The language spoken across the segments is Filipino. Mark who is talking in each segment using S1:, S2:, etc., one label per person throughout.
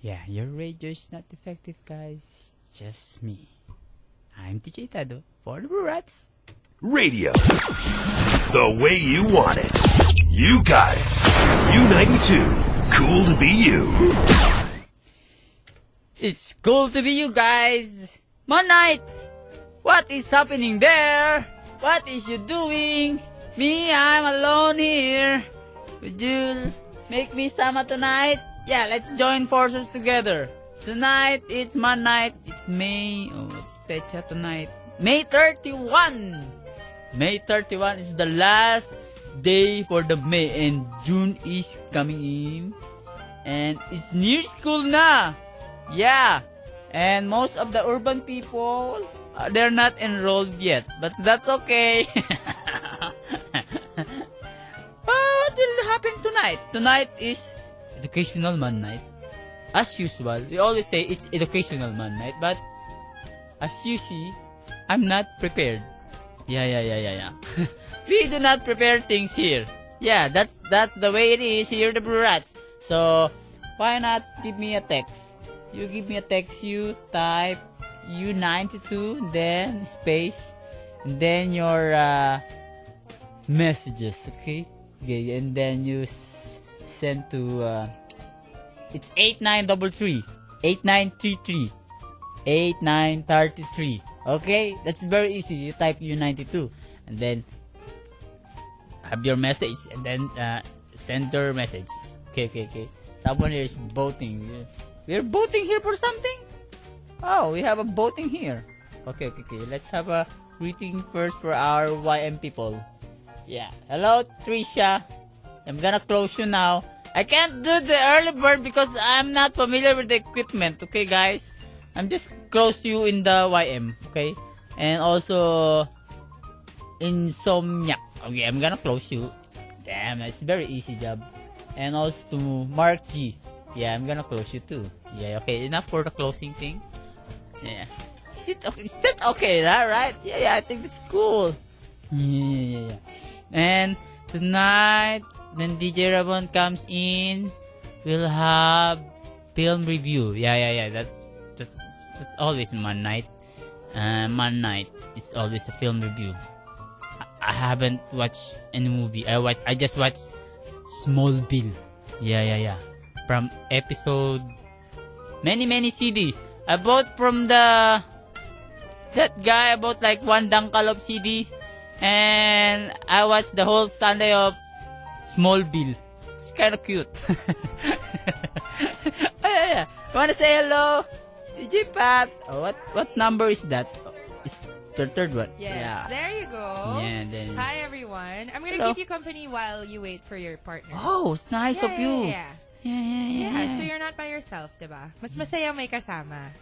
S1: Yeah, your radio's not defective, guys. Just me. I'm DJ Tado for the Rats.
S2: Radio. The way you want it. You got it. U92. Cool to be you.
S1: It's cool to be you guys. Mon night. What is happening there? What is you doing? Me, I'm alone here. Would you make me sama tonight? Yeah, let's join forces together. Tonight, it's my night. It's May. Oh, it's Pecha tonight. May 31. May 31 is the last day for the May and June is coming in. And it's near school na. Yeah. And most of the urban people, uh, they're not enrolled yet. But that's okay. what will happen tonight? Tonight is educational man night. As usual, we always say it's educational man night. But as you see, I'm not prepared. Yeah, yeah, yeah, yeah, yeah. we do not prepare things here. Yeah, that's that's the way it is here, the Blue Rats. So why not give me a text? You give me a text. You type U92, then space, then your uh, messages. Okay, okay, and then you s- send to. Uh, it's eight nine double three, eight nine three three. 8933. Okay? That's very easy. You type U92 and then have your message and then uh, send your message. Okay, okay, okay. Someone here is voting. We're voting here for something? Oh, we have a voting here. Okay, okay, okay. Let's have a greeting first for our YM people. Yeah. Hello, Trisha. I'm gonna close you now. I can't do the early bird because I'm not familiar with the equipment. Okay, guys. I'm just close you in the YM. Okay, and also insomnia. Okay, I'm gonna close you. Damn, it's very easy job. And also to Mark G. Yeah, I'm gonna close you too. Yeah, okay. Enough for the closing thing. Yeah. Is it okay? Is that okay? All right. Yeah, yeah. I think that's cool. Yeah, yeah, yeah, yeah. And tonight, when DJ Rabon comes in, we'll have film review. Yeah, yeah, yeah. That's that's that's always my night. Uh, my night is always a film review. I, I haven't watched any movie. I watch. I just watched Smallville. Yeah, yeah, yeah. From episode many many CD. I bought from the that guy about like one Dangkalop CD, and I watched the whole Sunday of Smallville. It's kind of cute. oh, yeah, yeah. Wanna say hello, DJ Pat? Oh, what what number is that? Oh, It's the third one.
S3: Yes,
S1: Yeah.
S3: there you go.
S1: Yeah, then-
S3: Hi, everyone. I'm going to
S1: Hello.
S3: keep you company while you wait for your partner.
S1: Oh, it's nice
S3: yeah,
S1: of you.
S3: Yeah, yeah.
S1: yeah, yeah.
S3: Yeah, so you're not by yourself, di ba? Mas masaya may kasama.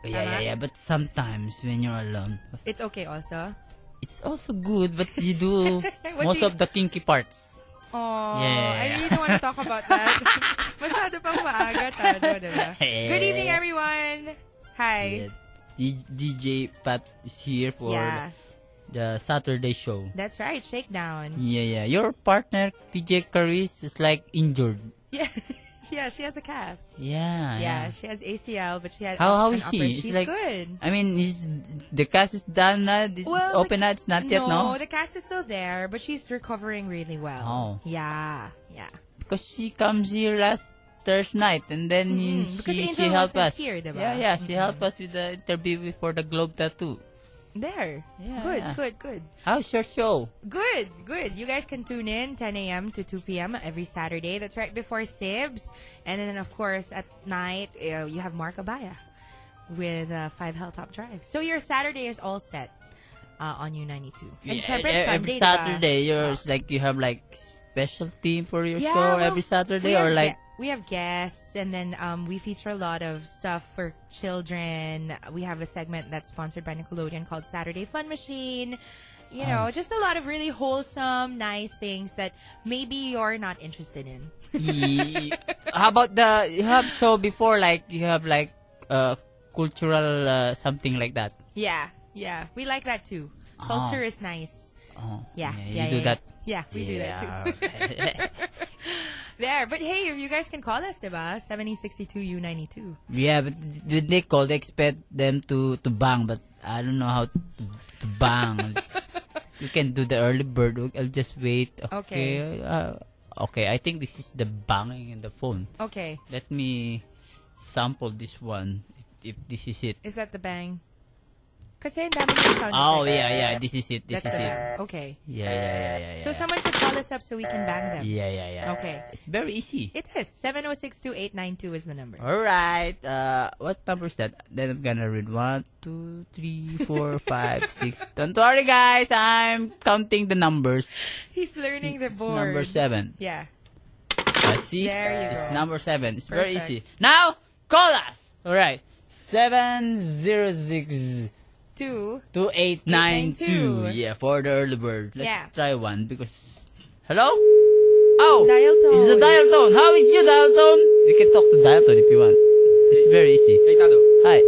S1: Yeah, yeah,
S3: Tama?
S1: yeah. But sometimes when you're alone,
S3: It's okay also.
S1: it's also good, but you do
S3: What
S1: most
S3: do you-
S1: of the kinky parts.
S3: Oh,
S1: Yeah.
S3: I really don't want to talk about that. Masyado pang maaga, tado, di ba?
S1: Yeah.
S3: Good evening, everyone. Hi.
S1: Yeah. D- DJ Pat is here for
S3: Yeah,
S1: the Saturday show.
S3: that's right. Shakedown.
S1: Yeah, yeah. Your partner, DJ Caris, is like injured.
S3: Yeah. yeah, she has a cast.
S1: Yeah.
S3: Yeah, she has ACL, but she had
S1: How- how
S3: an
S1: is she?
S3: upper-
S1: It's
S3: She's
S1: like-
S3: good.
S1: I mean, is the cast is done na? It's
S3: Well,
S1: open
S3: the-
S1: na? It's not yet, no?
S3: the cast is still there, but she's recovering really well.
S1: Oh.
S3: Yeah, yeah.
S1: Because she comes here last Thursday night and then
S3: Mm-mm,
S1: he-
S3: Mm-hmm. because
S1: she,
S3: Angel
S1: she helped
S3: wasn't
S1: us.
S3: here, diba? Mm-hmm.
S1: Yeah, yeah. She helped us with the interview for the Globe Tattoo.
S3: There.
S1: Yeah,
S3: good,
S1: yeah.
S3: good, good.
S1: How's your show?
S3: Good, good. You guys can tune in 10 a.m. to 2 p.m. every Saturday. That's right before Sibs. And then, of course, at night, uh, you have Mark Abaya with uh, 5 Hilltop Drive. So your Saturday is all set uh, on U92. And
S1: Yeah,
S3: syempre,
S1: e-
S3: Sunday, diba?
S1: every Saturday, yours like you have like special theme for your
S3: Yeah,
S1: show
S3: well,
S1: every
S3: we
S1: Saturday
S3: have
S1: or like
S3: gue- we have guests and then um, we feature a lot of stuff for children we have a segment that's sponsored by nickelodeon called saturday fun machine you know just a lot of really wholesome nice things that maybe you're not interested in
S1: y- how about the you have show before like you have like uh cultural uh, something like that.
S3: yeah yeah we like that too culture is nice
S1: Oh,
S3: Ah. yeah,
S1: you
S3: yeah,
S1: do
S3: yeah,
S1: that.
S3: yeah we do that too
S1: that too.
S3: there. But hey, you guys can call us, diba? 7062U92.
S1: Yeah, but with Nick Cold, I expect them to, to bang, but I don't know how to, to bang. you can do the early bird. I'll just wait. Okay. Okay. Uh, okay, I think this is the banging in the phone.
S3: Okay.
S1: Let me sample this one, if, if this is it.
S3: Is that the bang? Kasi ang dami ng sound
S1: Oh,
S3: effect.
S1: yeah, yeah, this is it, this
S3: That's the
S1: is it.
S3: bang. Okay.
S1: Yeah, yeah, yeah, yeah.
S3: So
S1: yeah.
S3: someone should call us up so we can bang them.
S1: Yeah, yeah, yeah.
S3: Okay.
S1: It's very easy.
S3: It is. 7062892 is the number.
S1: All right. Uh, what number is that? Then I'm gonna read one, two, three, four, five, six. Don't worry, guys. I'm counting the numbers.
S3: He's learning the
S1: It's
S3: board.
S1: number seven.
S3: Yeah.
S1: Uh, see,
S3: There you
S1: it's
S3: go.
S1: number seven. It's very
S3: Perfect.
S1: easy. Now, call us. All right. Seven zero six
S3: Two.
S1: two eight nine two.
S3: 892.
S1: Yeah, for the early bird. Let's
S3: Yeah.
S1: try one because. Hello. Oh,
S3: Dial tone.
S1: It's a dial tone. How is your dial tone? You can talk to dial tone if you want. It's very easy.
S4: Hey, Tato.
S1: Hi.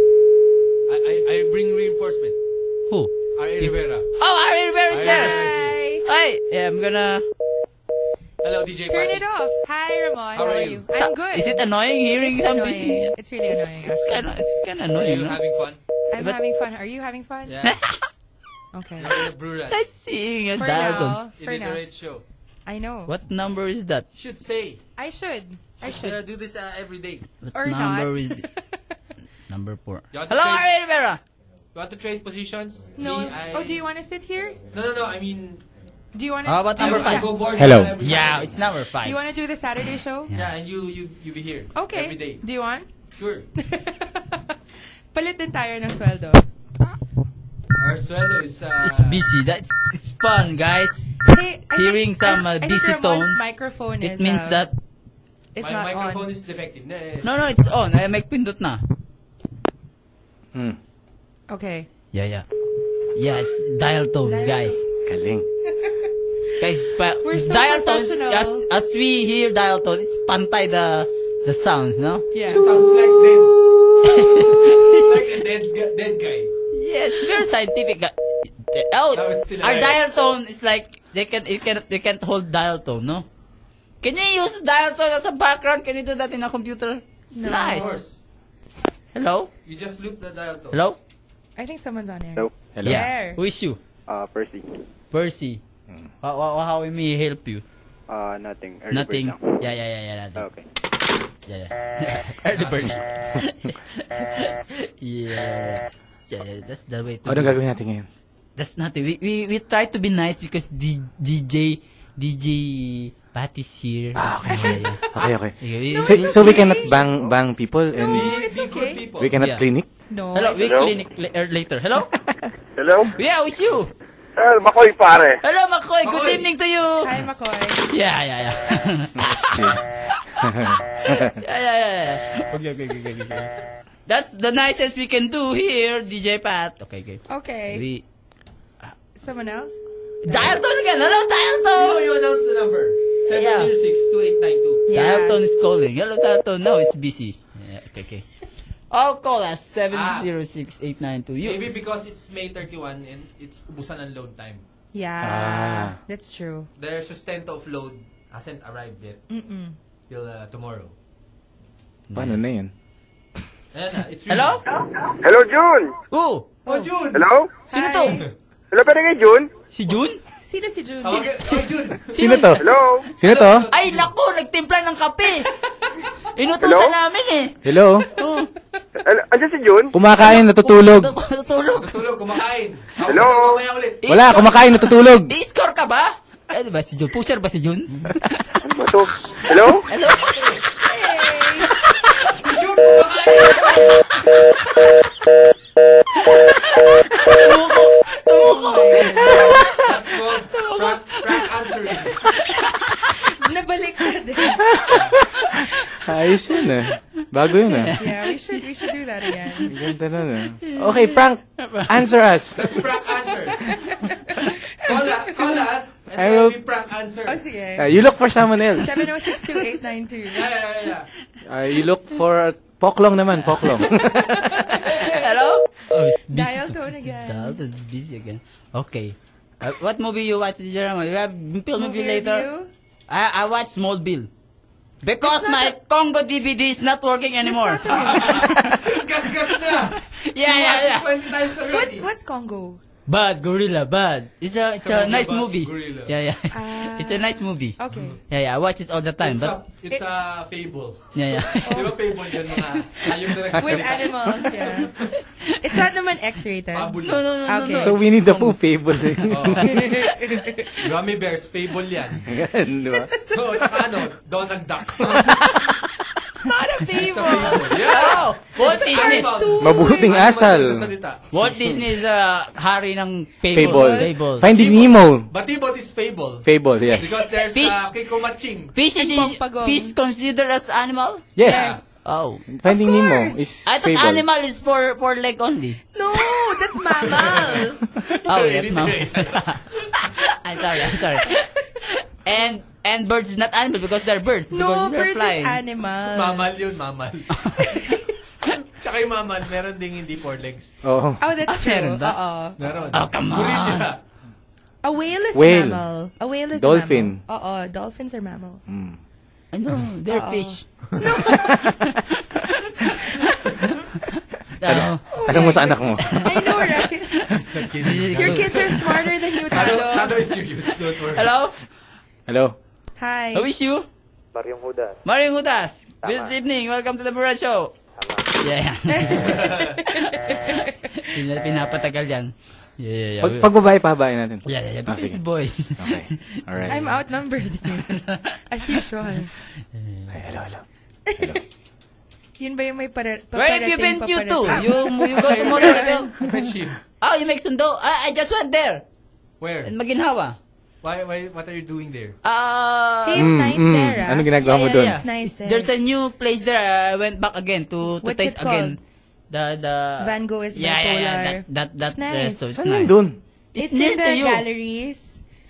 S4: I, I, I bring reinforcement.
S1: Who?
S4: Ari Rivera.
S1: Oh, Ari Rivera is
S4: Ari
S1: there.
S4: Rivera.
S3: Hi.
S1: Hi. Yeah, I'm gonna.
S4: Hello, DJ
S3: Turn
S4: Paco.
S3: it off. Hi, Ramon. How,
S4: How are
S3: are
S4: you?
S3: you? I'm good.
S1: Is it annoying hearing some
S3: annoying?
S1: business?
S3: It's really annoying.
S1: It's kind of, it's kind of
S4: Are
S1: annoying.
S4: you
S1: no?
S4: having fun?
S3: I'm
S1: But-
S3: having fun. Are you having fun?
S4: Yeah.
S3: Okay.
S4: You're in a brew rat.
S1: That's seeing a
S3: For
S1: dial.
S3: now. For now.
S4: Illiterate show.
S3: I know.
S1: What number is that?
S4: Should stay.
S3: I should. I
S4: Should I
S3: should.
S4: do this uh, every day? You
S1: What
S3: Or not.
S1: number is the, number four?
S4: You want to
S1: Hello,
S4: change-
S1: Ari Rivera.
S4: want to trade positions?
S3: no.
S4: Me, I...
S3: Oh, do you want to sit here?
S4: No, no, no. I mean,
S3: Do you want to?
S1: How about Oh, number
S4: I
S1: five?
S4: go board
S5: Hello.
S4: every
S1: Yeah,
S4: Saturday.
S1: it's number five.
S3: You want to do the Saturday show?
S4: Yeah, and you, you, you be here.
S3: Okay.
S4: Every day.
S3: Do you want?
S4: Sure.
S3: Palit din tayo ng sweldo.
S4: Our sweldo is... Uh,
S1: It's busy. That's it's fun, guys.
S3: Hey, I
S1: Hearing
S3: think,
S1: some,
S3: I,
S1: uh,
S3: I
S1: busy
S3: think Ramon's
S1: tone,
S3: microphone is,
S1: It means
S3: uh,
S1: that
S3: it's
S4: my
S3: not
S4: microphone
S3: on.
S4: is defective. No, no, no.
S1: no, no, it's on. I make pindot na.
S3: Okay.
S1: Yeah, yeah. Yeah, it's dial tone,
S3: Dial
S1: guys.
S5: Galing.
S1: Guys, pa-
S3: We're so
S1: dial tone. is- As,
S3: professional.
S1: as we hear dial tone, it's pantay the the sounds, no?
S3: Yeah.
S4: Sounds like dance. like a dead, gu- dead guy.
S1: Yes, very scientific. uh, Oh,
S4: No, it's still
S1: our
S4: alive.
S1: dial tone is like they can you can they can't hold dial tone, no? Can you use dial tone as a background? Can you do that in a computer? It's
S3: No.
S4: Of
S1: nice.
S4: course.
S1: Hello,
S4: You just loop the dial tone.
S1: hello.
S3: I think someone's on air.
S5: Hello. Hello.
S1: Yeah.
S3: There.
S1: Who is you?
S5: Uh, Percy. Mm.
S1: Percy. How, how, how may I help you?
S5: Uh, nothing. Early bird
S1: Nothing.
S5: lang.
S1: Yeah, yeah, yeah, yeah. Nothing.
S5: Okay.
S1: Yeah, yeah. Early bird. yeah. Yeah, yeah, that's the way to
S5: Ano Oh,
S1: do it.
S5: gagawin natin ngayon?
S1: That's nothing. We, we, we try to be nice because D, DJ, DJ Pat is here. Ah, okay.
S5: Okay, okay.
S1: we,
S5: So, so we cannot bang bang people
S4: Be,
S5: and
S3: it's
S4: be good
S3: okay.
S4: people.
S5: we
S1: Yeah.
S5: cannot clinic?
S3: No.
S1: hello, we
S6: Hello?
S1: clinic la- er, later. Hello?
S6: Hello?
S1: yeah, it's you.
S6: Eh, Makoy, pare.
S1: Hello, Makoy. Good
S4: Makoy.
S1: evening to you.
S3: Hi, McCoy.
S1: Yeah, yeah, yeah. yeah, yeah, yeah, yeah. Okay, okay, okay, okay, okay. That's the nicest we can do here, DJ Pat. Okay, okay.
S3: Okay.
S1: We,
S3: Someone else?
S1: dial tone again. Hello, dial
S4: No,
S1: tone.
S4: you announce the number.
S1: Yeah.
S4: 706-2892.
S1: Dial tone is calling. Hello, dial tone. Now it's busy. Yeah, okay, okay. Oh, call us
S3: Ah.
S1: 706-892. You,
S4: Ah, Maybe because it's May 31 and it's ubusan ng load time.
S5: Ah.
S3: Yeah. That's true.
S4: Their sustento of load hasn't arrived yet till uh, tomorrow.
S5: Paano na yan?
S4: Ayan na, it's
S1: Hello?
S6: Hello, June.
S1: Oh,
S4: Oh, June!
S6: Hello?
S1: sino
S3: Hi.
S1: to?
S6: Hello pa rin kay June?
S1: Si Jun?
S3: Sino si June?
S4: Oh, okay. oh, June!
S5: Sino to?
S6: Hello?
S5: Sino to?
S1: Ay, lako, nagtimpla ng kape. Inutusan
S6: Hello?
S1: namin eh.
S5: Hello?
S1: Oh.
S6: Hello? Andiyan si June?
S5: Kumakain, natutulog.
S1: Natutulog.
S4: Tulog, kumakain! Ako,
S6: Hello?
S4: Mamaya ulit!
S5: Wala, kumakain, natutulog.
S1: I-score ka ba? Ano ba si Jun? Pusher ba si Jun?
S6: Ano ba to? Hello?
S1: Hello?
S4: Si June, kumakain!
S1: Tumuko. Tumuko.
S4: That's called prank, prank answering.
S3: Nabalik na din.
S5: Ayos yun ah. Bago yun ah.
S3: Yeah, we should, we should do that again.
S5: Ganda nun ah. Okay, Frank, answer us.
S4: That's prank answer. Call, u- call us and
S5: I
S4: then
S5: will-
S4: we prank answer.
S3: Oh,
S5: Uh,
S4: Yeah,
S3: sige.
S5: you look for someone else.
S3: 7062892.
S4: yeah, yeah.
S5: Uh, you look for Poklong naman, Poklong.
S1: Hello? Oh, busy.
S3: Dial tone again.
S1: Dial tone is busy again. Okay. Uh, what movie you watch, Jerome? You have film movie,
S3: Movie
S1: later?
S3: review?
S1: I, I watch Smallville.
S7: Because my Congo DVD is not working anymore.
S4: Gas-gas na!
S7: yeah, yeah, yeah.
S4: 20 times
S3: What's
S4: already.
S3: what's Congo?
S1: Bad Gorilla Bad. It's a it's a
S4: Gorilla
S1: nice
S4: Bad,
S1: movie.
S4: Gorilla.
S1: Yeah, yeah.
S3: Ah.
S1: it's a nice movie.
S3: Okay.
S1: Yeah, yeah. I watch it all the time.
S4: It's, a,
S1: But
S4: it's a fable.
S1: yeah, yeah.
S4: Di ba fable yun mga hayop na nag-
S3: With animals, yeah. It's not naman X-rated.
S4: Fabula.
S7: No, no, no, no,
S3: Okay.
S7: no.
S5: So, Winnie the Pooh fable.
S4: Gummy Bears, fable yan.
S5: Yan, di ba?
S4: Oo, tsaka ano, Donald Duck.
S3: Not a fable.
S4: fable. Yes!
S1: Walt Disney.
S5: Mabuting asal.
S4: Salita.
S1: Walt Disney is a hari ng
S5: Fable.
S1: fable.
S5: Finding Nemo.
S4: Batibot is fable.
S5: Fable, yes.
S4: Because there's
S1: Fish.
S4: uh, Kikumaching.
S1: Fish is,
S3: And
S1: is
S3: pampagong.
S1: fish considered as animal?
S5: Yes.
S1: Oh.
S5: Finding
S3: Of
S5: Nemo
S3: course.
S5: is
S1: I thought
S5: fable.
S1: Ah, animal is for for leg only.
S3: No, that's mammal.
S1: Oh, yes,
S4: Hindi,
S1: ma'am.
S4: hindi.
S1: I'm sorry, I'm sorry. And and birds is not animal because they're birds
S3: No,
S1: because they're
S3: bird is
S1: flying.
S3: animal.
S4: Mamal yun, mamal. Tsaka yung mamal, meron ding hindi four legs.
S5: Oh.
S3: Oh, that's true.
S1: Ah, meron ba?
S3: Oo.
S4: Meron.
S1: Oh, come on.
S4: Gorilla.
S3: A whale is
S5: Whale.
S3: mammal. A whale is
S5: Dolphin. Hmm.
S3: mammal. Oo, dolphins are mammals. Uh-uh.
S1: No, they're fish. No.
S5: Ano? Alam mo sa anak mo.
S3: I know, right? Your kids are smarter than you,
S4: Nado,
S3: Talo.
S4: Nado is serious. Don't worry.
S1: Hello?
S5: Hello?
S3: Hi.
S1: Who is you?
S8: Baryong Hudas.
S1: Mario Hutas. Good evening. Welcome to the Buran Show. Yeah, yeah. Pina- Pinapatagal yan. Yeah, yeah, yeah.
S5: Pag, pag babae, pahabain natin.
S1: yeah, yeah, yeah.
S5: Ah,
S1: Because
S5: sige.
S1: boys.
S5: Okay. Alright.
S3: I'm outnumbered. As usual.
S5: Ay, hello, hello.
S3: Yun ba yung may para, paparating,
S1: Where have you been you to?
S3: paparating?
S1: You, you go to Montreal?
S4: Where is she?
S1: Oh, you make sundo? I, I just went there.
S4: Where?
S1: And maginhawa.
S4: Why, why, what are you doing there?
S1: Uh,
S3: Hey, it's nice
S5: Mm,
S3: there, ah.
S5: Ano ginagawa mo doon?
S3: It's nice there.
S1: There's a new place there. I went back again to, to
S3: What's it
S1: taste again. The, the...
S3: Van Gogh is
S1: yeah, yeah, yeah,
S3: bipolar.
S1: that, that, that
S3: It's nice.
S1: resto is
S5: Saan Ano
S1: nice.
S5: yun dun?
S1: It's,
S3: It's,
S1: near
S3: in
S1: to
S3: the
S1: you.
S3: galleries.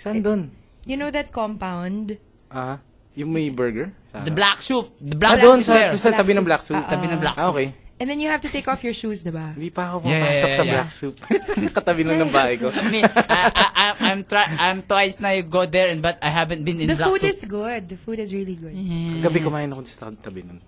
S5: Saan dun?
S3: You know that compound?
S5: Ah, yung may burger? Sa-
S1: The black soup. The
S5: Ah,
S1: black
S5: doon
S1: soup
S5: sa,
S1: there.
S5: sa tabi ng black soup.
S3: Ah, Tabi
S1: ng black
S5: Ah, okay.
S3: And then you have to take off your shoes, diba?
S5: Hindi pa ako
S1: Yeah, yeah,
S5: pumapasok sa
S1: yeah.
S5: black soup. Katabi nun ng bahay ko.
S1: I mean, I, I, I- I'm try, I'm twice now you go there, and but I haven't been in
S3: The
S1: black
S3: food
S1: soup.
S3: is good. The food is really good.
S5: Gabi kumain ako sa tabi nun.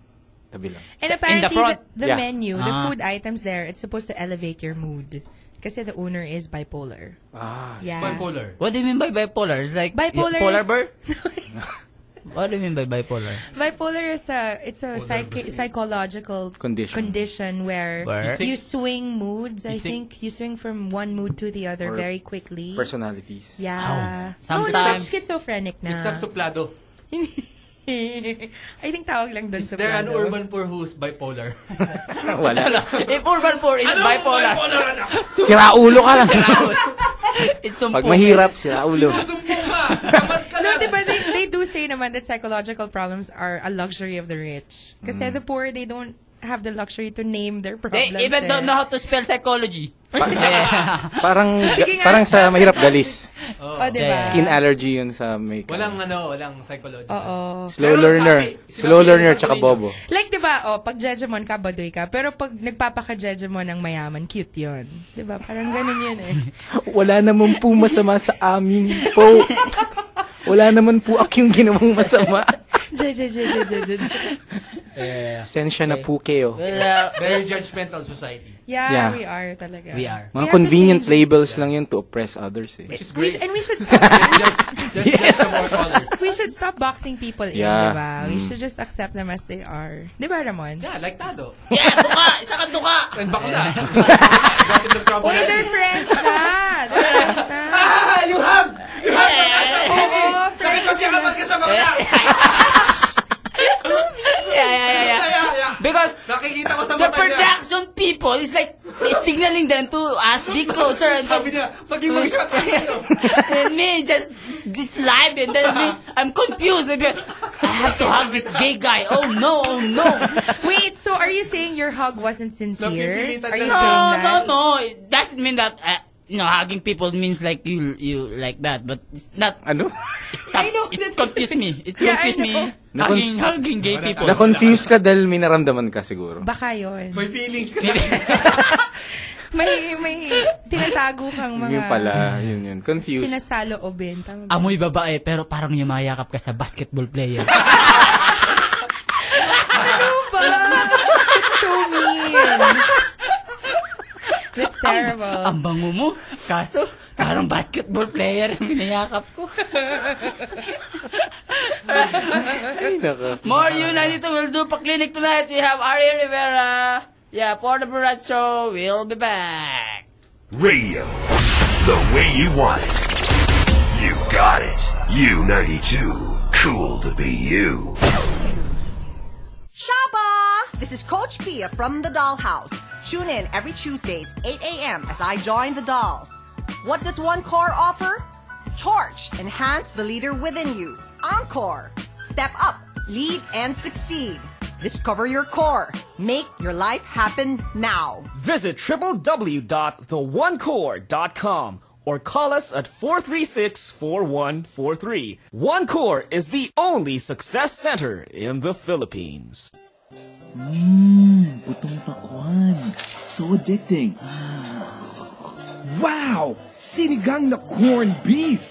S5: Tabi lang.
S3: And apparently, the,
S1: front?
S3: the
S5: Yeah.
S3: menu, the
S1: Ah.
S3: food items there, it's supposed to elevate your mood. Kasi the owner is bipolar.
S5: Ah,
S3: Yeah.
S4: Bipolar.
S1: What do you mean by bipolar? It's like
S3: Bipolar
S1: polar
S3: is-
S1: bear. what do you mean by bipolar?
S3: Bipolar is a it's a psych- psychological
S5: Condition.
S3: condition where,
S1: Where?
S3: you swing moods. I
S1: You think-
S3: think you swing from one mood to the other
S5: Or
S3: very quickly.
S5: personalities.
S3: Yeah. Oh,
S1: Ow.
S3: No, no,
S1: Sometimes-
S3: schizophrenic na.
S4: It's not suplado.
S3: I think tawag lang doon sa
S4: Is there an
S3: plano.
S4: urban poor who's bipolar?
S5: Wala.
S1: if urban poor is bipolar,
S5: Sira ulo ka lang.
S1: it's some
S5: Pag mahirap, sira ulo.
S4: Sumbong ka! Tamad ka
S3: No,
S4: lang!
S3: di ba, they, they do say naman that psychological problems are a luxury of the rich. Kasi the poor, they don't have the luxury to name their
S1: They
S3: problems.
S1: even
S3: eh.
S1: don't know how to spell psychology.
S5: Parang
S3: Sige nga.
S5: parang sa mahirap galis.
S3: Oh, di ba?
S5: Skin allergy yun sa may
S4: Walang ano, walang psychology.
S3: Oo.
S5: slow
S4: Pero
S5: learner.
S4: sabi-
S5: Slow
S4: sinabi
S5: learner
S4: ni
S5: tsaka
S4: Sabrina.
S5: bobo.
S3: Like, di ba, oh, pag jejemon ka, baduy ka. Pero pag nagpapaka-jejemon ng mayaman, cute yun. Di ba? Parang ganun yun eh.
S5: Wala naman po masama sa amin po. Wala naman po aking ginawang masama.
S3: Je, je, je, je, je, je, je.
S1: Yeah.
S5: Sensya na po kayo.
S1: Well, uh,
S4: Very judgmental society.
S3: Yeah,
S5: Yeah.
S3: we are talaga.
S1: we are.
S5: Mga
S3: We have to
S5: convenient
S3: change it.
S5: labels lang yun to oppress others eh.
S4: Which is
S3: We
S4: great.
S3: sh- and we should stop.
S4: Let's get some more colors.
S3: we should stop boxing people in,
S5: Yeah.
S3: di ba? We should just accept them as they are. Di ba, Ramon?
S4: Yeah, like Tado.
S1: Yeah, duka! Isa kang duka!
S4: And bakla. Got into trouble.
S3: Uy, they're friends na! They're friends na!
S4: Ah, you have! You have
S3: Oo, friends
S4: Kapag
S3: na!
S4: ka sa bakla!
S1: Yeah, yeah, yeah, yeah.
S4: Kaya, kaya.
S1: Because
S4: Nakikita ko sa
S1: the
S4: mata niya.
S1: production people is like is signaling them to us, be closer and
S4: Sabi niya, maging mag-shot tayo.
S1: and me just just live and then me I'm confused. Maybe I have to hug this gay guy. Oh no, oh no.
S3: Wait, so are you saying your hug wasn't sincere?
S4: Napipilitan
S3: Are you
S4: ka.
S1: No,
S3: saying
S1: no,
S3: that?
S1: no. It doesn't mean that uh, you know, hugging people means like you you like that, but it's not
S5: Ano?
S1: stop.
S3: I know,
S1: It
S3: that's-
S1: confused me. It
S3: Yeah, I
S1: confused
S3: know.
S1: me. Hugging hugging gay people.
S5: Na-confuse ka dahil may naramdaman ka siguro.
S3: Baka yun.
S4: May feelings ka sa
S3: May, may tinatago kang mga
S5: Yun pala, yun yun. Confused.
S3: sinasalo o benta.
S1: Amoy babae pero parang yumayakap ka sa basketball player.
S9: terrible.
S1: Ang bango mo. Kaso, parang basketball player ang minayakap ko.
S10: Ay, naka.
S1: More U92 will do pa-clinic tonight. We have Ari Rivera. Yeah, for the Barat Show, we'll be back.
S11: Radio. The way you want it. You got it. U92. Cool to be you.
S12: Shoppa! This is Coach Pia from The Dollhouse. Tune in every Tuesdays, 8 a.m. as I join the dolls. What does One Core offer? Torch, enhance the leader within you. Encore, step up, lead and succeed. Discover your core. Make your life happen now.
S13: Visit www.theonecore.com or call us at 436-4143. One Core is the only success center in the Philippines.
S4: Butong pakwan. Mm, So addicting. Ah. Wow! Sinigang na corned beef!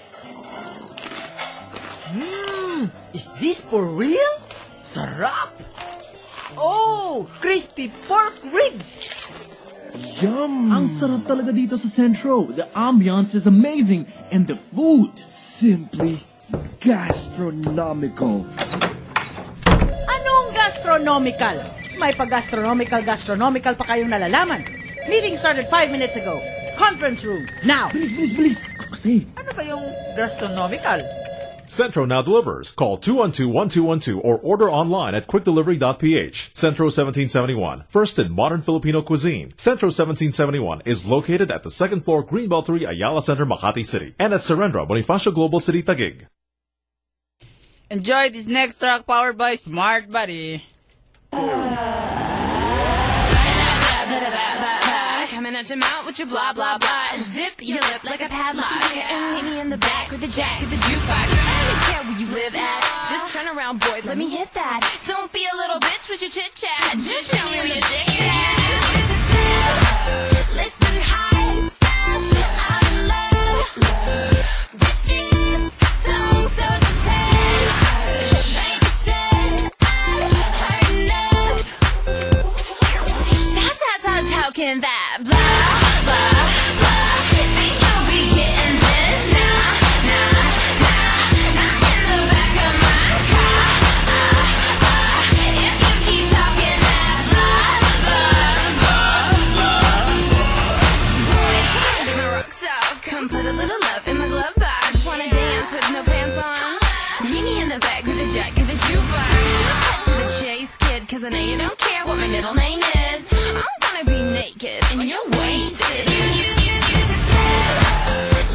S1: Hmm. Is this for real? Sarap! Oh, crispy pork ribs!
S4: Yum! Ang sarap talaga dito sa Centro. The ambiance is amazing and the food simply gastronomical.
S14: Anong gastronomical? May pag-gastronomical, gastronomical pa kayong nalalaman. Meeting started five minutes ago. Conference room, now!
S4: Bilis, bilis, bilis! Kasi
S1: Ano ba yung gastronomical?
S15: Centro now delivers. Call 212-1212 or order online at quickdelivery.ph. Centro 1771, first in modern Filipino cuisine. Centro 1771 is located at the second floor Greenbeltery Ayala Center, Makati City, and at Serendra, Bonifacio Global City, Taguig.
S1: Enjoy this next track powered by Smart Buddy.
S14: Coming at your mouth with your blah blah blah. Zip your lip like a padlock. And meet me in the back with the jack of the jukebox. I don't care where you live at. Just turn around, boy. Let me hit that. Don't be a little bitch with your chit chat. Just show me where your dick is at. Listen high and soft. I'm in love. With this song, so just say, make it shit. I've heard enough. That's how, that's how can that blah, blah, blah. Think you'll be getting this? Nah, nah, nah, not in the back of my car. Ah, ah, if you keep talking that blah, blah, Boy, hand my rocks off. Come put a little love in my glove box. Wanna dance with no pants on? Meet me in the back with a jack of the jukebox. Cut to the chase, kid, cause I know you don't care what my middle name is. I'm gonna be naked and you're wasted. You, you, you, you success.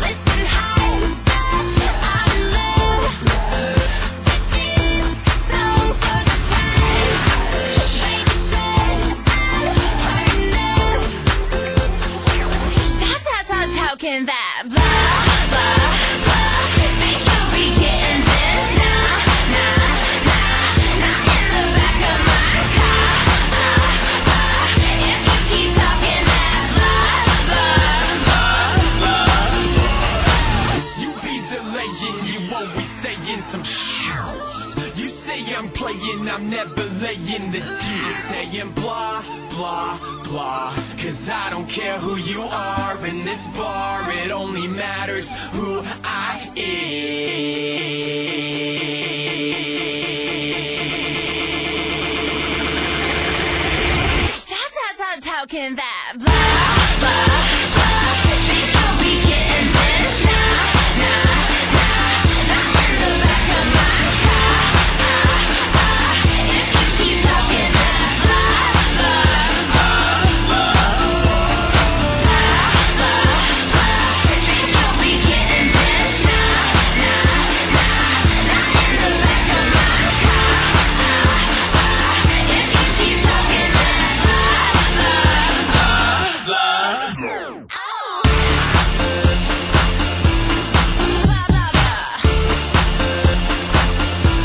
S14: Listen high and soft. I'm in love with this song, so decide. Baby, said I've heard enough. That's how, that's how can that blah, blah, blah. Think you'll be getting this? Nah, nah, nah, not in the back of my car. Ah, ah, if you keep talking that blah, blah.
S13: You be delaying you won't be saying some shit. You say I'm playing, I'm never laying the deal. Saying blah, blah, blah. Cause I don't care who you are in this bar, it only matters who I am.
S14: That's how, that's how can that blah, blah, blah. Think you'll be getting this? Nah, nah, nah, not in the back of my car. Ah, ah, if you keep talking that blah, blah. Think you'll be getting this? Nah, nah, nah, not in the back of my car. Ah, ah, if you keep talking that blah, blah. Oh. Blah, blah, blah.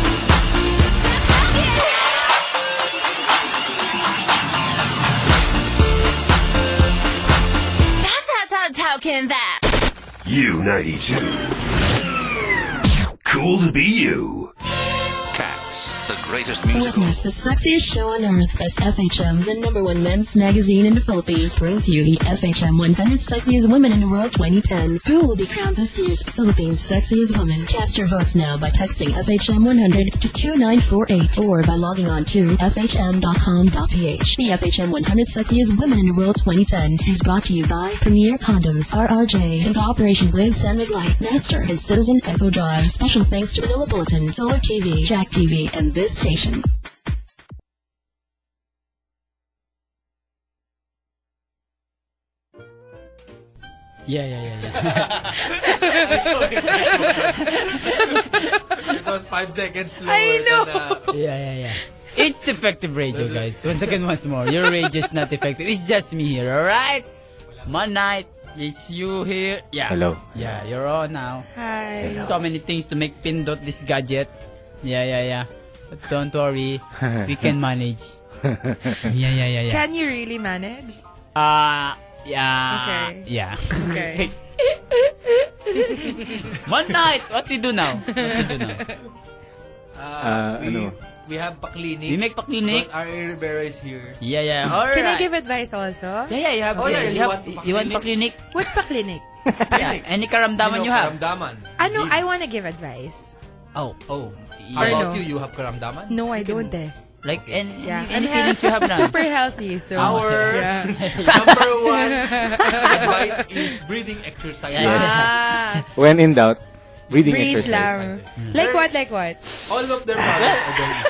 S14: Stop talking. That's how, that's how can that.
S11: U92. Cool to be you.
S13: Cats, the group.
S16: greatest
S14: Witness the sexiest show on earth as FHM, the number one men's magazine in the Philippines, brings you the FHM 100 Sexiest Women in the World 2010. Who will be crowned this year's Philippines Sexiest Woman? Cast your votes now by texting FHM 100 to 2948 or by logging on to FHM.com.ph. The FHM 100 Sexiest Women in the World 2010 is brought to you by Premier Condoms, RRJ, in cooperation with San Light, Master, and Citizen Echo Drive. Special thanks to Manila Bulletin, Solar TV, Jack TV, and this station.
S1: Yeah, yeah, yeah, yeah.
S4: it was five seconds slower. uh, I know.
S1: yeah, yeah, yeah. It's defective radio, guys. Once again, once more. Your radio's not defective. It's just me here, alright? One night, it's you here. Yeah.
S5: Hello.
S1: Yeah, you're on now.
S3: Hi.
S1: So many things to make Pindot this gadget. Yeah, yeah, yeah. But don't worry. we can manage. Yeah, yeah, yeah, yeah.
S3: Can you really manage?
S1: Uh, yeah.
S3: Okay.
S1: Yeah.
S3: Okay.
S1: One night, what we do now? What we do now?
S5: Ah,
S4: we,
S5: ano?
S4: We have pa-clinic.
S1: We make pa-clinic.
S4: But Ari Rivera is here.
S1: Yeah, yeah. Alright.
S3: Can I give advice also?
S1: Yeah, yeah, you have,
S4: Oh, yeah,
S1: you,
S4: you
S1: have,
S4: want
S1: you want pa-clinic?
S3: What's pa-clinic?
S1: yeah, any karamdaman
S4: You
S1: you,
S4: know,
S1: have?
S4: Karamdaman.
S3: Ano, I want to give advice.
S1: Oh,
S4: oh.
S1: Or
S4: How about
S1: no.
S4: you? You have karamdaman?
S3: No, I don't eh.
S1: Like, any,
S3: Yeah.
S1: any
S3: I'm
S1: feelings you have now?
S3: super healthy, so.
S4: Our number one advice is breathing exercises.
S5: Yes.
S3: Ah.
S5: When in doubt, breathing
S3: Breathe
S5: exercise.
S3: lang. Like what, like what?
S4: All of their products are very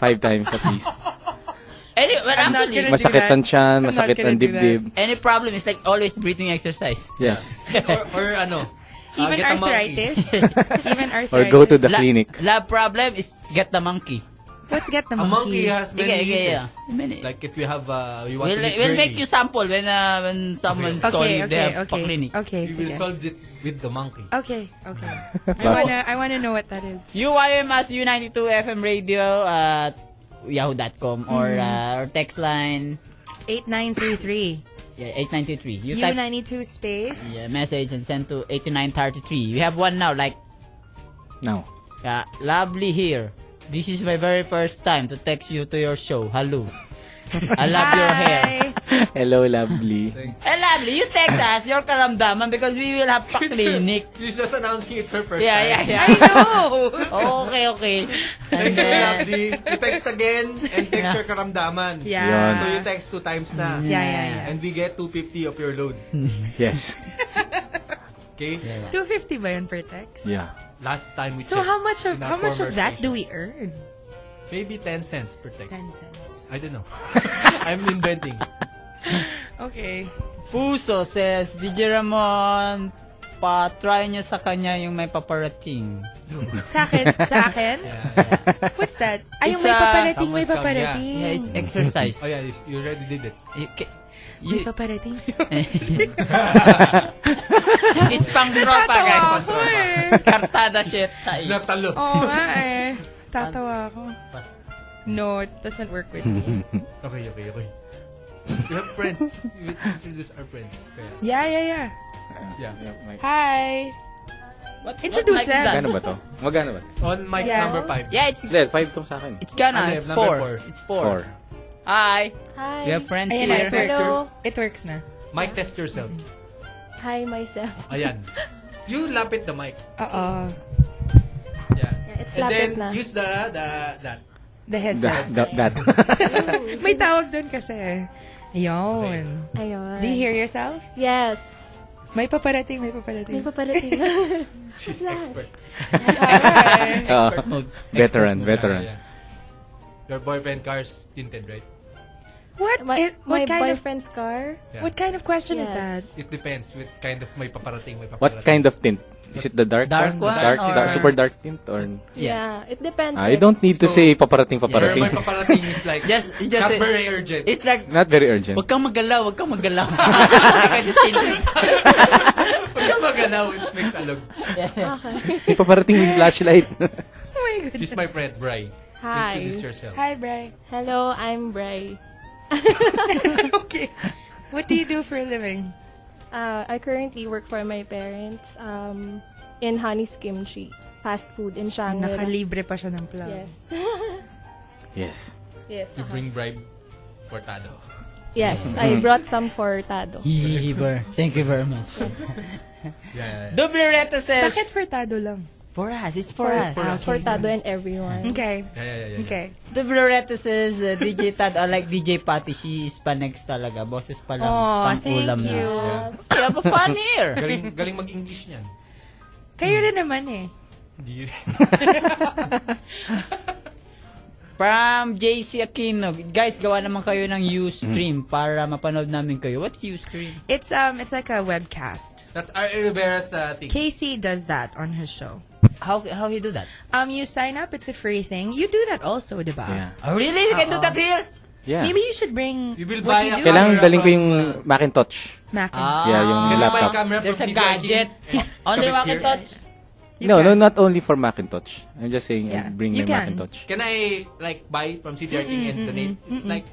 S5: Five times at least.
S1: Any, well,
S3: I'm
S1: I'm
S3: not
S1: not gonna do
S5: Masakit
S1: that.
S5: ang tiyan,
S1: I'm not
S5: masakit
S1: gonna
S5: ang
S1: do that.
S5: dibdib.
S1: Any problem is like always breathing exercise.
S5: Yes.
S4: or, or ano?
S3: Even
S4: get a monkey.
S3: arthritis? Even arthritis?
S5: Or go to the clinic.
S1: Lab problem is get the monkey.
S3: Let's get the
S4: A
S3: monkey.
S4: monkey has many
S1: Okay, okay,
S4: leaves.
S1: yeah.
S4: Like if you have, uh, you want
S1: We'll,
S4: to eat
S1: we'll
S4: gravy,
S1: make you sample when uh, when someone's
S3: Okay,
S1: calling you
S3: okay,
S1: they have
S3: okay.
S1: pa-clinic.
S3: Okay,
S4: You will
S3: sige.
S4: solve it with the monkey.
S3: Okay, okay. I
S1: Bakit?
S3: wanna, I wanna know what that is.
S1: UYMS U92 FM radio at yahoo.com or
S3: Mhm.
S1: uh, or text line
S3: 8933.
S1: yeah, 893. You type
S3: U92 space.
S1: yeah, message and send to 8933. We have one now like
S5: Now.
S1: uh, lovely here. This is my very first time to text you to your show. Hello. I love your hair.
S5: Hello, lovely.
S1: Hey, lovely, Eh, you text us your karamdaman because we will have pa-clinic.
S4: She's just announcing it's her first
S1: Yeah,
S4: time.
S1: yeah, yeah.
S3: I know!
S1: okay, okay.
S4: Thank you, lovely. You text again and text your karamdaman.
S3: Yeah. Yun.
S4: So you text two times na.
S3: Yeah, yeah, yeah.
S4: And we get 250 of your load.
S5: Yes.
S4: Okay?
S3: 250 ba yun per text?
S5: Yeah.
S4: Last time we
S3: So
S4: checked
S3: how much of
S4: in our
S3: how much of that
S4: conversation.
S3: do we earn?
S4: Maybe 10 cents per text.
S3: 10 cents.
S4: I don't know. I'm inventing.
S3: Okay.
S1: Puso says, DJ Ramon, pa-try nyo sa kanya yung may paparating.
S3: Sa akin? Sa akin? What's that? Ay, yung
S1: It's
S3: may
S1: a-
S3: paparating, may
S4: someone's come,
S3: paparating.
S1: Yeah, it's exercise.
S4: Oh yeah, you you already did it.
S3: May paparating.
S1: It's pang tropa,
S3: Tatawa
S1: guys.
S3: ako eh.
S1: Skartada shit. Ay.
S4: Natalo.
S3: Oo nga eh. Tatawa ako. No, it doesn't work with
S1: Hmm.
S3: me.
S4: Okay, okay, okay. We have friends. We introduce our friends. Kaya,
S3: Yeah, yeah, yeah.
S4: yeah.
S3: Hi.
S1: What,
S3: Introduce
S1: what mic is
S3: them.
S5: Magkano ba to? Magkano ba?
S4: On mic
S3: Yeah.
S4: number 5.
S1: Yeah, it's,
S5: Hindi, five to sa akin.
S1: it's gonna.
S4: Ano,
S1: it's
S4: number
S1: four.
S4: four.
S1: It's four. Hi.
S17: Hi.
S1: We have friends
S3: Ayan,
S1: here.
S3: it works. Hello. It works na.
S4: Mic test yourself.
S17: Hi myself.
S4: Ayan. You lapit the mic.
S3: Uh-oh.
S4: Yeah.
S17: it's
S4: And
S17: lapit
S4: then
S17: na.
S4: use the the that.
S3: The
S5: That.
S3: headset.
S5: that, that.
S3: May tawag doon kasi. Ayun.
S17: Ayun.
S3: Do you hear yourself?
S17: Yes.
S3: May paparating, may paparating.
S17: May paparating.
S4: She's expert.
S5: Oo. Oh, veteran, veteran.
S4: Yeah, yeah. Your boyfriend car's tinted, right?
S3: What?
S17: My,
S3: it- what
S17: my
S3: kind of
S17: boyfriend's car.
S4: Yeah.
S3: what kind of question is
S17: Yes.
S3: that?
S4: It depends with kind of may paparating, may paparating.
S5: What kind of tint? Is it the dark,
S1: Dark one
S5: Dark,
S1: or-
S5: dark- super dark tint or?
S17: Yeah. It depends.
S5: I don't need to
S4: So-
S5: say paparating
S4: Pero
S5: paparating.
S4: may paparating is like
S1: Just, it's just,
S4: not
S1: it,
S4: very urgent.
S1: it's like,
S5: Not very urgent.
S1: huwag kang magalaw, huwag kang magalaw. Kasi tinit.
S4: Huwag ka magalaw, it makes a look.
S5: May paparating yung flashlight.
S4: She's my friend, Bri.
S17: Oh Hi.
S4: Introduce yourself.
S3: Hi, Bri.
S17: Hello, I'm Bray.
S3: okay. What do you do for a living?
S17: Uh, I currently work for my parents um, in Honey's Kimchi, fast food in Shanghai.
S3: Nakalibre pa siya ng plug.
S17: Yes.
S5: Yes.
S17: Yes.
S4: You bring bribe for Tado.
S17: Yes, I brought some for Tado.
S1: Heaver. Thank you very much.
S4: yeah,
S1: Dublireta says,
S17: Bakit for Tado lang?
S1: For us. It's for, us.
S17: For, Mm-hmm. Tado and everyone.
S3: Okay. Okay.
S1: The Floretta says, uh, DJ Tad, I like DJ Patty, she is panex talaga. Boses pa lang,
S3: Aw, thank
S1: pang-ulam na.
S3: you.
S1: We have a fun here.
S4: galing, galing mag-English niyan.
S3: Kayo rin naman eh.
S4: Di
S1: From JC Aquino. Guys, gawa naman kayo ng Ustream para mapanood namin kayo. What's Ustream?
S3: It's um it's like a webcast.
S4: That's R.A. Rivera's uh, thing.
S3: Casey does that on his show.
S1: How how he do that?
S3: Um you sign up, it's a free thing. You do that also, diba?
S5: Yeah.
S1: Oh, really? You can do that here?
S5: Yeah.
S3: Maybe you should bring
S4: We will
S3: what
S4: buy
S3: you
S4: a-
S3: do.
S5: Kailangan daling ko yung
S4: uh,
S5: Macintosh.
S3: Mac.
S4: Ah,
S5: Yeah, yung
S4: Can I buy
S5: laptop.
S4: camera
S1: There's
S4: from
S1: a
S4: Vivo and
S1: gadget. Oh,
S4: King?
S1: Only
S4: Come
S1: one
S4: here.
S1: can touch.
S5: No, no, not only for Macintosh. I'm just saying, I bring
S3: you
S5: my
S3: can.
S5: Macintosh.
S4: Can I like buy from CDR King and
S3: Mm-mm,
S4: donate? It's
S3: mm-mm.
S4: like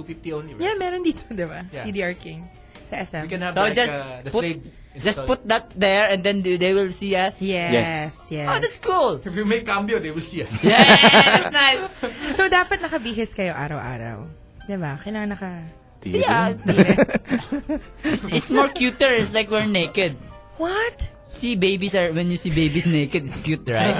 S4: 250 only, right?
S3: Yeah, meron dito, diba?
S4: Yeah.
S3: CDR King. Sa SM.
S4: We can have
S1: So
S4: like
S1: just
S4: uh, the
S1: put-
S4: slave.
S1: Just put that there and then they will see us.
S3: Yes, yes.
S1: Oh, that's cool.
S4: If you make cambio, they will see us.
S1: Yeah, that's nice.
S3: So, dapat nakabihis kayo araw-araw. Diba? Kailangan naka...
S1: Yeah. it's, it's more cuter. It's like we're naked.
S3: What?
S1: See, babies are, when you see babies naked, it's cute, right?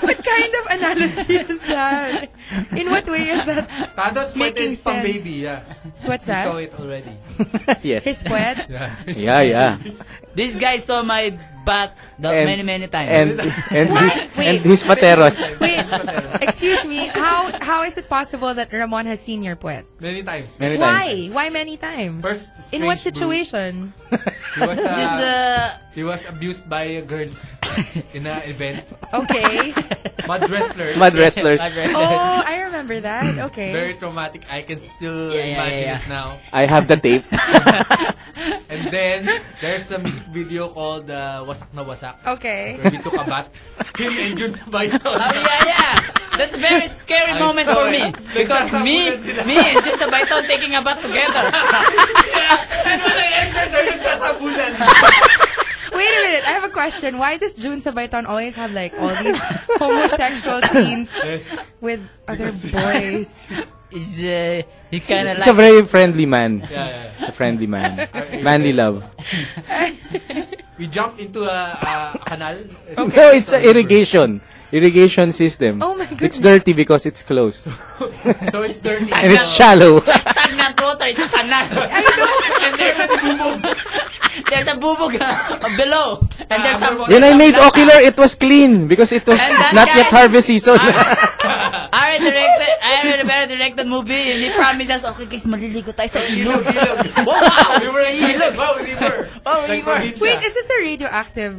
S3: What kind of analogy is that? In what way is that?
S4: Tado's
S3: Making
S4: making some
S3: sense.
S4: baby, yeah.
S3: What's
S4: We
S3: that?
S4: saw it already.
S5: yes.
S3: His poet?
S4: Yeah.
S5: Yeah, yeah.
S1: This guy saw my butt the
S5: And-
S1: many, many times.
S5: And and his,
S3: Wait.
S5: and his pateros.
S3: Wait, excuse me. How how is it possible that Ramon has seen your poet?
S4: Many times.
S5: Many
S3: Why?
S5: times.
S3: Why many times?
S4: First
S3: In what
S4: strange
S3: situation?
S4: He was, uh,
S1: Just, uh,
S4: he was abused by girls in an event.
S3: Okay.
S4: Mud wrestlers.
S5: Mud wrestlers.
S1: Mud wrestlers.
S3: Oh, I remember that.
S4: Very
S3: Okay.
S4: traumatic. I can still
S1: Yeah, yeah,
S4: imagine
S1: yeah,
S4: it now.
S5: I have the tape.
S4: And then there's a music video called uh, Wasak na Wasak.
S3: Okay.
S4: Where we took a bat. Him and Jun Sabay.
S1: Oh, yeah, yeah. That's a very scary
S4: I
S1: moment
S4: saw
S1: for me.
S4: it.
S1: Because me,
S4: Nagsasabunan sila.
S1: me and Jinsa Baiton taking a bath together.
S4: Nagsasabunan.
S3: Wait a minute. I have a question. Why does June Sabayton always have like all these homosexual scenes
S4: Yes.
S3: with other boys?
S1: Is uh, he kind of
S5: He's a
S1: like...
S5: very friendly man.
S4: Yeah, yeah, yeah.
S5: He's a friendly man. Manly love.
S4: We jumped into a, a canal.
S5: No, it's a irrigation. Irrigation system.
S3: Oh my
S5: It's
S3: goodness.
S5: dirty because it's closed.
S4: So it's dirty.
S5: And it's shallow.
S1: Stagnant water, it's a canal. I know. And there's a bubog. There's a bubog uh, below. And there's
S4: Ah,
S1: a...
S5: When I made ocular, it was clean because it was
S1: And that
S5: not
S1: guy-
S5: yet harvest season.
S1: Ari directed, Ari Rivera directed movie, and he promises, okay guys, maliligo tayo sa ilog.
S4: Ilog.
S1: wow, wow,
S4: We were in Ilog. Wow, river.
S1: Wow,
S4: Like
S1: river.
S4: probinsya.
S3: Wait, is this the radioactive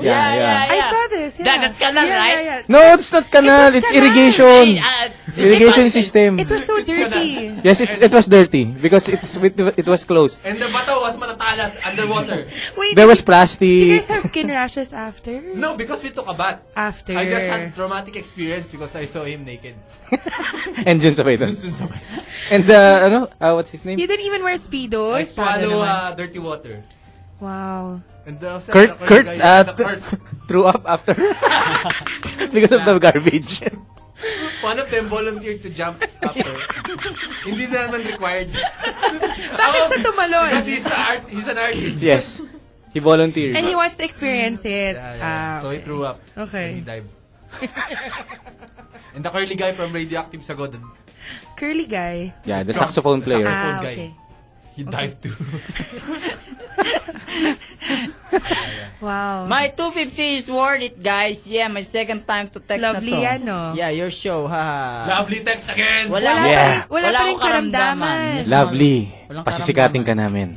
S5: Yeah,
S1: yeah, yeah,
S5: yeah.
S3: I saw this. Yeah.
S1: That- that's canal,
S3: yeah,
S1: right?
S3: Yeah, yeah.
S5: no, it's not canal.
S3: was
S5: It's
S3: canal.
S5: irrigation.
S1: Uh,
S5: Irrigation system.
S3: It was so dirty.
S5: Yes, it, it was dirty because it's it, it was closed.
S4: And the bato was matatalas underwater.
S3: Wait,
S5: There was
S3: do you
S5: plastic.
S3: guys have skin rashes after?
S4: No, because we took a bath.
S3: After.
S4: I just had traumatic experience because I saw him naked.
S5: And Jun Sabayton.
S4: Dun sa bahay.
S5: And uh, ano? Uh, what's his name?
S3: You didn't even wear speedos.
S4: I
S3: Talo
S4: swallow
S3: naman.
S4: uh, dirty water.
S3: Wow.
S4: And the,
S5: Kurt,
S4: the
S5: Kurt,
S4: guy-
S5: uh,
S4: the
S5: th-
S4: Kurt,
S5: threw up after because of the garbage.
S4: one of them volunteered to jump after. Hindi na naman required. Oh,
S3: Bakit siya tumalon?
S4: Because he's, a art, he's an artist.
S5: yes, he volunteered.
S3: And he wants to experience it.
S4: Yeah, yeah.
S3: Ah,
S4: so he threw up.
S3: Okay.
S4: And he dived. and the curly guy from Radioactive Sagodan,
S3: Um, curly guy.
S5: yeah, the saxophone player.
S3: Ah,
S4: Old guy.
S3: okay.
S4: he dived too.
S3: Wow.
S1: My 250 is worth it, guys. Yeah, my second time to text
S3: Lovely ano?
S1: na to.
S3: yan, no?
S1: Yeah, your show, haha.
S4: Lovely text again!
S1: Wala,
S3: Wala
S5: Yeah.
S3: pa rin, wala
S1: Wala
S3: pa rin
S1: akong karamdaman.
S3: karamdaman.
S5: Lovely.
S1: Walang
S5: Pasisikatin ka namin.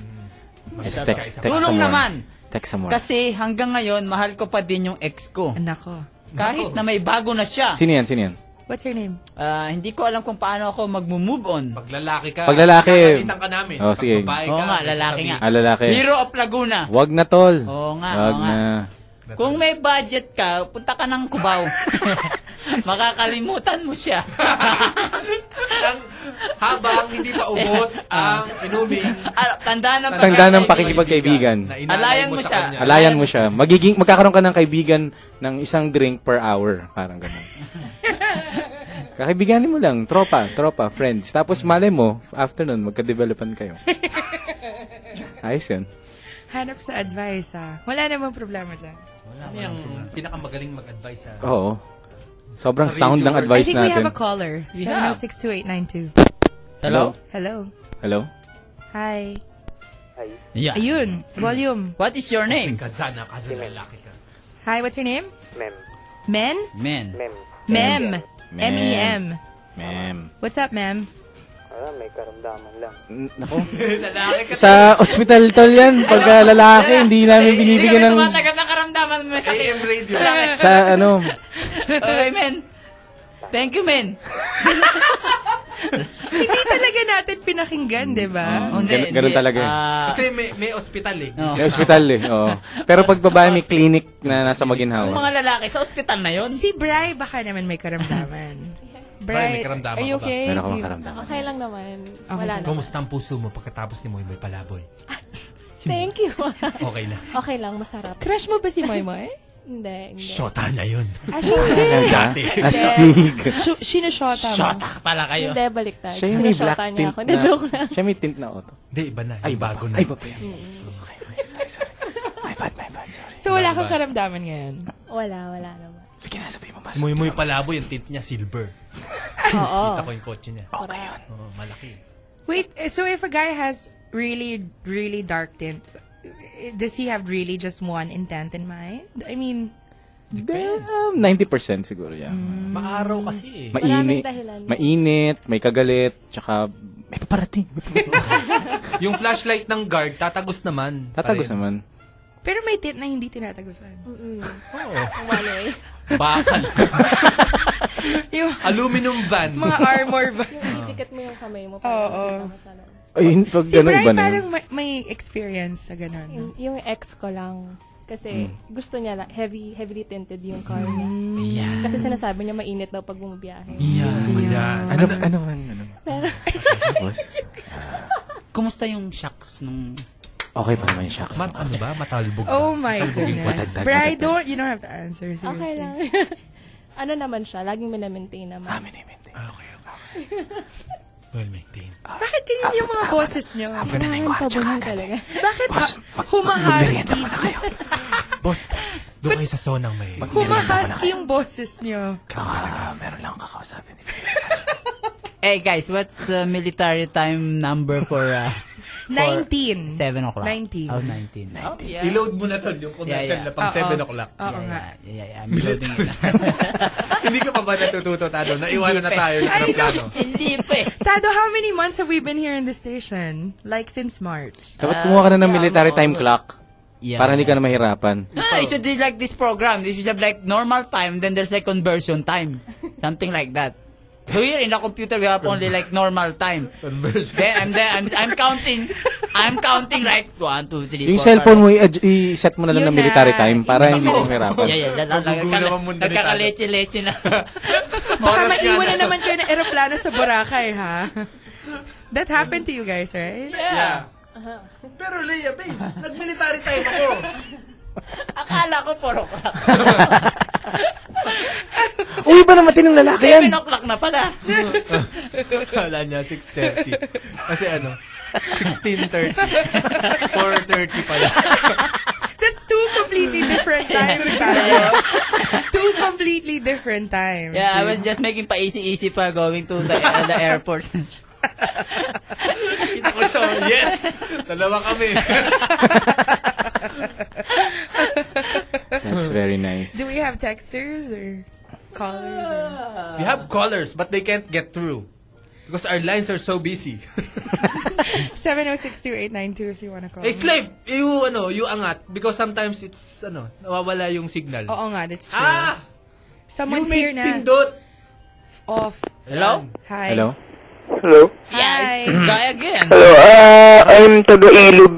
S5: Just text, text
S1: Tulong
S5: someone.
S1: naman.
S5: Text someone.
S1: Kasi hanggang ngayon, mahal ko pa din yung ex ko.
S3: Nako.
S1: Kahit na may bago na siya.
S5: Sino yan? Sino yan?
S3: What's her name?
S1: Ah, hindi ko alam kung paano ako mag-move on.
S4: Pag lalaki ka,
S5: Pag lalaki.
S4: Nakalitan ka namin.
S5: Oh, sige.
S4: Pag babae
S1: Oo
S4: ka,
S1: nga,
S4: may
S1: lalaki
S4: sasabihin.
S1: nga.
S5: Ah, lalaki.
S1: Hero of Laguna.
S5: Wag na, tol.
S1: Oo nga,
S5: Wag
S1: oo nga.
S5: na.
S1: Kung may budget ka, punta ka ng Cubao. Makakalimutan mo siya.
S4: Ang, habang hindi pa ubos ang inuming
S1: Ah, Tandaan ng
S5: Tandaan ng
S1: pagkakaibigan.
S5: pakikipagkaibigan.
S4: na inalay
S1: Alayan mo siya.
S4: kanya.
S5: Alayan mo siya. Magiging, magkakaroon ka ng kaibigan ng isang drink per hour. Parang ganun. Kakibiganin mo lang, tropa, tropa, friends. Tapos malay mo, after nun, magka-developan kayo. Ayos yun.
S3: Hanap sa advice, ah. Wala namang problema dyan.
S4: Ano yung pinakamagaling mag-advise sa...
S5: Oo. Sobrang
S4: Sa
S5: sound ng
S4: radio.
S3: I
S5: advice
S3: think we have
S5: natin.
S3: a caller.
S4: We
S3: Yeah.
S4: have.
S3: 7062892.
S5: Hello?
S3: Hello.
S5: Hello?
S3: Hi. Hi.
S1: Yeah.
S3: Ayun, volume.
S1: What is your name?
S4: Kazana, kazana, laki ka.
S3: Hi, what's your name?
S4: Ma'am.
S3: Men? E
S1: Men.
S3: Mem.
S5: Mem.
S3: M-E-M.
S5: Ma'am.
S3: What's up, ma'am?
S16: Wala, may karamdaman lang.
S5: Nako. Sa ospital tol yan. Pagka lalaki, hindi namin binibigyan ng...
S7: Tumatagat ang karamdaman mo sa AM radio.
S5: Sa ano,
S7: Okay, men. Thank you, men.
S3: Hindi talaga natin pinakinggan, di ba?
S5: Gan- ganun talaga eh.
S3: Ah.
S4: Kasi may, may ospital eh.
S1: Oh.
S5: May ospital eh. Oo. Pero pag babae, may clinic na nasa Maginhawa.
S3: mga lalaki, sa ospital na yon. Si Bri, baka naman may karamdaman.
S4: Bri, may karamdaman
S17: Are you
S4: ka ba?
S17: okay?
S4: Meron ka bang
S17: Do you-
S4: karamdaman?
S17: Okay lang naman. Wala na.
S4: Kumusta ang puso mo pagkatapos ni Moy Moy Palaboy?
S17: Thank you.
S4: Okay na.
S17: okay lang, masarap. Crush mo ba si Moy Moy? hindi, hindi.
S4: Shota na yun.
S17: Ah, hindi.
S5: Talaga? Astig.
S17: Sh- Sinushota mo.
S5: Shota
S1: pala
S5: kayo.
S17: Hindi, baliktad.
S5: Siya yung may
S17: Sinushota
S5: black
S17: niya
S5: tint
S17: ako. Hindi, joke
S5: na.
S17: lang.
S5: Siya may tint na auto.
S4: Hindi, iba na.
S5: Ay, bago na. Ay, iba pa yan.
S3: So, wala kang karamdaman ngayon?
S17: Wala, wala naman.
S5: Sige na, sabihin mo ba?
S4: Si Moy Moy Palaboy, yung tint niya silver.
S17: Oo.
S4: Kita ko yung kotse niya. Okay yun. Oo, malaki.
S3: Wait, eh, so if a guy has really, really dark tint, eh, does he have really just one intent in mind? I mean,
S5: Depends. Um, 90% siguro yan.
S3: Mm.
S4: Maaraw kasi eh.
S5: Mainit. Mainit, may kagalit, tsaka may paparating.
S4: yung flashlight ng guard, tatagos naman.
S5: Tatagos
S4: Pareho.
S5: naman.
S3: pero may tint na hindi tinatagusan.
S17: Mm-mm.
S3: Oo.
S4: Bakal.
S3: yung
S4: aluminum van. Ah.
S3: Mga armor ba?
S17: Sikat mo yung kamay mo.
S3: Oo.
S5: Ayun, pag
S3: Si
S5: gano'n,
S3: Bri
S5: iba na yun.
S3: parang may, may experience sa ganun. no?
S17: Yung, yung ex ko lang.
S5: Mm.
S17: Kasi gusto niya lang, heavy, heavily tinted yung car niya.
S4: Yeah.
S17: Kasi sinasabi niya mainit daw pag bumabiyahe.
S5: Ano, ano, ano, ano?
S17: Pero,
S5: Tapos,
S1: Kumusta yung shocks nung...
S5: okay pa naman yung shocks.
S4: Mat, ano ba? Matalbog.
S3: Oh my goodness.
S5: Matagdag,
S3: Bri,
S5: matagdag.
S3: don't, you don't have to answer. Seriously.
S17: okay lang. ano naman siya, laging minamaintain naman. Ah,
S5: minamaintain. Ah.
S17: Okay,
S4: Well maintained.
S3: Bakit ganyan yung mga boses nyo?
S5: Ano,
S4: Apo na na yung kwartso,
S17: Pabuhay talaga.
S3: Bakit
S1: Ah.
S3: ha- humahusky?
S4: Boss, boss. Doon kayo sa sonang may...
S3: Humahusky yung boses nyo.
S1: Ah,
S5: meron lang kakausapin.
S1: Hey guys, what's uh, military time number for... Uh, for
S3: 19.
S1: 7 o'clock.
S3: 19.
S1: Oh, 19. Oh, yeah.
S4: Ah, I-load mo na to yung commercial na pang
S1: Oo.
S4: 7 o'clock.
S1: Oo oh. Ah, nga. Yeah, yeah, I'm loading it.
S4: Hindi ka pa ba natututo, Tado? Naiwanan na tayo ng
S3: Ay,
S4: aeroplano.
S1: Hindi pa eh.
S3: Tado, how many months have we been here in the station? Like since March.
S5: Dapat kumuha ka na
S17: Uh,
S5: ng military time clock. Para hindi ka na mahirapan.
S1: Ah, it should be like this program. It should have like normal time, then there's like conversion time. Something like that. So here in the computer, we have only like normal time.
S4: Conversion.
S1: Then I'm there, I'm, I'm counting. I'm counting like 1, 2, 3, 4.
S5: Yung cellphone mo, i-adj- i-set mo na lang
S1: Yun
S5: ng military
S1: na.
S5: time para hindi ka
S1: Yeah,
S5: mahirapan.
S1: yeah. Nagkaka- Nagkakaleche-leche na.
S3: Baka maiwan na naman kayo ng aeroplano sa Boracay, ha? That happened to you guys, right?
S4: Yeah. Pero Leia, babes, nag-military tayo ako.
S1: Akala ko 4 o'clock.
S5: Uy, ba naman tinong lalaki yan?
S1: 7 o'clock na pala.
S4: Kala niya, 6.30. Kasi ano, 16.30. 4.30 pala.
S3: That's two completely different times, Tado. two completely different times.
S1: Yeah, I was just making pa easy-easy pa going to the, uh, the airport.
S4: Kita ko siya, yes! Dalawa kami.
S5: That's very nice.
S3: Do we have texters or callers? Or...
S4: We have callers, but they can't get through. Because our lines are so busy.
S3: 7062892 if you want to call.
S4: Eh, slave! You, ano, you angat. Because sometimes it's, ano, nawawala yung signal.
S3: Oo nga, that's true.
S4: Ah!
S3: Someone's
S4: You make
S3: here na.
S4: pindot.
S3: Off.
S4: Hello?
S3: Hi.
S5: Hello?
S6: Hello?
S1: Hi. Try again.
S6: Hello, uh, I'm Taga Ilog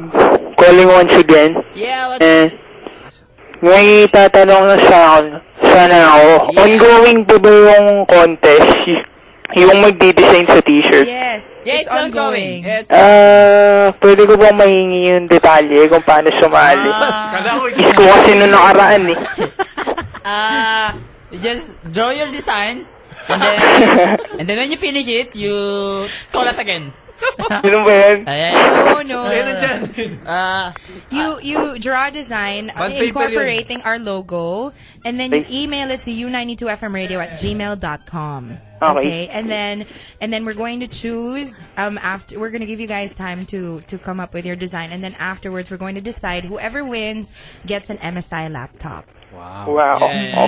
S6: calling once again.
S1: Yeah, what...
S6: Eh, may tatanong na sa sana ako. Ongoing po ba yung contest? Y- Yung magdi-design sa t-shirt?
S3: Yes.
S1: Yeah, it's, ongoing. It's
S13: Uh,
S6: Ah, pwede ko bang mahingi yung detalye kung paano sumali?
S1: Ah.
S6: Is ko kasi nung nakaraan eh.
S1: Uh, you just draw your designs And then, and then when you finish it, you call us again. Uh,
S6: Yun Ano ba yan?
S1: Ayan.
S3: Oh, no.
S1: Ayan dyan.
S3: Uh,
S1: Ah,
S3: You you draw a design
S1: One paper
S3: incorporating our logo, and then you
S6: Thank-
S3: email it to u925mradio at gmail.com.
S6: Okay.
S3: and then and then we're going to choose um after we're going to give you guys time to to come up with your design, and then afterwards we're going to decide whoever wins gets an MSI laptop.
S4: Wow.
S6: Wow.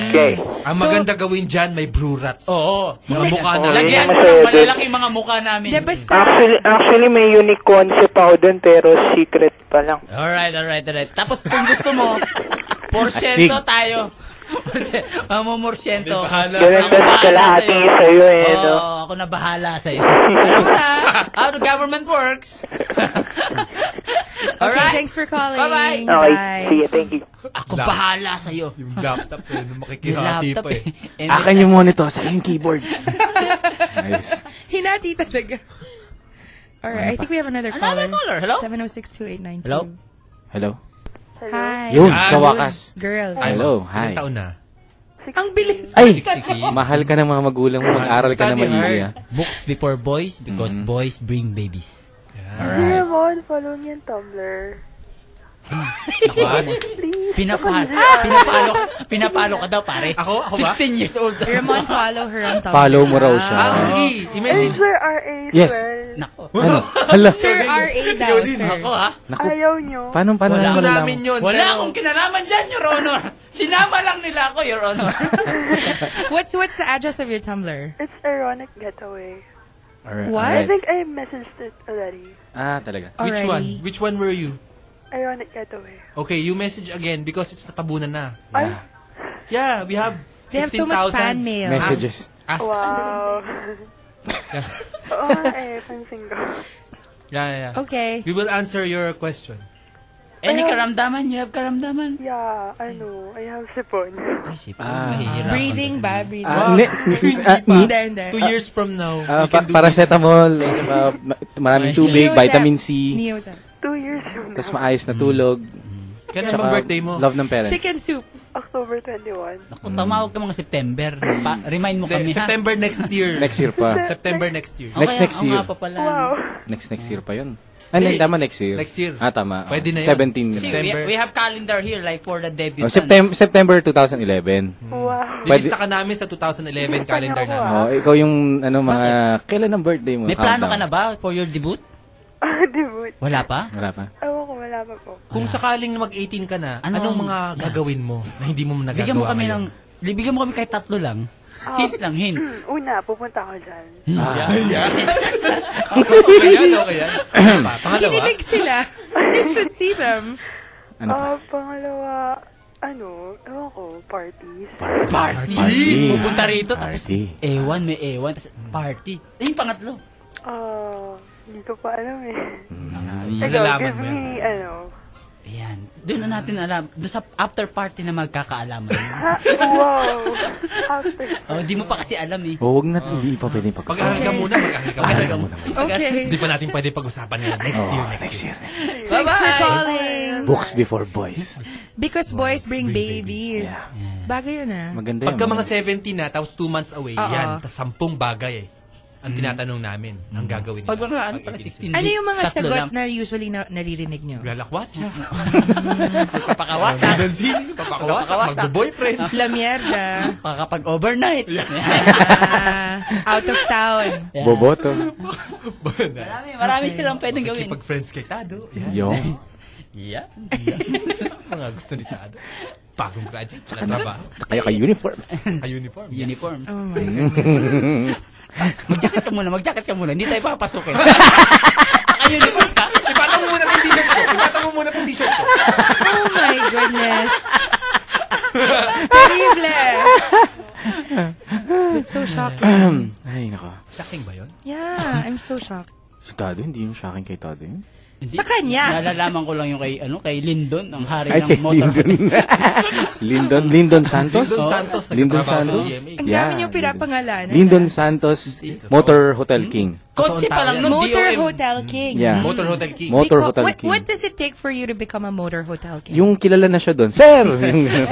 S6: Okay.
S4: Ang maganda gawin dyan, may blue rats.
S1: Oo.
S4: Mga mukha na.
S1: Lagyan mo ng malalaking mga mukha namin.
S6: Actually, uh, actually, may unique concept ako dun, pero secret pa lang.
S1: Alright, alright, alright. Tapos kung gusto mo, porsyento tayo. Porsyento. Mamumorsyento.
S6: Ganun tas kalahati sa'yo eh,
S1: Oo,
S6: no?
S1: ako na bahala sa'yo. Alam mo na, how the government works.
S3: All right. thanks for calling.
S1: Bye-bye.
S6: Okay, sige, thank you.
S1: Ako bahala sa'yo.
S4: Yung laptop eh, nung
S1: Yung
S4: makikihati
S1: laptop
S4: pa eh.
S1: eh.
S5: Akin yung monitor sa yung keyboard. nice. Ano
S3: Hinati talaga. All right, I think we have another caller.
S1: Another caller. Hello?
S3: 7062892.
S5: Hello? Hello?
S3: Hi.
S5: Yun,
S4: Ah,
S5: sa
S4: yun.
S5: wakas.
S3: Girl.
S5: Hello, hi.
S4: Ilang taon na?
S3: Ang bilis.
S5: Ay! Mahal ka ng mga magulang mo, mag-aral ka na ah.
S1: Study
S5: maigi.
S1: hard. Books before boys because boys bring babies.
S5: Alright.
S18: naman, follow niya yung Tumblr.
S1: Pinapalo, pinapalo, pinapalo ka daw, pare. Ako?
S4: Ako ba?
S1: 16 years old.
S3: Ramon, follow her on Tumblr.
S5: Follow mo raw siya.
S4: Ah, sige. I-message.
S18: Sir R.A.
S5: Yes.
S1: Nako.
S5: Ano? Hala.
S3: Sir R.A. daw, sir.
S1: Ako, ha?
S5: Naku,
S18: Ayaw niyo.
S5: paano, paano
S4: Wala
S5: naman
S4: namin yun.
S1: Wala
S4: pero-
S1: akong kinalaman dyan, Your Honor. Sinama lang nila ako, Your Honor.
S3: What's what's the address of your Tumblr?
S18: It's ironic getaway.
S5: Alright,
S3: What?
S18: I
S5: alright.
S18: think I messaged it already.
S5: Ah, talaga.
S4: Which
S3: Alrighty.
S4: one? Which one were you?
S18: Ironic getaway.
S4: Okay, you message again because it's natabunan na.
S18: Ay,
S4: Yeah, Uh, we have
S3: They have so much
S4: 15,000
S3: fan mail.
S5: Messages.
S4: Asks.
S18: wow. Oo nga eh, pansin ko.
S4: Yeah, yeah, yeah.
S3: Okay.
S4: We will answer your question.
S1: Any karamdaman? You have karamdaman?
S18: Yeah, I know. I have sipon.
S5: Ah.
S3: Breathing ba? Breathing.
S5: Ah, ne- ah, ni-
S3: Hindi, hindi.
S4: Two years from now,
S5: ah,
S4: we
S5: pa-
S4: can do this.
S5: paracetamol, ah, ma- maraming tubig,
S3: Neosep.
S5: vitamin C,
S3: Neosep.
S18: Two years from now.
S5: tapos maayos na tulog,
S4: Mm-hmm. Kailan
S5: tsaka
S4: Ano bang birthday mo?
S5: love ng parents.
S3: Chicken soup.
S18: October 21.
S5: Mm.
S1: Kung tumawag ka mga September, pa- remind mo
S4: De-
S1: kami, ha?
S4: September next year.
S5: Next year pa.
S4: September next year.
S1: Okay,
S5: Next next
S1: ako
S5: year.
S1: nga pa pala.
S18: Wow.
S5: Next next year pa yun. Ah, hindi, tama next year.
S4: Next year.
S5: Ah, tama.
S4: Pwede na yun.
S5: 17 yun.
S1: See, we,
S4: September.
S1: we have calendar here like for the debut.
S5: Oh, September, September 2011.
S4: Hmm.
S18: Wow.
S5: Pwede-
S4: Dilista ka namin sa 2011 calendar
S18: ako, ah.
S4: namin.
S5: Oh, ikaw yung ano mga kailan ang birthday mo?
S1: May plano
S5: Countdown.
S1: ka na ba for your debut?
S18: Ah, debut.
S1: Wala pa?
S5: Wala pa.
S18: Ewan ko, wala pa po.
S4: Kung sakaling mag-18 ka na,
S1: Ano
S4: anong
S1: ang-
S4: mga gagawin mo na hindi mo nagagawa
S1: Bigyan mo kami
S4: ngayon?
S1: ng... Bigyan mo kami kahit tatlo lang. Hint lang, hint.
S18: Hmm, Una, pupunta ako dyan.
S4: ah. Okay yan, okay yan. Ano pa? Pangalawa?
S3: Kinilig sila. You should see them.
S5: Ano pa?
S18: Ah, pangalawa, ano, ewan ko, parties.
S1: Party!
S5: Party.
S1: Pupunta rito, tapos
S5: Party.
S1: ewan, may ewan, tapos party. Eh, yung pangatlo.
S18: Ah, hindi ko pa alam eh.
S5: Mm.
S18: Ikaw,
S4: Malalaman
S18: give
S4: mo yan.
S18: me, ano,
S1: Ayan. Doon na natin alam. Doon sa after party na magkakaalaman.
S18: wow, after.
S1: oh, di mo pa kasi alam eh.
S5: Oh, wag na, hindi pa pwede pag
S4: Pag-aaral ka muna, mag-aaral ka
S1: Pag-aral ka
S4: muna.
S1: muna.
S3: Okay.
S4: Hindi pa natin pwede pag-usapan ngayon. Next year, next
S5: next
S4: year.
S5: year.
S3: Thanks for calling.
S5: Books before boys.
S3: Because boys bring babies. Bagay yun ah.
S5: Maganda yun.
S4: Pagka mga
S5: maganda.
S4: 17 na, tapos 2 months away,
S3: Oo.
S4: yan. Tapos 10 bagay eh. Ang
S5: Hmm.
S4: tinatanong namin, ang gagawin nila.
S1: Pag mga ano pala, 16.
S3: Ano yung mga
S1: tatlo
S3: sagot
S1: lang.
S3: na usually na naririnig nyo?
S4: Lalakwatsa.
S1: Papakawakas.
S4: Dansin. Papakawasak.
S1: Papakawasak.
S4: Magbo-boyfriend.
S3: La mierda.
S1: Pakakapag-overnight.
S3: Ah, out of town.
S1: Yeah.
S5: Boboto.
S1: Marami, marami silang pwedeng gawin.
S4: Pag-friends kay Tado. Yan.
S5: Yo.
S1: Yeah.
S4: Mga gusto ni Tado. Bagong graduate. Wala trabaho.
S5: Kaya ka uniform.
S4: Ay, Ano? uniform. Yan.
S1: Uniform. Mm.
S3: Oh my God.
S1: Mag-jacket ka muna, mag-jacket ka muna. Hindi tayo papasukin. Naka-uniform ka.
S4: Ipatang mo muna yung t-shirt ko. Ipatang mo muna yung t-shirt ko.
S3: Oh my goodness. Terrible. That's so shocking.
S5: Ay, nako.
S4: Shocking ba yun?
S3: Yeah, I'm so shocked.
S4: Si Tado, hindi yung sa akin kay Tado yun.
S3: Sa kanya.
S1: Nalalaman ko lang yung kay, ano, kay Lindon, ang hari
S4: Ay, kay
S1: ng motor.
S4: Lyndon. Lyndon, Lyndon Santos?
S1: Lyndon Santos,
S4: Lyndon
S1: nagtatrabaho sa
S4: Santos?
S1: GMA.
S3: Ang dami niyong pinapangalanan.
S4: Lyndon Santos Motor Hotel
S3: Hmm?
S4: King.
S3: Kotse pa lang
S19: nun,
S3: Motor
S19: DOM.
S3: Hotel King.
S4: Yeah.
S3: Mm.
S4: Motor Hotel King. Motor
S3: Because-
S4: Hotel
S3: what,
S4: King.
S3: What does it take for you to become a Motor Hotel King?
S4: Yung kilala na siya doon. Sir! Yung ganun.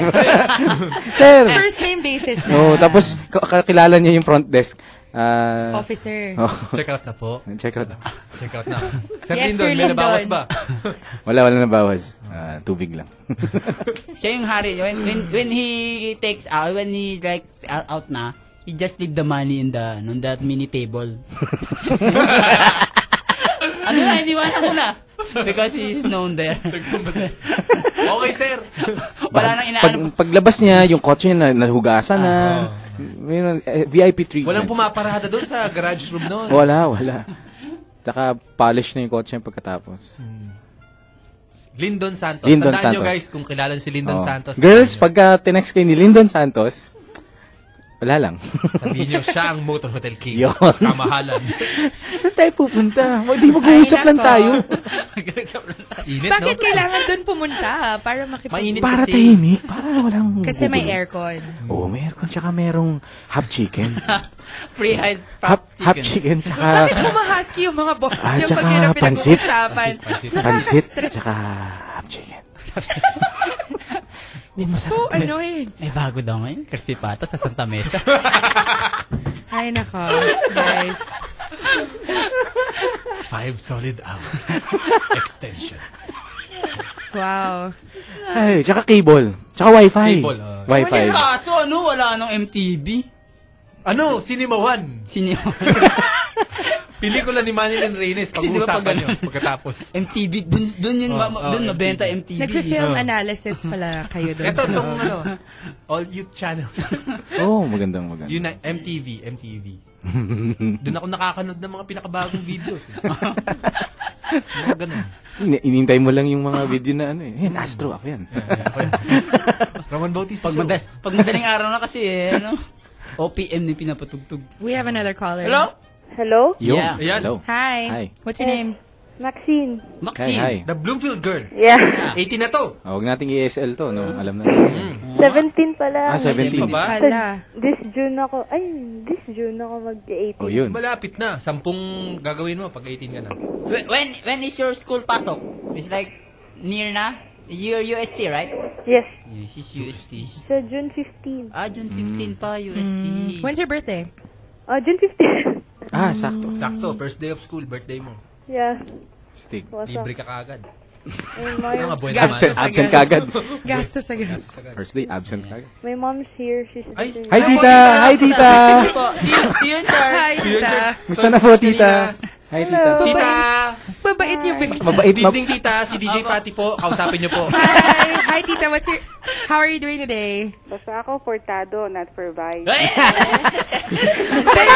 S4: Sir!
S3: First name basis na.
S4: No, tapos ka- kakilala niya yung front desk. Ah,
S3: Officer.
S4: oh.
S19: Check out na po.
S4: Check out.
S19: Check out na. Sir
S3: Yes,
S19: Lindon,
S3: Sir
S19: may nabawas
S3: Lindon.
S19: ba?
S4: Wala, wala na bawas. Ah, tubig lang.
S1: Siya yung hari. niya. When, when, when he takes out, when he like are out na, he just leave the money in the, on that mini table. ano na, iniwanan ko na. Because he's known there.
S19: okay, sir.
S1: Wala nang
S4: Pag,
S1: inaano.
S4: paglabas niya, yung kotse niya na, nahugasan na. Mayroon, eh, VIP treatment.
S19: Walang pumaparada doon sa garage room noon.
S4: Wala, wala. Tsaka polish na yung kotse niya pagkatapos.
S19: Hmm. Lyndon Santos.
S4: Lyndon
S19: Tandaan nyo
S4: Santos.
S19: guys kung kilala nyo si Lyndon
S4: Oo.
S19: Santos.
S4: Girls, pagka tinext kayo ni Lyndon Santos, wala lang.
S19: Sabihin nyo, siya ang Motor Hotel King.
S4: Yun.
S19: Kamahalan.
S4: Saan tayo pupunta? Hindi mag-uusap lang tayo.
S19: Init,
S3: Bakit
S19: no?
S3: kailangan doon pumunta para makipag-
S19: Mainit
S4: Para tahimik, para walang...
S3: Kasi may
S4: gugulo.
S3: aircon.
S4: Oo, may aircon, tsaka merong half chicken.
S1: Free high
S4: half, half chicken, tsaka...
S3: Bakit humahusky yung mga boss
S4: Ah,
S3: yung
S4: tsaka
S3: pag yun ang
S4: pansit.
S3: pinag-uusapan?
S4: Pansit,
S3: Nakaka-stress.
S4: tsaka half chicken.
S3: So
S1: ano
S3: annoying.
S1: May bago daw ngayon. Crispy patas sa Santa Mesa.
S3: Ay, nako. Guys.
S19: Five solid hours. Extension.
S3: Wow.
S4: Ay, tsaka cable. Tsaka wifi.
S1: Cable, ah.
S19: oh.
S4: wifi.
S1: Wala kaso, ano, wala nang MTV.
S19: Ano? Sinimawan.
S1: Sinimawan.
S19: Pelikula ni Manilyn Reyes. Pag-uusapan nyo pagkatapos.
S1: MTV, dun, dun yun,
S19: Oh,
S1: ma- ma-
S19: oh,
S1: dun mabenta MTV.
S3: Nagfi-film
S1: Oh.
S3: analysis pala kayo doon.
S19: Ito, itong
S4: Oh.
S19: ano, all youth channels.
S4: Oo, oh, magandang maganda.
S19: Yun na, MTV, MTV. Doon ako nakakanood ng mga pinakabagong videos. eh. Mga ganun.
S4: In- inintay mo lang yung mga video na ano eh. Yan, Astro, ako yan.
S19: Roman Bautista
S1: Pag,
S19: Show.
S1: madal- pag madaling araw na kasi, eh, ano, OPM na yung pinapatugtog.
S3: We have another caller.
S1: Hello?
S13: Hello? Eh,
S1: Yun.
S4: Yeah.
S1: Ayan.
S4: Hello.
S3: Hi.
S4: Hi.
S3: What's your name?
S13: Maxine.
S1: Maxine,
S4: Hi, hi.
S19: The Bloomfield Girl.
S13: Yeah.
S19: 18 na to.
S4: Ah, huwag nating i-SL to, no? Alam na. natin.
S13: 17 pala.
S4: Ah, 17.
S19: pa ba?
S3: Hala.
S13: This June ako, ay, this June ako mag-18.
S4: Oh, yun.
S19: Malapit na. Sampung gagawin mo pag 18 ka na.
S1: Wh- when, when is your school pasok? It's like, near na? Your UST, right?
S13: Yes,
S1: Yeah, she's UST. She's-
S13: so June 15.
S1: ah, June 15 pa, UST.
S3: Hmm. When's your birthday?
S13: Oh, June 15.
S4: Ah, sakto.
S19: Sakto, first day of school, birthday mo.
S13: yeah.
S4: Stig.
S13: Wasak.
S19: Libre ka kaagad.
S13: May,
S19: Ano nga,
S13: mom,
S19: buwan naman.
S4: Absent, absent kagad.
S3: Gastos sa gas.
S4: First day, absent kagad.
S13: my mom's here. She's
S19: Ay!
S13: listening.
S4: Hi, tita! Hi, tita!
S1: Po, see, you- see you in charge.
S3: Hi, tita.
S4: Gusto na po, tita. Hi, tita.
S19: Tita!
S3: Babait niyo ba?
S4: Mabait, mab...
S19: Dinding tita, si DJ Patty po. Kausapin niyo po.
S3: Hi. Hi, tita. What's your... How are you doing today?
S13: Basta ako portado, not for buy.
S3: Pero,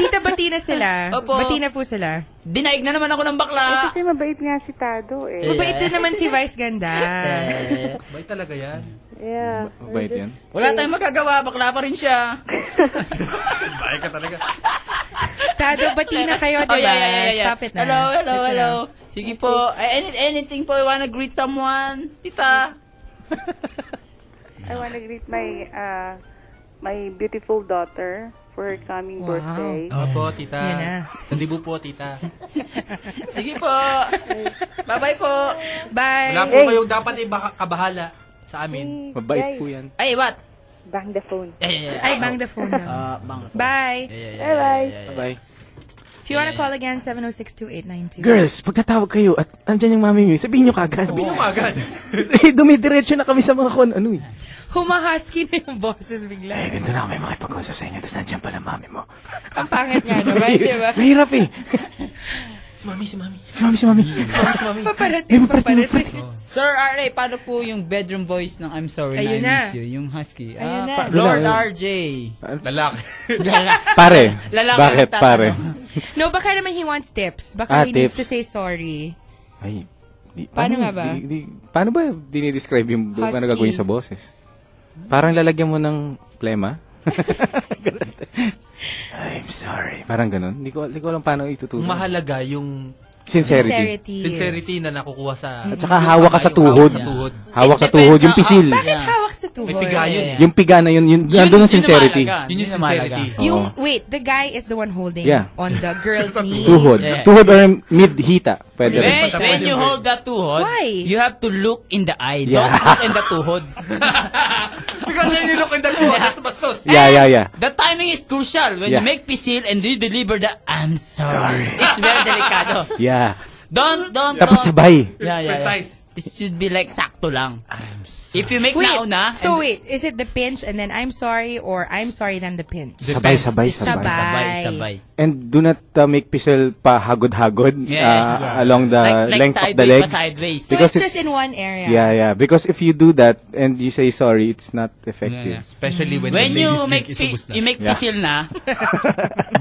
S3: tita, bati na sila.
S1: Opo.
S3: Bati na po sila.
S1: Dinaig na naman ako ng bakla.
S13: Eh, Kasi mabait nga si Tado eh.
S1: Yeah.
S3: Mabait Oh, din naman si Vice Ganda.
S1: Eh,
S19: Bay talaga yan.
S13: Yeah.
S4: Mabait yan.
S1: wala tayong magagawa, bakla pa rin siya.
S19: Bay ka talaga.
S3: Tado, bati na kayo,
S1: Oh,
S3: diba?
S1: yeah, yeah, yeah, yeah.
S3: Stop it na.
S1: Hello, hello,
S3: Dito na.
S1: hello. Sige po. Ay, any- anything po, you wanna greet someone? Tita.
S13: I wanna greet my, uh, my beautiful daughter for her coming
S3: Wow.
S13: birthday.
S19: Ah. Opo, tita.
S3: Yun na.
S19: Sandibo po, tita.
S1: Sige po. Bye-bye po.
S3: Bye.
S19: Wala po kayong dapat ibakabahala sa amin.
S4: Mabait
S13: Guys,
S4: po yan.
S1: Ay, what?
S13: Bang the phone.
S1: Ay,
S3: Ay, bang the phone daw.
S1: Ah, bang.
S3: Bye.
S1: Yeah, yeah, yeah,
S13: Bye-bye.
S1: yeah, yeah.
S4: Bye.
S3: If you wanna call again, 706-2892.
S4: Girls, pagkatawag kayo at andyan yung mami niyo, sabihin niyo kagad.
S19: Sabihin mo agad.
S4: Eh, dumidiretso na kami sa mga kon, ano eh.
S3: Humahusky na yung boses bigla.
S4: Eh, ganito na kami makipag-usap sa inyo, tapos nandiyan pala mami mo.
S3: Ang pangit nga naman, di ba?
S4: Mahirap eh.
S19: Si mami, si mami.
S4: Si mami, si mami. Eh,
S3: Paparating, paparating.
S1: Sir RA, paano po yung bedroom voice ng I'm sorry
S3: Ayun
S1: na I miss
S3: na.
S1: you? Yung husky.
S3: Ayun
S1: ah,
S3: na.
S1: pa- Lord
S4: Wala, wala.
S1: RJ.
S19: Lalaki.
S4: Pare,
S1: Lalaki
S4: bakit
S1: ang
S4: pare?
S3: No, baka naman he wants tips. Baka
S4: Ah,
S3: he needs to
S4: tips.
S3: say sorry.
S4: Ay, di,
S3: Paano nga ba?
S4: Di, di, paano ba dinidescribe
S5: ano
S4: yung,
S3: Husky.
S5: eh?
S4: paano gagawin sa boses? Parang lalagyan mo ng plema?
S5: I'm sorry. Parang ganun. Hindi ko, hindi ko alam paano itutulong.
S4: Mahalaga yung
S5: Sincerity.
S3: Sincerity.
S4: Sincerity na nakukuha sa...
S5: At saka hawak ka sa tuhod.
S4: Hawak sa tuhod.
S5: Hawak sa tuhod. Yung pisil.
S3: Oh, Bakit hawak sa tuhod?
S4: May piga yun eh.
S5: Yung piga na yun. yun nandun ang sincerity. Oh.
S4: Yun yung sincerity.
S3: Yung, wait, the guy is the one holding
S5: Yeah.
S3: on the girl's knee.
S5: Tuhod.
S1: Yeah.
S5: Tuhod or mid-hita. Pwede rin.
S1: When, when you hold that tuhod,
S3: Why?
S1: you have to look in the eye.
S5: Yeah.
S1: Don't look in the tuhod.
S4: Because when you look in the tuhod, that's bastos.
S5: Yeah, yeah, yeah.
S1: The timing is crucial. When
S5: Yeah.
S1: you make pisil and you deliver the I'm sorry. It's very delicado.
S5: Yeah.
S1: Don't, don't,
S5: Dapat
S1: don't.
S5: sabay.
S1: Yeah, yeah,
S4: Precise.
S1: Yeah. It should be like sakto lang. If you make
S3: Wait,
S1: nauna,
S3: so wait, is it the pinch and then I'm sorry or I'm sorry then the pinch?
S5: Sabay, sabay, sabay.
S3: Sabay.
S1: Sabay.
S5: And do not uh, make pisel pa hagod-hagod
S1: Yeah.
S5: uh,
S1: Yeah.
S5: along the
S1: Like- like
S5: length of the
S1: sideways
S5: legs.
S1: pa sideways.
S3: So it's, just in one area.
S5: Yeah, yeah. Because if you do that and you say sorry, it's not effective.
S4: Especially when,
S1: when
S4: the
S1: you
S4: ladies
S1: make
S4: drink is
S1: pi-
S4: ubos na.
S1: you make
S5: Yeah.
S1: pisil na,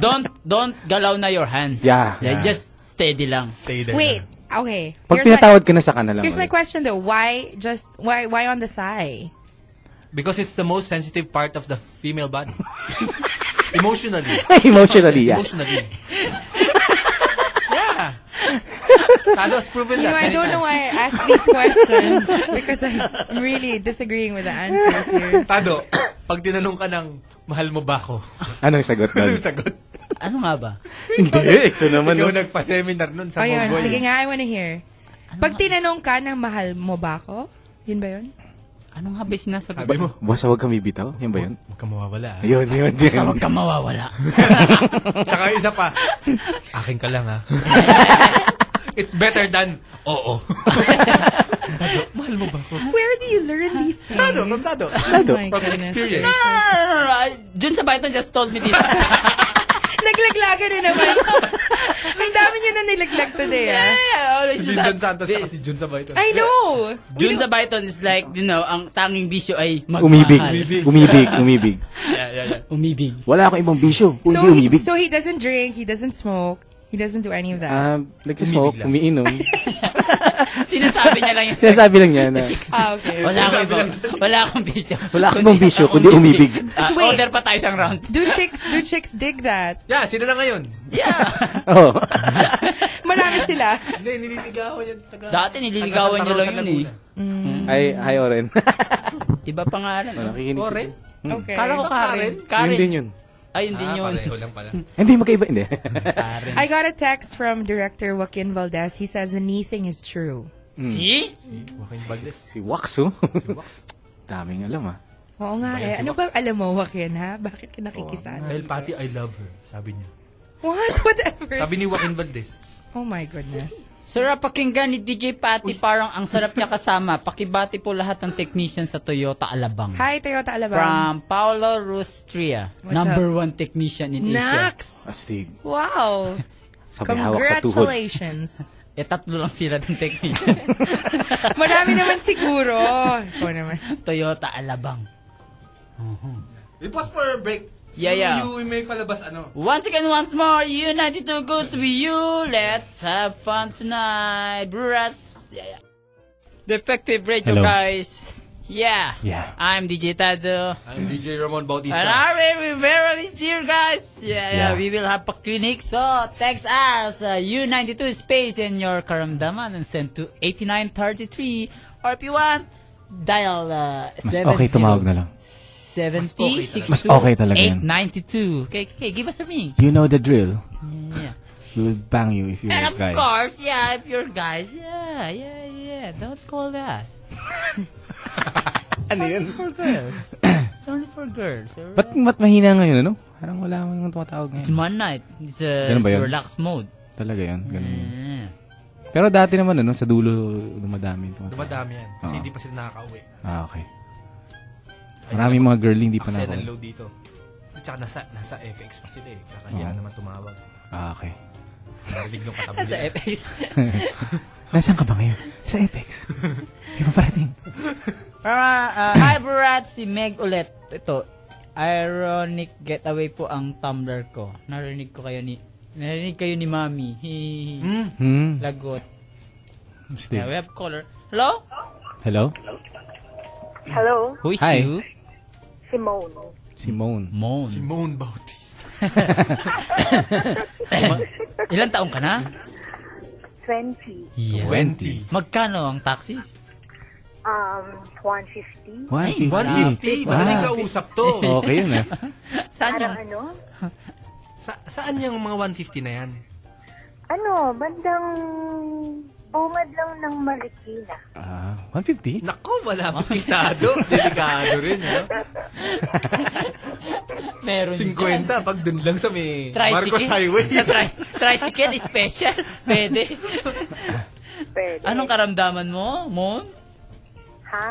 S1: don't don't galaw na your hands.
S5: Yeah.
S1: yeah.
S5: Yeah.
S1: Just steady lang.
S4: Steady
S3: Wait, okay.
S5: Pag
S3: Here's my-
S5: tinatawad ka na sa kanila.
S3: Here's my question though. Why just why why on the thigh?
S4: Because it's the most sensitive part of the female body. Emotionally.
S5: Emotionally, yeah.
S4: Emotionally. yeah. Talos proven
S3: You know,
S4: that.
S3: I
S4: many
S3: don't know
S4: times.
S3: why I ask these questions because I'm really disagreeing with the answers here.
S4: Tado, pag tinanong ka ng mahal mo ba ako?
S5: Anong ano sagot doon?
S4: Anong sagot?
S1: Ano nga ba?
S5: Hindi, ito naman.
S4: Ikaw
S5: no?
S4: nagpa-seminar nun sa
S3: Oh, yun.
S4: Mogoy.
S3: Sige nga, I wanna hear.
S1: Ano
S3: Pag tinanong ka ng mahal mo ba ako? Yun ba yun?
S1: Ano nga ba yung sinasagot
S4: Sabi mo,
S5: Basta huwag kami bitaw. Yan ba yun?
S4: huwag kang mawawala. ah.
S5: Yun, yun, yun.
S1: Basta huwag kang mawawala.
S4: Tsaka isa pa, akin ka lang ha. It's better than, oo. Tado, mahal mo ba ako?
S3: Where do you learn these things?
S4: Tado, from Tado.
S5: Tado.
S3: my
S4: From
S3: goodness.
S4: experience.
S1: No, no, no, no, no. I, Jun sa Python just told me this.
S3: Naglaglagan na naman. Ang dami niyo na nilaglag today, ah.
S4: Si Jun Don Santos at si Jun Sabay.
S3: I know!
S1: Jun sa Python is like, you know, ang tanging bisyo ay magmahal.
S5: Umibig. Umibig, umibig.
S4: Yeah, yeah, yeah.
S1: Umibig.
S5: Wala akong ibang bisyo. Kundi
S3: So he,
S5: umibig.
S3: so he doesn't drink, he doesn't smoke, he doesn't do any of that.
S5: Um, nagsismoke,
S4: lang.
S5: umiinom.
S1: Ah. Sinasabi niya lang yun.
S5: Sinasabi lang niya na
S3: Ah, okay.
S1: Wala akong ibang, wala akong bisyo.
S5: wala akong ibang bisyo, kundi umibig.
S1: Ah,
S3: Just wait.
S1: order pa tayo isang round.
S3: Do chicks, do chicks dig that?
S4: Yeah, sino na ngayon?
S1: Yeah.
S5: Oh.
S3: Marami sila.
S4: Hindi, nililigawan yan. Taga,
S1: Dati nililigawan niyo lang yun eh.
S3: Mm.
S5: Hi, hi Oren.
S1: Iba pangalan.
S5: Wala,
S1: no?
S5: nakikinig
S4: Oren?
S3: Okay.
S1: Kala ko Karen.
S5: siya. Yun
S1: Karen.
S5: din yun.
S1: Ay, hindi
S4: Ah,
S1: yun.
S4: pareho lang pala.
S5: Hindi, magkaiba. Hindi.
S1: Karen.
S3: I got a text from director Joaquin Valdez. He says the knee thing is true.
S1: See?
S4: Joaquin Valdez.
S5: si Wax, oh. Daming alam, ah.
S3: Oo nga eh. Ano ba alam mo, Joaquin, ha? Bakit ka nakikisali?
S4: Dahil pati I love her, sabi niya.
S3: What? Whatever.
S4: Sabi ni Joaquin Valdez.
S3: Oh my goodness.
S1: Sarap pakinggan ni DJ Patty, parang ang sarap niya kasama. Pakibati po lahat ng technician sa Toyota Alabang.
S3: Hi, Toyota Alabang.
S1: From Paolo Rustria,
S3: What's
S1: number one technician in Asia.
S3: Nax!
S5: Astig.
S3: Wow!
S5: Sabi hawak sa tuhod.
S3: Congratulations.
S1: Eh, tatlo lang sila ng technician.
S3: Marami naman siguro. Ikaw naman.
S1: Toyota Alabang.
S4: We pause for a break.
S1: Yeah,
S4: You-
S1: yeah.
S4: You, may palabas ano.
S1: Once again, once more, united to good with you. Let's have fun tonight, brats. Yeah, yeah. Defective Radio,
S5: Hello.
S1: guys. Yeah.
S5: Yeah.
S1: I'm DJ Tado.
S4: I'm DJ Ramon Bautista.
S1: And Ari Rivera is here, guys. Yeah, yeah,
S5: Yeah.
S1: we will have a clinic. So, text us uh, U92 space in your karamdaman and send to 8933 or if you want, dial uh,
S5: Mas okay tumawag na lang.
S1: 70
S5: Mas okay talaga yan.
S1: 892. Okay, okay, give us a ring.
S5: You know the drill.
S1: Yeah.
S5: We will bang you if you
S1: And of
S5: guys.
S1: course, yeah, if you're guys, yeah, yeah, yeah, don't call us.
S5: Ano yun?
S1: For girls. it's only for girls. alright?
S5: Ba't, ba't mahina ngayon, ano? Parang wala naman tumatawag
S1: It's
S5: ngayon.
S1: man night. It's a
S5: Ganun ba yun?
S1: relax mode.
S5: Talaga yun. Ganun yun.
S1: Yeah.
S5: Pero dati naman, ano, sa dulo, dumadami. yung tumatawag.
S4: Dumadami yan. Kasi
S5: Oo.
S4: hindi pa sila nakaka-uwi.
S5: Ah, okay. Maraming mga girl hindi pa na
S4: Kasi ng low dito. At saka nasa, nasa FX pa sila eh. Kakahiya naman tumawag.
S5: Ah, okay.
S4: Narinig nung katabi
S1: Sa
S4: nila.
S1: FX.
S5: Nasaan ka ba ngayon? Sa FX. Hindi pa parating.
S1: Para, uh, hi Brad, si Meg ulit. Ito, ironic getaway po ang Tumblr ko. Narinig ko kayo ni, narinig kayo ni Mami. Hihihi.
S5: Hmm.
S1: Lagot. Yeah, we
S5: Steve.
S1: have caller. Hello?
S5: Hello?
S18: Hello,
S1: Who is
S5: Hi.
S1: you?
S18: Simone.
S5: Simone.
S1: Moan.
S4: Simone Bautista.
S1: Ilan taong ka na?
S20: 20.
S1: Yeah.
S4: 20.
S1: Magkano ang taxi?
S20: Um, 150.
S4: 150.
S1: 150.
S4: Madaling
S5: Wow.
S4: kausap to.
S5: Ah. Okay yun ah.
S4: Saan
S20: Parang
S4: yung,
S20: ano?
S4: sa- saan yung mga 150 na yan?
S20: Ano, bandang bumad lang ng Marikina.
S5: Ah, 150?
S4: Naku, wala pa kitado. Delikado rin, ha?
S1: Meron
S4: 50 pag dun lang sa may
S1: Tricycle.
S4: Marcos Highway.
S1: Tri tricycle special. Pwede.
S20: Pwede.
S1: Anong karamdaman mo, Mon?
S20: Ha?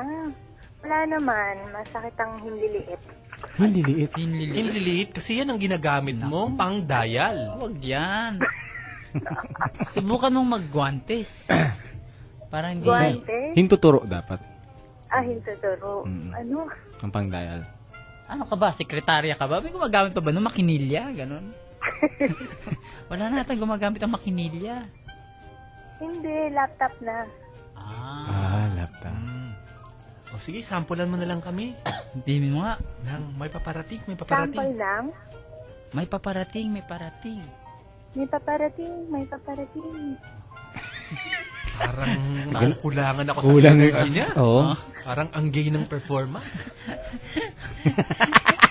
S20: Wala naman. Masakit ang hinliliit.
S5: Hindi liit.
S4: Hindi liit kasi yan ang ginagamit mo pang dial.
S1: Huwag yan. Subukan mong magguantes. Para hindi.
S20: Guante?
S5: Hintuturo dapat.
S20: Ah, hintuturo.
S4: Mm.
S20: Ano?
S5: Ang pang-dial.
S1: Ano ka ba? Sekretarya ka ba? May gumagamit pa ba ng makinilya? Ganon. Wala na natin gumagamit ang makinilya.
S20: Hindi, laptop na.
S5: Ah, laptop.
S1: Hmm.
S4: O sige, sampulan mo na lang kami.
S1: Hindi mo nga.
S4: Nang may paparating, may
S20: Sample
S4: paparating.
S20: lang.
S1: May paparating, may parating.
S20: May paparating, may paparating.
S4: Parang
S1: Mm-hmm.
S4: nakukulangan ako sa
S5: Kulang-
S4: energy niya. Ah,
S5: Oo.
S1: Ah.
S4: Parang ang gay ng performance.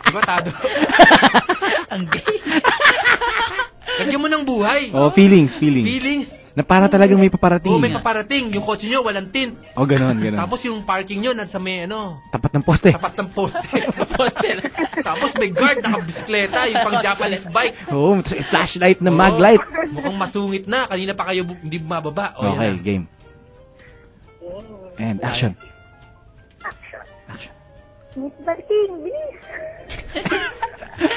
S4: diba, Tado?
S1: ang gay.
S4: Lagyan mo ng buhay.
S5: Oh, feelings, feelings.
S4: Feelings.
S5: Na para talagang may paparating.
S4: Oo, may paparating. Yung kotse nyo, walang tint.
S5: Oh, ganun, ganun.
S4: Tapos yung parking nyo, nasa may ano,
S5: Tapat ng poste.
S4: tapat ng poste. Tapos may guard, nakabisikleta, yung pang Japanese bike.
S5: Oo, oh, flashlight na maglight.
S4: Oo, Mukhang masungit na. Kanina pa kayo bu- hindi bumababa. O,
S5: Okay,
S4: yan na.
S5: game. And action.
S20: Miss Barking, bilis!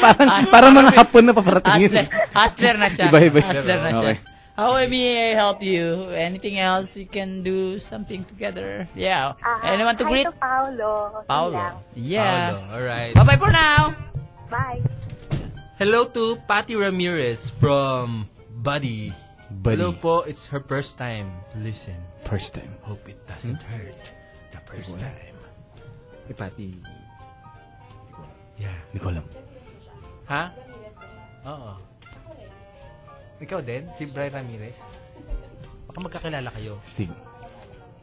S5: Parang, parang mga hapon na paparating yun.
S1: Hustler, hustler na siya.
S5: Iba, iba.
S1: Hustler na siya.
S5: Okay.
S1: How may I help you? Anything else we can do something together? Yeah.
S20: Ah,
S1: Anyone to
S20: hi
S1: greet?
S20: to Paolo. Okay lang.
S1: Paolo. Yeah.
S4: Paolo, alright.
S1: Bye-bye for now.
S20: Bye.
S4: Hello to Patty Ramirez from Buddy.
S5: Buddy.
S4: Hello po, it's her first time to listen.
S5: First time.
S4: Hope it doesn't hurt the first time.
S5: Ipati.
S4: Yeah.
S5: Hindi ko alam.
S4: Ha? Oo. Ikaw din? Si Brian Ramirez? Baka magkakilala kayo.
S5: Stig.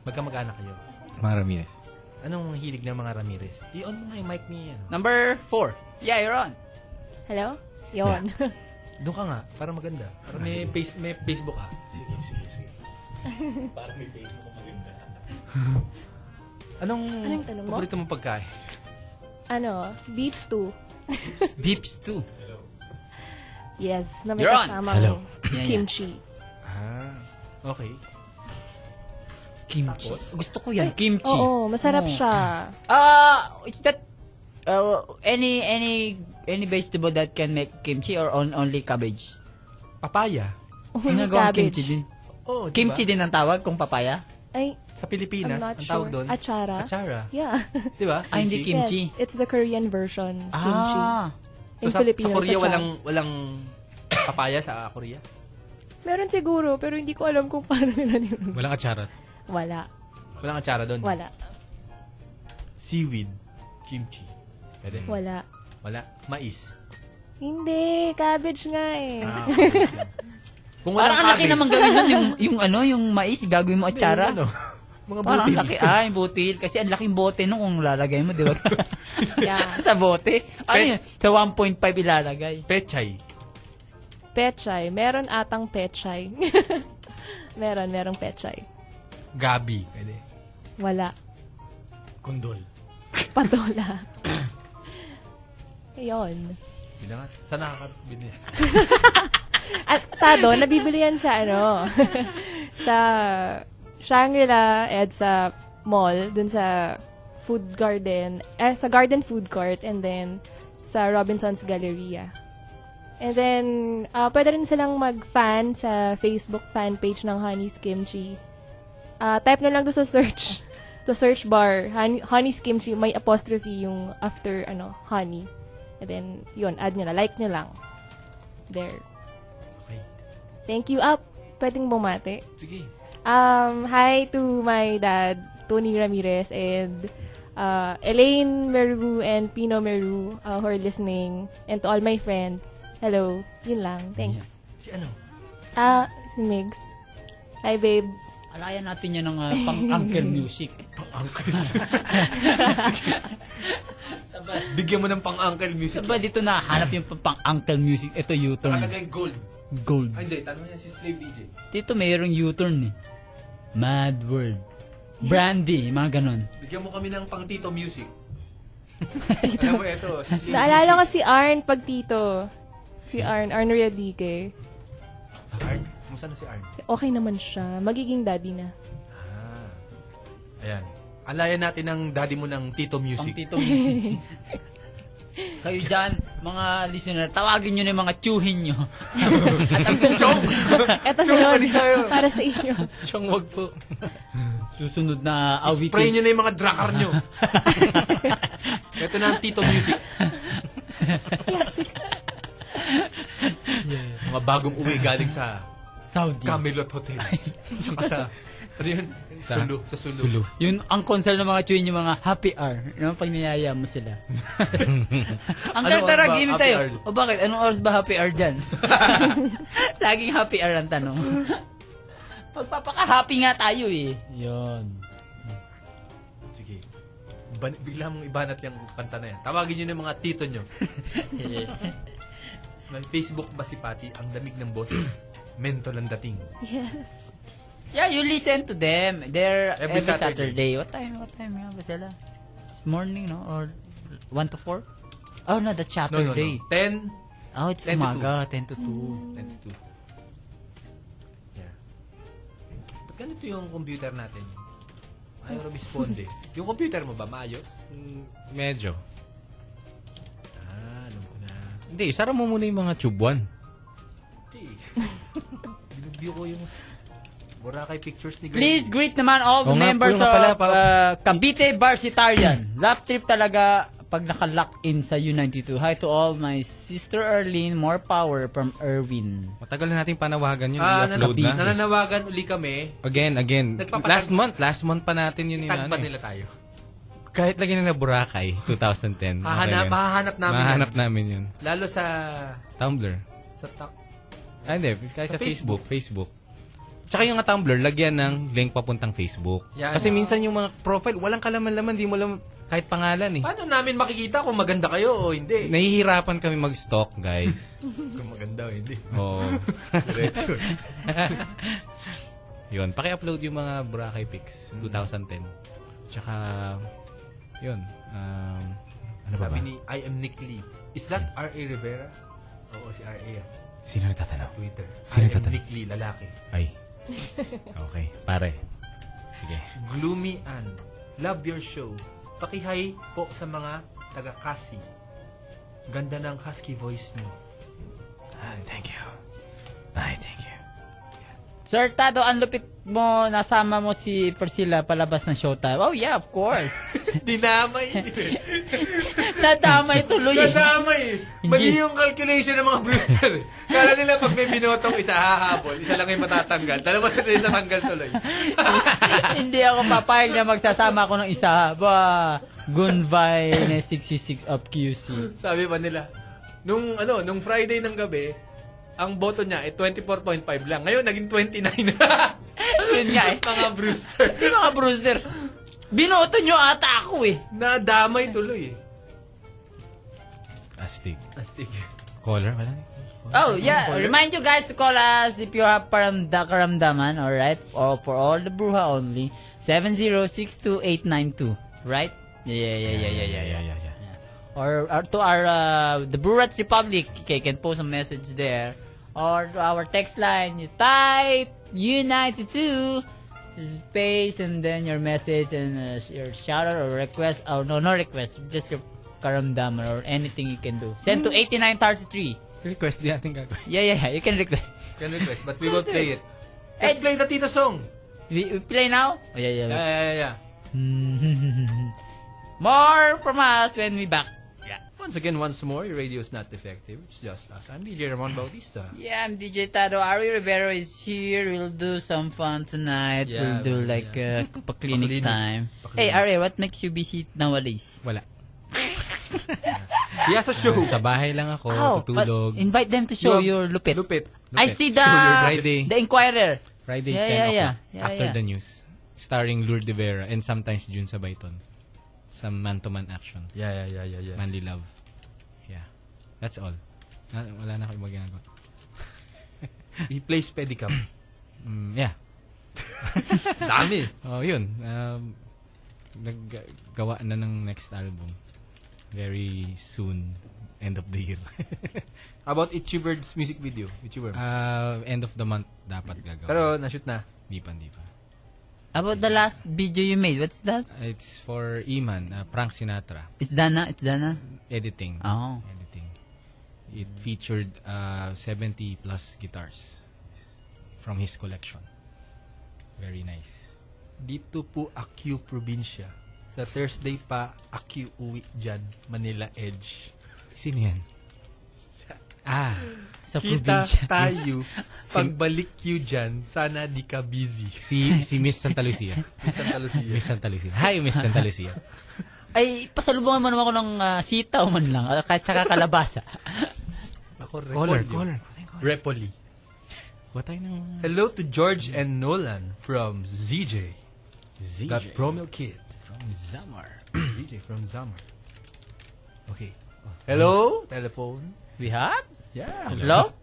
S4: Magkamag-anak kayo.
S5: Mga Ramirez.
S4: Anong hilig ng mga Ramirez? I-on mo nga yung mic ni ano.
S1: Number four. Yeah, you're on.
S17: Hello? Yon.
S4: Doon ka nga, para maganda. Para may, face, may Facebook ka. Sige, sige, sige.
S21: Para may Facebook maganda.
S4: Anong,
S17: Anong tanong mo?
S4: paborito mong pagkain?
S17: ano, beef stew.
S1: Beeps too.
S17: Yes, na may
S1: You're on.
S17: kasamang
S1: Hello. Yeah, yeah.
S17: kimchi.
S4: Ah, okay.
S1: Kimchi. Gusto ko yan, kimchi.
S17: Oo, masarap
S1: Oo.
S17: siya.
S1: Ah, it's that uh, any any any vegetable that can make kimchi or on, only cabbage?
S4: Papaya.
S17: Only
S1: Ginagawang
S17: cabbage.
S1: kimchi din.
S4: Oh, di
S1: Kimchi
S4: ba?
S1: din ang tawag kung papaya?
S17: Ay,
S4: Sa Pilipinas,
S17: I'm not
S4: ang tawag
S17: sure.
S4: doon.
S17: Achara.
S4: Achara.
S17: Yeah.
S4: Di ba?
S1: Ah, hindi kimchi.
S17: Yes, it's the Korean version. Kimchi.
S1: Ah.
S17: In
S4: So, sa,
S17: Filipino,
S4: sa Korea,
S17: achara.
S4: walang, walang papaya sa Korea?
S17: Meron siguro, pero hindi ko alam kung paano nila nilagay.
S4: Walang achara.
S17: Wala.
S4: Walang achara doon.
S17: Wala.
S4: Seaweed. Kimchi. Pwede.
S17: Wala.
S4: Wala. Mais.
S17: Hindi, cabbage nga eh.
S4: Ah, Kung
S1: Parang ang laki
S4: cabbage-
S1: naman gawin nun, yung, yung ano, yung mais, gagawin mo atsara.
S4: Yung ano, mga
S1: Parang
S4: butil.
S1: ang laki, ah, yung butil. Kasi ang laking bote nung kung lalagay mo, di ba?
S17: Yeah.
S1: sa bote. Ano yun? Sa 1.5 ilalagay.
S4: Pechay.
S17: Pechay. Meron atang pechay. meron, merong pechay.
S4: Gabi. Pwede.
S17: Wala.
S4: Kondol.
S17: Patola. Ayun.
S4: Bila nga. Saan nakakabili?
S17: At tado, nabibili yan sa ano, sa Shangri-La at sa mall, dun sa food garden, eh, sa garden food court, and then sa Robinson's Galleria. And then, ah pwede rin silang mag-fan sa Facebook fan page ng Honey's Kimchi. Ah, type na lang doon sa search, sa search bar, honey, Honey's Kimchi, may apostrophe yung after, ano, honey. And then, yun, add nyo na, like nyo lang. There. Thank you. Up. Pwedeng bumate.
S4: Sige.
S17: Um, hi to my dad, Tony Ramirez, and uh, Elaine Meru and Pino Meru uh, who are listening. And to all my friends, hello. Yun lang. Thanks.
S4: Si ano?
S17: Ah, si Migs. Hi, babe.
S1: Alayan natin yan ng ah, pang-anchor music. pang-anchor
S4: Bigyan mo ng pang-uncle music.
S1: Sabay dito na, hanap yung pang-uncle music. Ito U-turn.
S4: Nakalagay gold.
S1: Gold.
S4: Ay, hindi. Tanong niya si Slave DJ.
S1: Dito mayroong U-turn eh. Mad World. Brandy, mga ganon.
S4: Bigyan mo kami ng pang-tito music. Alam mo, ito. Si Slave
S17: Naalala ko si Arn pag tito. Si Arn, Arn Riadique.
S4: Si Arn. Kumusta na si Arn?
S17: Okay naman siya. Magiging daddy na.
S4: Ah. Ayan. Alayan natin ang daddy mo ng tito music.
S1: Pang-tito music. Kayo dyan, mga listener, tawagin nyo na yung mga tsuhin nyo. At ang joke!
S17: Eto na yun. Para sa inyo.
S1: Siyang wag po. Susunod na Ah, awitin.
S4: Spray nyo na yung mga drakar nyo. Ito na ang tito music.
S17: Classic.
S4: Mga bagong uwi galing sa
S1: Saudi.
S4: Camelot Hotel. Tsaka sa, ano yun? Sa, Sulu. Sa Sulu.
S1: Yun, ang concern ng mga tsuhin yung mga happy hour. Yung pag niyaya mo sila. ang
S7: Anong
S1: ano
S7: oras
S1: tara,
S7: ba
S1: game
S7: happy
S1: tayo.
S7: hour?
S1: O bakit? Anong oras ba happy hour dyan? Laging happy hour ang tanong. Pagpapaka-happy nga tayo eh. Yun.
S4: Sige. Ban- bigla mong ibanat yung kanta na yan. Tawagin nyo na yung mga tito nyo. May Facebook ba si Patty? Ang damig ng boses. Mental ang dating.
S17: Yes.
S1: Yeah, you listen to them. They're
S4: Every
S1: every, Saturday.
S4: Saturday.
S1: What time? What time nga ba sila? It's morning, no? Or 1 to 4? Oh, no, that's
S4: No,
S1: Saturday.
S4: no, no. 10.
S1: Oh, it's
S4: 10 to
S1: umaga. 10 to
S4: 10
S1: 2.
S4: to 2. Yeah. Ba't ganito yung computer natin? Ayaw respond eh. Yung computer mo ba, maayos?
S22: Mm, Medyo.
S4: Ah, alam ko na.
S22: Hindi, sara mo muna yung mga tube one.
S4: Binugyo ko yung Boracay pictures ni
S1: Please greet naman all the
S22: Oo nga,
S1: members
S22: puro nga pala,
S1: of uh, Cavite Varsitarian. Lap trip talaga pag nakalock in sa U92. Hi to all my sister Erlene. More power from Erwin.
S22: Matagal na nating panawagan yun.
S4: Ah,
S22: I-upload
S4: nananabi-
S22: na.
S4: nananawagan uli kami.
S22: Again, again.
S4: Nagpapatag-
S22: Last month, last month pa natin yun. yung
S4: Tagpan
S22: ano eh.
S4: nila tayo.
S22: Kahit lagi nila Boracay, 2010.
S4: Hahanap-
S22: Okay yun.
S4: mahahanap namin
S22: Mahahanap
S4: yun.
S22: namin yun.
S4: Lalo sa...
S22: Tumblr.
S4: Sa ta-
S22: Ah, hindi. Kahit sa,
S4: Sa
S22: Facebook. Facebook. Tsaka yung nga Tumblr, lagyan ng link papuntang Facebook.
S4: Yan.
S22: Kasi minsan yung mga profile, walang kalaman-laman, di mo alam kahit pangalan eh.
S4: Paano namin makikita kung maganda kayo o hindi?
S22: Nahihirapan kami mag-stalk, guys.
S4: kung maganda o hindi.
S22: Oo.
S4: Diretso.
S22: yun, paki-upload yung mga Boracay
S4: Hmm.
S22: pics, 2010. Tsaka, yun. Um, ano ba ba?
S4: Sabi ni I am Nick Lee. Is that R.A. Rivera? Oo, si R.A. yan.
S22: Sino nagtatanong?
S4: Twitter.
S22: Sino
S4: I am
S22: nagtatanong?
S4: Nick Lee, lalaki.
S22: Ay. Okay, pare. Sige.
S4: Gloomy Ann. Love your show. Pakihay po sa mga taga-Kasi. Ganda ng husky voice niyo.
S22: Ah, thank you. Ay, thank you.
S1: Sir Tado, ang lupit mo. Nasama mo si Priscilla palabas ng showtime. Oh yeah, of course.
S4: Dinamay.
S1: Nadamay tuloy. eh.
S4: Nadamay. Mali yung calculation ng mga Brewster. Kala nila pag may binotong isa hahabol, isa lang yung matatanggal. Dalawa sa din natanggal tuloy.
S1: Hindi ako papayag na magsasama ako ng isa. Ba, Gunvay na 66 of QC.
S4: Sabi pa nila, nung ano, nung Friday ng gabi, ang boto niya ay 24.5 lang. Ngayon, naging 29 na.
S1: Yun nga eh.
S4: mga Brewster.
S1: Hindi mga Brewster. Binoto nyo ata ako eh.
S4: Nadamay tuloy eh.
S22: Astig.
S4: Astig.
S22: Caller, wala na.
S1: Oh, yeah. Remind you guys to call us if you have paramda karamdaman, alright? Or for all the bruha only, 7062892, right? Yeah, yeah, yeah, yeah, yeah, yeah, yeah, yeah. Or, or to our, uh, the Brurats Republic, you can post a message there. Or to our text line, you type U92 space and then your message and uh, your shout out or request, or no, no request, just your karamdaman or anything you can do. Send to
S4: Hmm.
S1: 8933.
S22: Request din natin gagawin.
S1: Yeah, yeah, yeah. You can request.
S4: Can request, but we won't play it. Let's play the Tita song.
S1: We, we play now? Oh, yeah, yeah.
S4: Yeah, yeah, yeah. yeah.
S1: More from us when we back. Yeah.
S4: Once again, once more, your radio is not defective. It's just us. I'm DJ Ramon Bautista.
S1: Yeah, I'm DJ Tado. Ari Rivero is here. We'll do some fun tonight.
S4: Yeah,
S1: we'll do like uh, pa-clinic time. Hey, Ari, what makes you busy nowadays?
S22: Wala.
S4: Yeah, sa show.
S22: sa bahay lang ako,
S1: Oh,
S22: tutulog.
S1: but invite them to show your lupit.
S4: Lupit.
S1: I see the
S22: Friday.
S1: the Inquirer.
S22: Friday,
S1: yeah,
S22: 10
S1: yeah, yeah.
S22: o'clock.
S1: yeah,
S22: After
S1: yeah.
S22: the news. Starring Lourdes de Vera and sometimes June Sabayton. Some man-to-man action.
S4: Yeah, yeah, yeah, yeah, yeah.
S22: Manly love. Yeah. That's all. Na- wala na ako ibang ginagawa.
S4: He plays pedicab.
S22: mm, yeah.
S4: Dami.
S22: Oh, yun. Um, naggawa na ng next album. Very soon. End of the year.
S4: How about Itchy Birds music video? Itchy Worms.
S22: uh, end of the month dapat gagawa.
S4: Pero, nashoot na.
S22: Di pa, di pa.
S1: About the last video you made, what's that?
S22: It's for Iman, uh, Frank Sinatra.
S1: It's Dana, it's Dana.
S22: Editing.
S1: Oh.
S22: Editing. It featured uh, 70 plus guitars from his collection. Very nice.
S4: Dito po Acue Provincia. Sa Thursday pa, Acue uwi dyan. Manila Edge.
S22: Sino yan? Ah, sa
S4: Kita
S22: probinsya.
S4: tayo.
S22: Si-
S4: Pagbalik you dyan, sana di ka busy.
S22: Si, si Miss Santa Lucia.
S4: Miss Santa Lucia.
S22: Miss Santa Lucia. Hi, Miss Santa Lucia.
S1: Ay, pasalubungan mo naman ako ng ah, sitaw man lang, at tsaka kalabasa.
S4: Ako,
S22: Caller,
S4: Repolyo.
S22: caller.
S4: Repoli.
S22: What tayo ng...
S4: Hello to George and Nolan from ZJ.
S22: ZJ.
S4: Got Promil Kid.
S22: From Zamar.
S4: ZJ from Zamar. Okay. Hello? Telephone?
S1: We have?
S4: Yeah.
S1: Hello?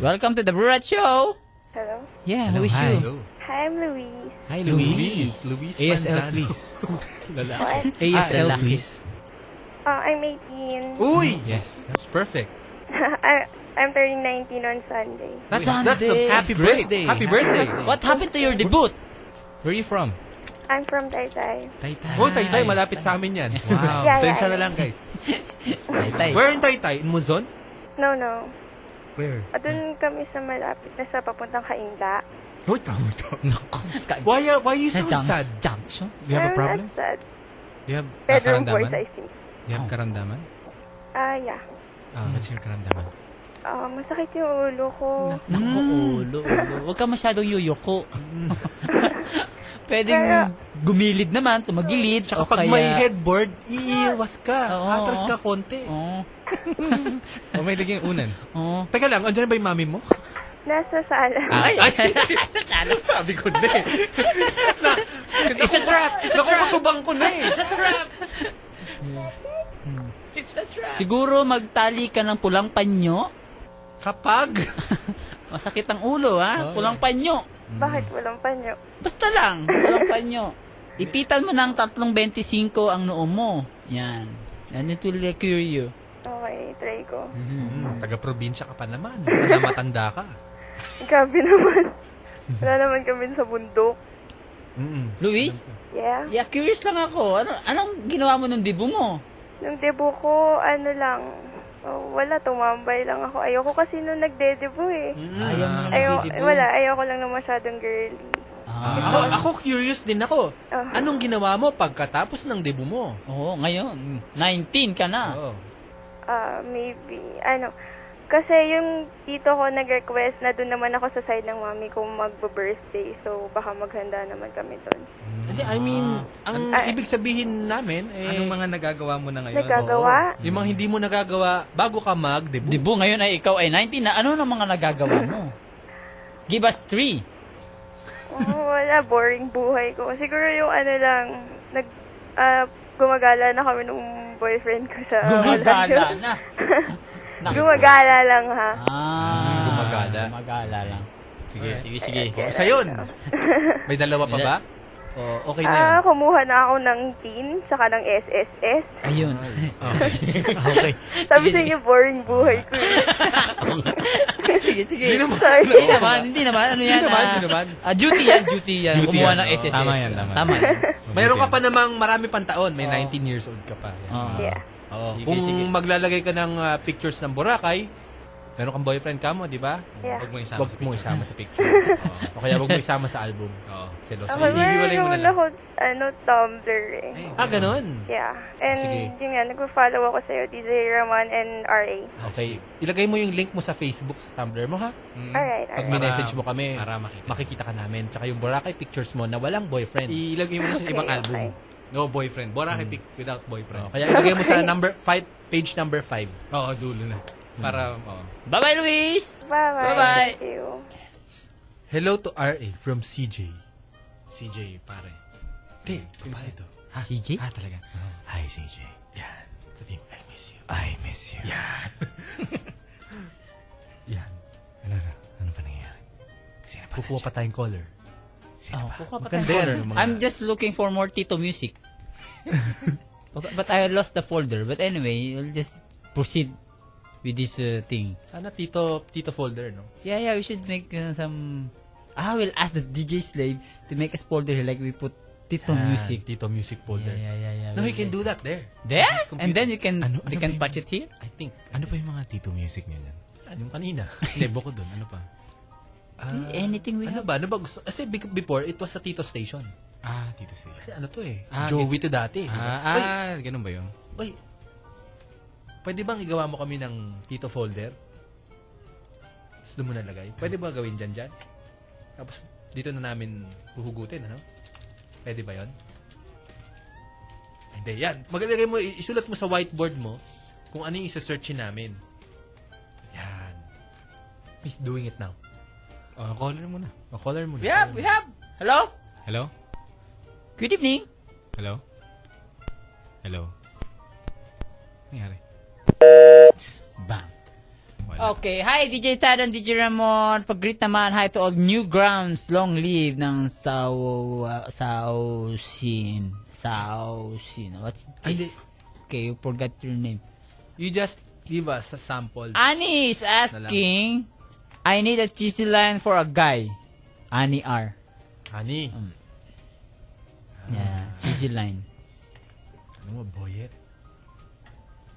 S1: Welcome to the Brurat Show!
S20: Hello?
S1: Yeah,
S22: Hello,
S1: who is
S22: hi.
S1: you?
S22: Hello.
S20: Hi, I'm Louise.
S22: Hi,
S4: Luis.
S22: Luis.
S4: Luis
S22: ASL,
S4: Manzano.
S22: please.
S20: What?
S22: ASL,
S1: Ah, lalaki.
S22: please.
S20: Uh, I'm 18.
S4: Uy!
S22: Yes.
S4: That's perfect.
S20: I- I'm turning 19 on Sunday.
S4: That's, that's the happy birthday. Happy birthday.
S1: What happened to your debut?
S22: Where are you from?
S20: I'm from Taytay.
S22: Taytay.
S4: Oh, Taytay, malapit sa amin yan.
S22: Wow.
S20: Yeah,
S4: Send
S20: yeah,
S4: siya na
S20: yeah.
S4: lang, guys.
S1: Taytay.
S4: Where in Taytay? In Muzon?
S20: No, no.
S4: Where?
S20: Ah, Doon kami sa malapit na sa papuntang Kainda.
S4: Uy, tama to. Why, are- why you so
S1: Junk-
S4: sad?
S1: Junction?
S22: Do you have a
S20: I'm
S22: problem?
S20: not sad.
S22: Do you have a
S20: Bedroom
S22: karamdaman?
S20: voice, I think.
S22: Do you have
S4: Oh.
S22: karamdaman?
S20: Ah, yeah.
S22: Ah, what's your karamdaman?
S20: Ah, masakit yung ulo ko.
S1: Naku, ulo, ulo. Mm. Huwag ka masyadong yuyuko. Pwedeng
S20: Kaya-
S1: gumilid naman, tumagilid. Tsaka
S4: Pag may headboard, iiwas ka.
S1: Oo,
S4: Atras
S1: oo.
S4: ka konti.
S1: Oo.
S22: Oh, may laging unan.
S4: Oh.
S1: Oo.
S4: Teka lang, andyan na ba yung mami mo?
S20: Nasa sala.
S22: Ah.
S1: Ay, ay.
S4: Sabi ko na eh. It's a trap! It's a trap! ko na eh. It's a trap!
S22: Hmm.
S4: It's a trap!
S1: Siguro magtali ka ng pulang panyo.
S4: Kapag?
S1: Masakit ang ulo, ha? Pulang panyo.
S20: Bakit walang panyo?
S1: Basta lang, pulang panyo. Ipitan mo ng 3.25 ang noo mo. Yan. And it will cure you. Mm-hmm.
S20: Okay, try ko.
S4: Ah, Taga-probinsya ka pa naman. Wala na matanda ka.
S20: Grabe naman. Wala naman kami sa bundok.
S4: Mm-mm.
S1: Luis?
S20: Yeah.
S1: Yeah, curious lang ako. Ano, anong ginawa mo nung dibu mo?
S20: Nung debut ko, ano lang, oh, wala, tumambay lang ako. Ayoko kasi nung nagde-debut eh.
S1: Ayaw mo nang
S20: Ayaw,
S1: nagdi-dibu?
S20: wala, ayoko lang na masyadong girly.
S1: Ah.
S4: Ako, ako curious din ako.
S20: Oh.
S4: Anong ginawa mo pagkatapos ng debut mo?
S1: Oo, ngayon. 19 ka na.
S4: Oh.
S20: Ah, maybe, ano, kasi yung tito ko nag-request na doon naman ako sa side ng mami ko magbo-birthday. So, baka maghanda naman kami doon.
S4: Hindi, I mean,
S1: Ah.
S4: ang
S20: Ah.
S4: ibig sabihin namin, eh,
S22: Anong mga nagagawa mo na ngayon?
S20: Nagagawa?
S4: yung mga hindi mo nagagawa bago ka mag-debut.
S1: Dibu, ngayon ay ikaw ay 19 na. Ano na mga nagagawa mo? Give us three.
S20: Oh, wala, boring buhay ko. Siguro yung ano lang, nag, ah, gumagala na kami nung boyfriend ko sa...
S1: Gumagala na.
S20: gumagala lang ha.
S1: Ah,
S4: Gumagala.
S1: Gumagala lang. Sige, sige, sige.
S4: O, Oh, Isa yun. May dalawa pa ba?
S1: Oh,
S4: O, okay na yun.
S20: Ah, kumuha na ako ng teen, saka ng SSS.
S1: Ayun.
S4: Okay.
S20: Sabi sa inyo, boring buhay ko. eh.
S1: sige, sige.
S4: Hindi naman.
S20: Sorry.
S1: Hindi naman, hindi naman. Ano
S4: Hindi
S1: yan?
S4: naman,
S1: ah,
S4: hindi naman.
S1: ah, duty yan, duty yan.
S22: Duty
S1: Kumuha
S22: yan,
S1: ng
S22: oo.
S1: SSS.
S22: Tama yan, tama.
S1: Tama yan.
S4: Mayroon ka pa namang marami pang taon. May
S1: Oo.
S4: 19 years old ka pa. Yan.
S1: Oo.
S20: Yeah.
S4: Oo.
S1: Sige,
S4: Kung
S1: sige.
S4: maglalagay ka ng ah, pictures ng Boracay, meron kang boyfriend ka mo, di ba?
S20: Yeah.
S22: Huwag mo isama
S4: Huwag
S22: sa picture.
S4: mo isama sa picture. Oo. O kaya huwag mo isama sa album.
S22: Oo.
S4: Selosa.
S20: Ako, meron naman ako, ano, Tumblr eh.
S4: Ah, ganun? Ah,
S20: Yeah. And
S4: Sige.
S20: yun nga, nagpa-follow ako sa'yo, DJ Raman and RA.
S4: Okay. Ilagay mo yung link mo sa Facebook, sa Tumblr mo, ha?
S20: Alright,
S4: Pag
S20: alright.
S4: may message mo kami, makikita. ka namin. Tsaka yung Boracay pictures mo na walang boyfriend.
S20: Ilagay mo na sa Okay, ibang album. okay.
S4: No boyfriend. Boracay pic without boyfriend. Oh, kaya
S22: Okay.
S4: ilagay mo sa number five, Mm. page number 5.
S22: Oo, dulo na. Para, oo.
S1: Bye-bye, Luis!
S20: Bye-bye.
S1: Bye-bye.
S20: Thank you.
S4: Hello to RA from CJ.
S22: CJ, pare.
S4: Hey, kumusta ito?
S1: CJ?
S22: Ah, talaga.
S4: Hi, CJ. Yan. Sabi mo, I miss you. I miss you. Yan. Yan. Ano na? Ano pa nangyayari? Sino pa Kukuha pa tayong color. Sino
S1: Oh, kukuha pa
S4: Maganda
S1: tayo.
S4: yan, mga-
S1: I'm just looking for more Tito music. Okay, but I lost the folder. But anyway, we'll just proceed with this uh, thing.
S4: Sana Tito, Tito Folder, no?
S1: Yeah, yeah, we should make uh, some... I will ask the DJ Slave to make us folder like we put Tito
S4: Yan,
S1: music.
S4: Tito music folder.
S1: Yeah, yeah, yeah. yeah.
S4: No, he
S1: We'll
S4: can
S1: make-
S4: do that there. On
S1: There?
S4: his computer.
S1: And then you can
S22: Ano-
S1: you
S22: ano
S1: can
S22: ba
S1: patch it here?
S4: I think.
S22: Ano
S4: Ano
S22: pa yung mga tito music niya dyan?
S4: Yung kanina.
S22: Lebo ko dun. Ano pa?
S4: Ah,
S1: anything we
S4: ano ba? Ano ba gusto? Kasi be- before, it was sa Tito Station.
S22: Ah, tito station.
S4: Kasi ano to eh.
S22: Ah,
S4: Joey
S22: it's-
S4: to dati. di ba?
S22: Ah,
S4: Uy,
S22: ah ganun ba yun?
S4: Uy, pwede bang igawa mo kami ng Tito Folder? Tapos doon mo nalagay. Pwede ba gawin dyan dyan? Tapos dito na namin huhugutin, ano? Pwede ba yon? Hindi, yan. Magalagay mo, i- isulat mo sa whiteboard mo kung ano yung isa-searchin namin. Yan. He's doing it now.
S22: Oh, color muna.
S4: O, color muna.
S7: We have, we have. Hello?
S22: Hello?
S1: Good evening.
S22: Hello? Hello? Nangyari?
S1: Bang.
S22: Wala.
S1: Okay, hi DJ Tad and DJ Ramon. Pag-greet naman, hi to all newgrounds. Long live ng Sao... Uh, Sausin. Sausin. What's this? Okay, you forgot your name.
S4: You just give us a sample.
S1: Annie is asking, I need a cheesy line for a guy. Annie R. Um,
S4: Ani.
S1: Yeah, cheesy line.
S4: Ano mo, boyet?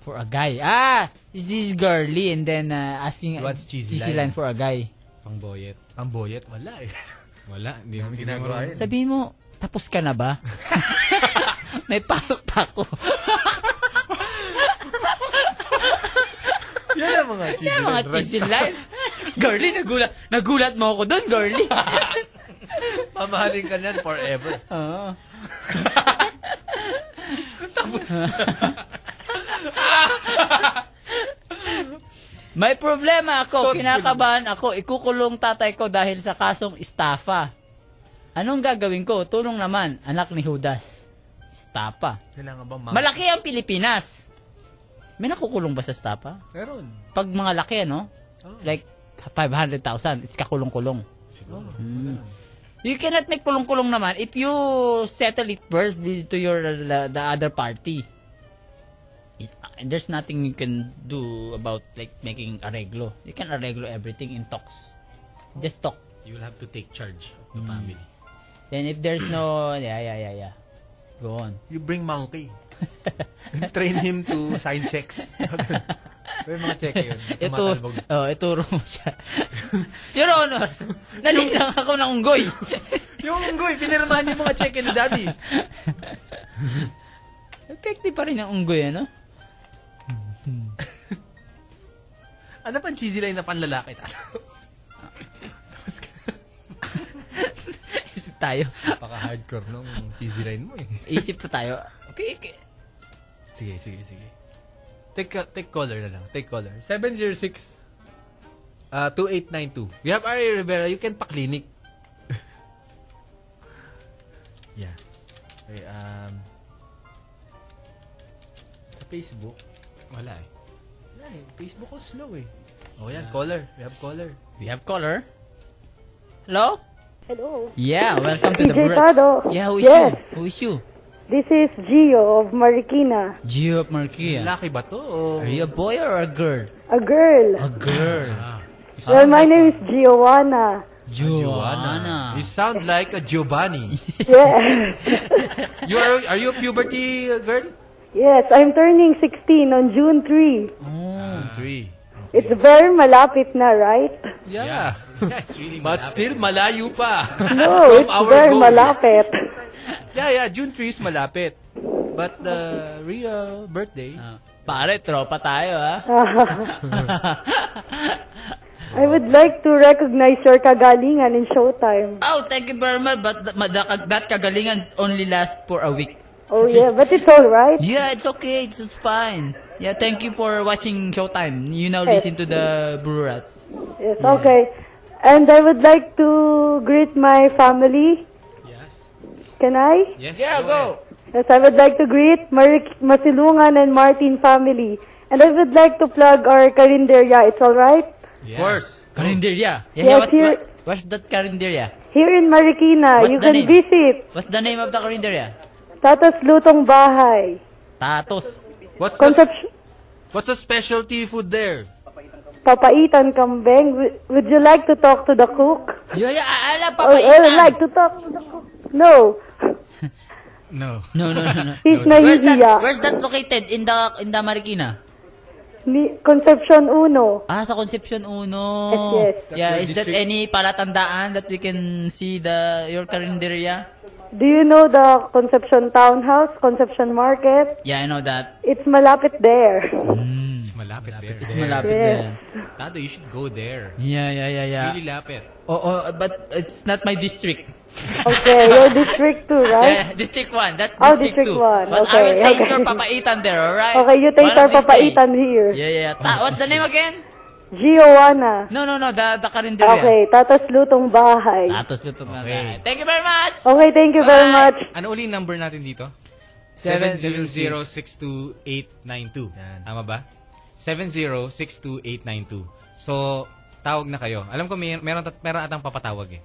S1: For a guy. Ah! Is this girly? And then uh, asking
S4: What's cheesy
S1: line?
S4: line?
S1: for a guy.
S22: Pang boyet.
S4: Ang boyet, wala eh.
S22: Wala. Hindi mo
S4: Hindi ginagawa
S22: ginagawa.
S4: yun.
S1: Sabihin mo, tapos ka na ba? May pasok pa ako.
S4: Yan ang mga cheesy
S1: Yan ang mga
S4: line.
S1: cheesy line. girly, nagulat. Nagulat mo ako doon, girly.
S4: Mamahalin ka niyan forever.
S1: Oo.
S4: Tapos.
S1: May problema ako. Kinakabahan ako. Ikukulong tatay ko dahil sa kasong estafa. Anong gagawin ko? Tulong naman. Anak ni Judas. Estafa.
S4: Kailangan ba mga...
S1: Malaki ang Pilipinas. May nakukulong ba sa estafa?
S4: Meron.
S1: Pag mga laki, ano?
S22: Ah.
S4: Oh.
S1: Like, 500,000. It's kakulong-kulong. Siguro. You cannot make kulong-kulong naman if you settle it first with- to your the, the other party. Is- uh, and there's nothing you can do about like making arreglo. You can arreglo everything in talks. Just talk.
S22: You will have to take charge of the family.
S1: Then if there's no yeah yeah yeah yeah. Go on.
S4: You bring monkey. Hmm. Train him to sign checks. May mga check yun.
S1: Ito, oh, ituro mo siya. Your Honor, nalinang ako ng unggoy.
S4: yung unggoy, pinirmahan yung mga check ni Daddy.
S1: Effective pa rin ang unggoy, ano?
S4: Ano pa ang cheesy line na panlalaki? Tapos
S1: Isip tayo.
S4: Napaka-hardcore nung cheesy line mo eh.
S1: Isip na tayo. Okay, okay.
S4: Sige, sige, sige. Take, uh, take caller na lang. Take caller. 706 uh, 2892. We have Ari Rivera. You can pa-clinic. yeah. Okay, um, sa Facebook.
S22: Wala eh.
S4: Wala eh. Facebook ko slow eh. Oh, yan. Caller. We have caller.
S1: We have caller. Hello?
S19: Hello.
S1: Yeah, welcome to the
S19: DJ
S1: Brits.
S19: Sado.
S1: Yeah, who is you?
S19: Yes.
S1: Who is you?
S19: This is Gio of Marikina,
S1: Gio of Marquia.
S4: Laki ba to? o-
S1: Are you a boy or a girl?
S19: a girl.
S1: A girl.
S7: Ah.
S19: Well, my name is Giowana.
S4: Joanna. You sound like a Giovanni.
S19: yes.
S4: you are are you a puberty uh, girl?
S1: Hmm.
S19: yes, I'm turning 16 on June 3.
S4: June 3.
S19: It's very malapit na, right?
S4: Yeah. But still, malayo pa.
S19: No,
S4: From
S19: it's
S4: our
S19: very
S4: goal.
S19: malapit.
S4: Yeah, yeah. June 3 is malapit. But the real birthday,
S1: Ah. Pare, tropa tayo, ha?
S19: I would like to recognize your kagalingan in Showtime.
S7: Oh, thank you very much. But th- mad- that, that kagalingan only lasts for a week.
S19: Oh yeah, but it's all right.
S7: Yeah, it's okay. It's, it's fine. Yeah, thank you for watching Showtime. You now
S19: Yes.
S7: listen to the Brew Rats.
S19: Yes, okay. And I would like to greet my family. Yes. Can I?
S7: Yes. Yeah, go.
S19: Yes, I would like to greet Marik Masilungan and Martin family. And I would like to plug our Karinderia. It's all right.
S7: Of course. Karinderia. Yeah,
S19: Yes,
S7: yeah, what's,
S19: here-
S7: what, what's that Karinderia?
S19: Here in Marikina,
S7: What's
S19: you
S7: the
S19: can
S7: name?
S19: visit
S7: What's the name of the Karinderia?
S19: Tatas Lutong Bahay.
S1: Tatos.
S4: What's
S19: Concept
S4: what's the specialty food there?
S19: Papaitan Kambeng. W- Would you like to talk to the cook?
S7: Yeah, yeah, I, I love
S19: Oh, I would
S7: Papaitan.
S19: like to talk to the cook. No,
S22: No.
S1: No, no, no, no.
S19: he's
S1: no.
S7: Where's that,
S19: Nahihiya.
S7: where's that located? In the, in the Marikina?
S19: Ni- Concepcion Uno.
S7: Ah, sa Concepcion Uno.
S19: Yes, yes.
S1: That
S7: Yeah,
S1: the
S7: is that
S1: district-
S7: any palatandaan that we can see the your Karinderia?
S19: Do you know the Concepcion Townhouse, Concepcion Market?
S1: Yeah, I know that.
S19: It's malapit there.
S7: Hmm.
S22: It's malapit, there.
S1: It's malapit
S19: Yes.
S1: there.
S22: Tado, you should go there.
S1: Yeah, yeah, yeah, yeah.
S22: It's really lapit.
S1: Oh, oh, but it's not my district.
S19: Okay, your district too, right?
S7: Yeah, District 1. That's
S19: Oh,
S7: District,
S19: District
S7: 2.
S19: one.
S7: But I
S19: Okay,
S7: will taste
S19: okay.
S7: your papaitan there, alright?
S19: Okay, you taste
S7: One
S19: our
S7: of these
S19: papaitan
S7: days.
S19: here.
S1: Yeah, yeah.
S7: Ta- Ah, what's the name again?
S19: Giovanna.
S7: No, no, no. The, the Karinderia.
S19: Okay, tatas lutong bahay.
S1: Tatos luto na okay.
S7: Thank you very much.
S19: Okay, thank you very much.
S22: Ano uli yung number natin dito? 7062892. Tama ba? 7062892. So, tawag na kayo. Alam ko may, meron, tat- meron atang papatawag eh.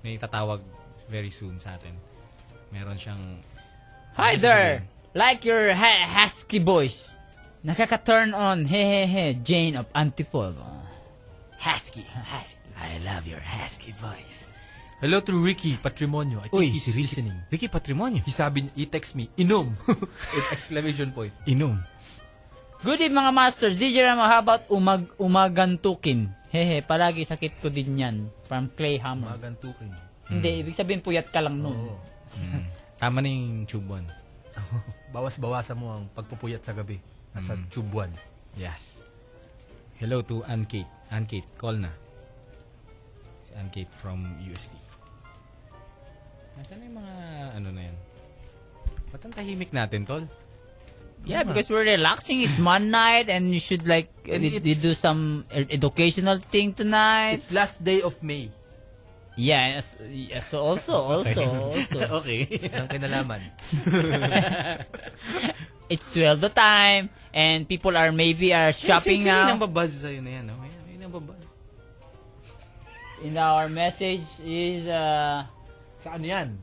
S22: May tatawag very soon sa atin. Meron siyang...
S1: Hi there! Like your ha- husky voice. Nakaka-turn on, hehehe, Jane of Antipolo. Husky. Husky. I love your husky voice.
S4: Hello to Ricky Patrimonio. I think
S1: Uy,
S4: he's
S1: si Ricky-
S4: listening.
S22: Ricky Patrimonio?
S4: He sabi, he text me, inom! With exclamation point.
S22: Inom.
S1: Good evening mga masters. DJ Ramo, how about umag umagantukin? Hehe, palagi sakit ko din yan. From Clay Hammer.
S4: Umagantukin.
S1: Hindi, ibig sabihin puyat ka lang nun.
S22: Mm. Tama na yung tube one.
S4: Bawas-bawasan mo ang pagpupuyat sa gabi. Nasa
S22: Mm.
S4: tube one.
S22: Yes. Hello to Ann Kate. Ann Kate, call na. Si Ann Kate from UST. Nasaan na yung mga ano na yan? Ba't ang tahimik natin, Tol?
S1: Yeah, because we're relaxing. It's Monday night and you should like,
S4: And
S1: we, we
S4: it's-
S1: do some e- educational thing tonight.
S4: It's last day of May.
S1: Yeah, yes, yes, so also, also, also.
S4: Ang kinalaman.
S1: It's sweldo time and people are maybe are shopping
S22: Sino- Sino
S1: now.
S22: yung nababuzz sa'yo na yan? Oh? Ayun, ayun ang babuzz.
S1: In our message is uh
S4: Saan yan?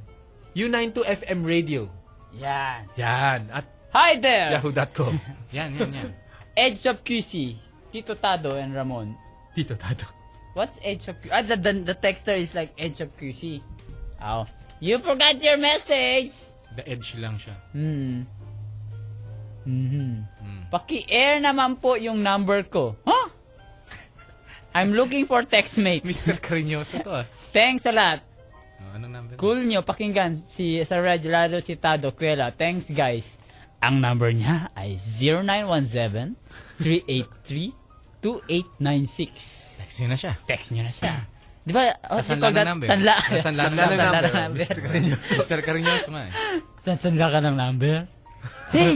S4: U92 FM Radio.
S1: yeah.
S4: Yan. At
S1: Hi there.
S4: yahoo.com.
S22: yan, yan, yan.
S1: Edge of QC, Tito Tado and Ramon.
S4: Tito Tato.
S1: What's Edge of QC? Ah, the, the, the texter is like Edge of QC. Ow. You forgot your message.
S22: The edge lang siya.
S1: Hmm. Mhm.
S22: Hmm.
S1: Paki-air naman po yung number ko. Huh? I'm looking for textmate.
S22: Mr. Crinyoso to ah.
S1: Thanks a lot.
S22: Oh, ano number?
S1: Cool nyo, pakinggan si sa radyo, lalo si Tado Cuela. Thanks guys. Ang number niya ay 0917-383-2896.
S22: Text nyo na siya. Hmm.
S1: Text nyo na siya. Di ba? Oh,
S22: Sa Sanla
S1: you call that-
S22: ng number.
S1: Sanla.
S22: Sa Sanla ng
S1: Sanla ng
S22: number.
S1: number.
S22: Mr. Crinyoso. Mr. Crinyoso nga eh.
S1: San sanla ka ng number?
S7: Hey!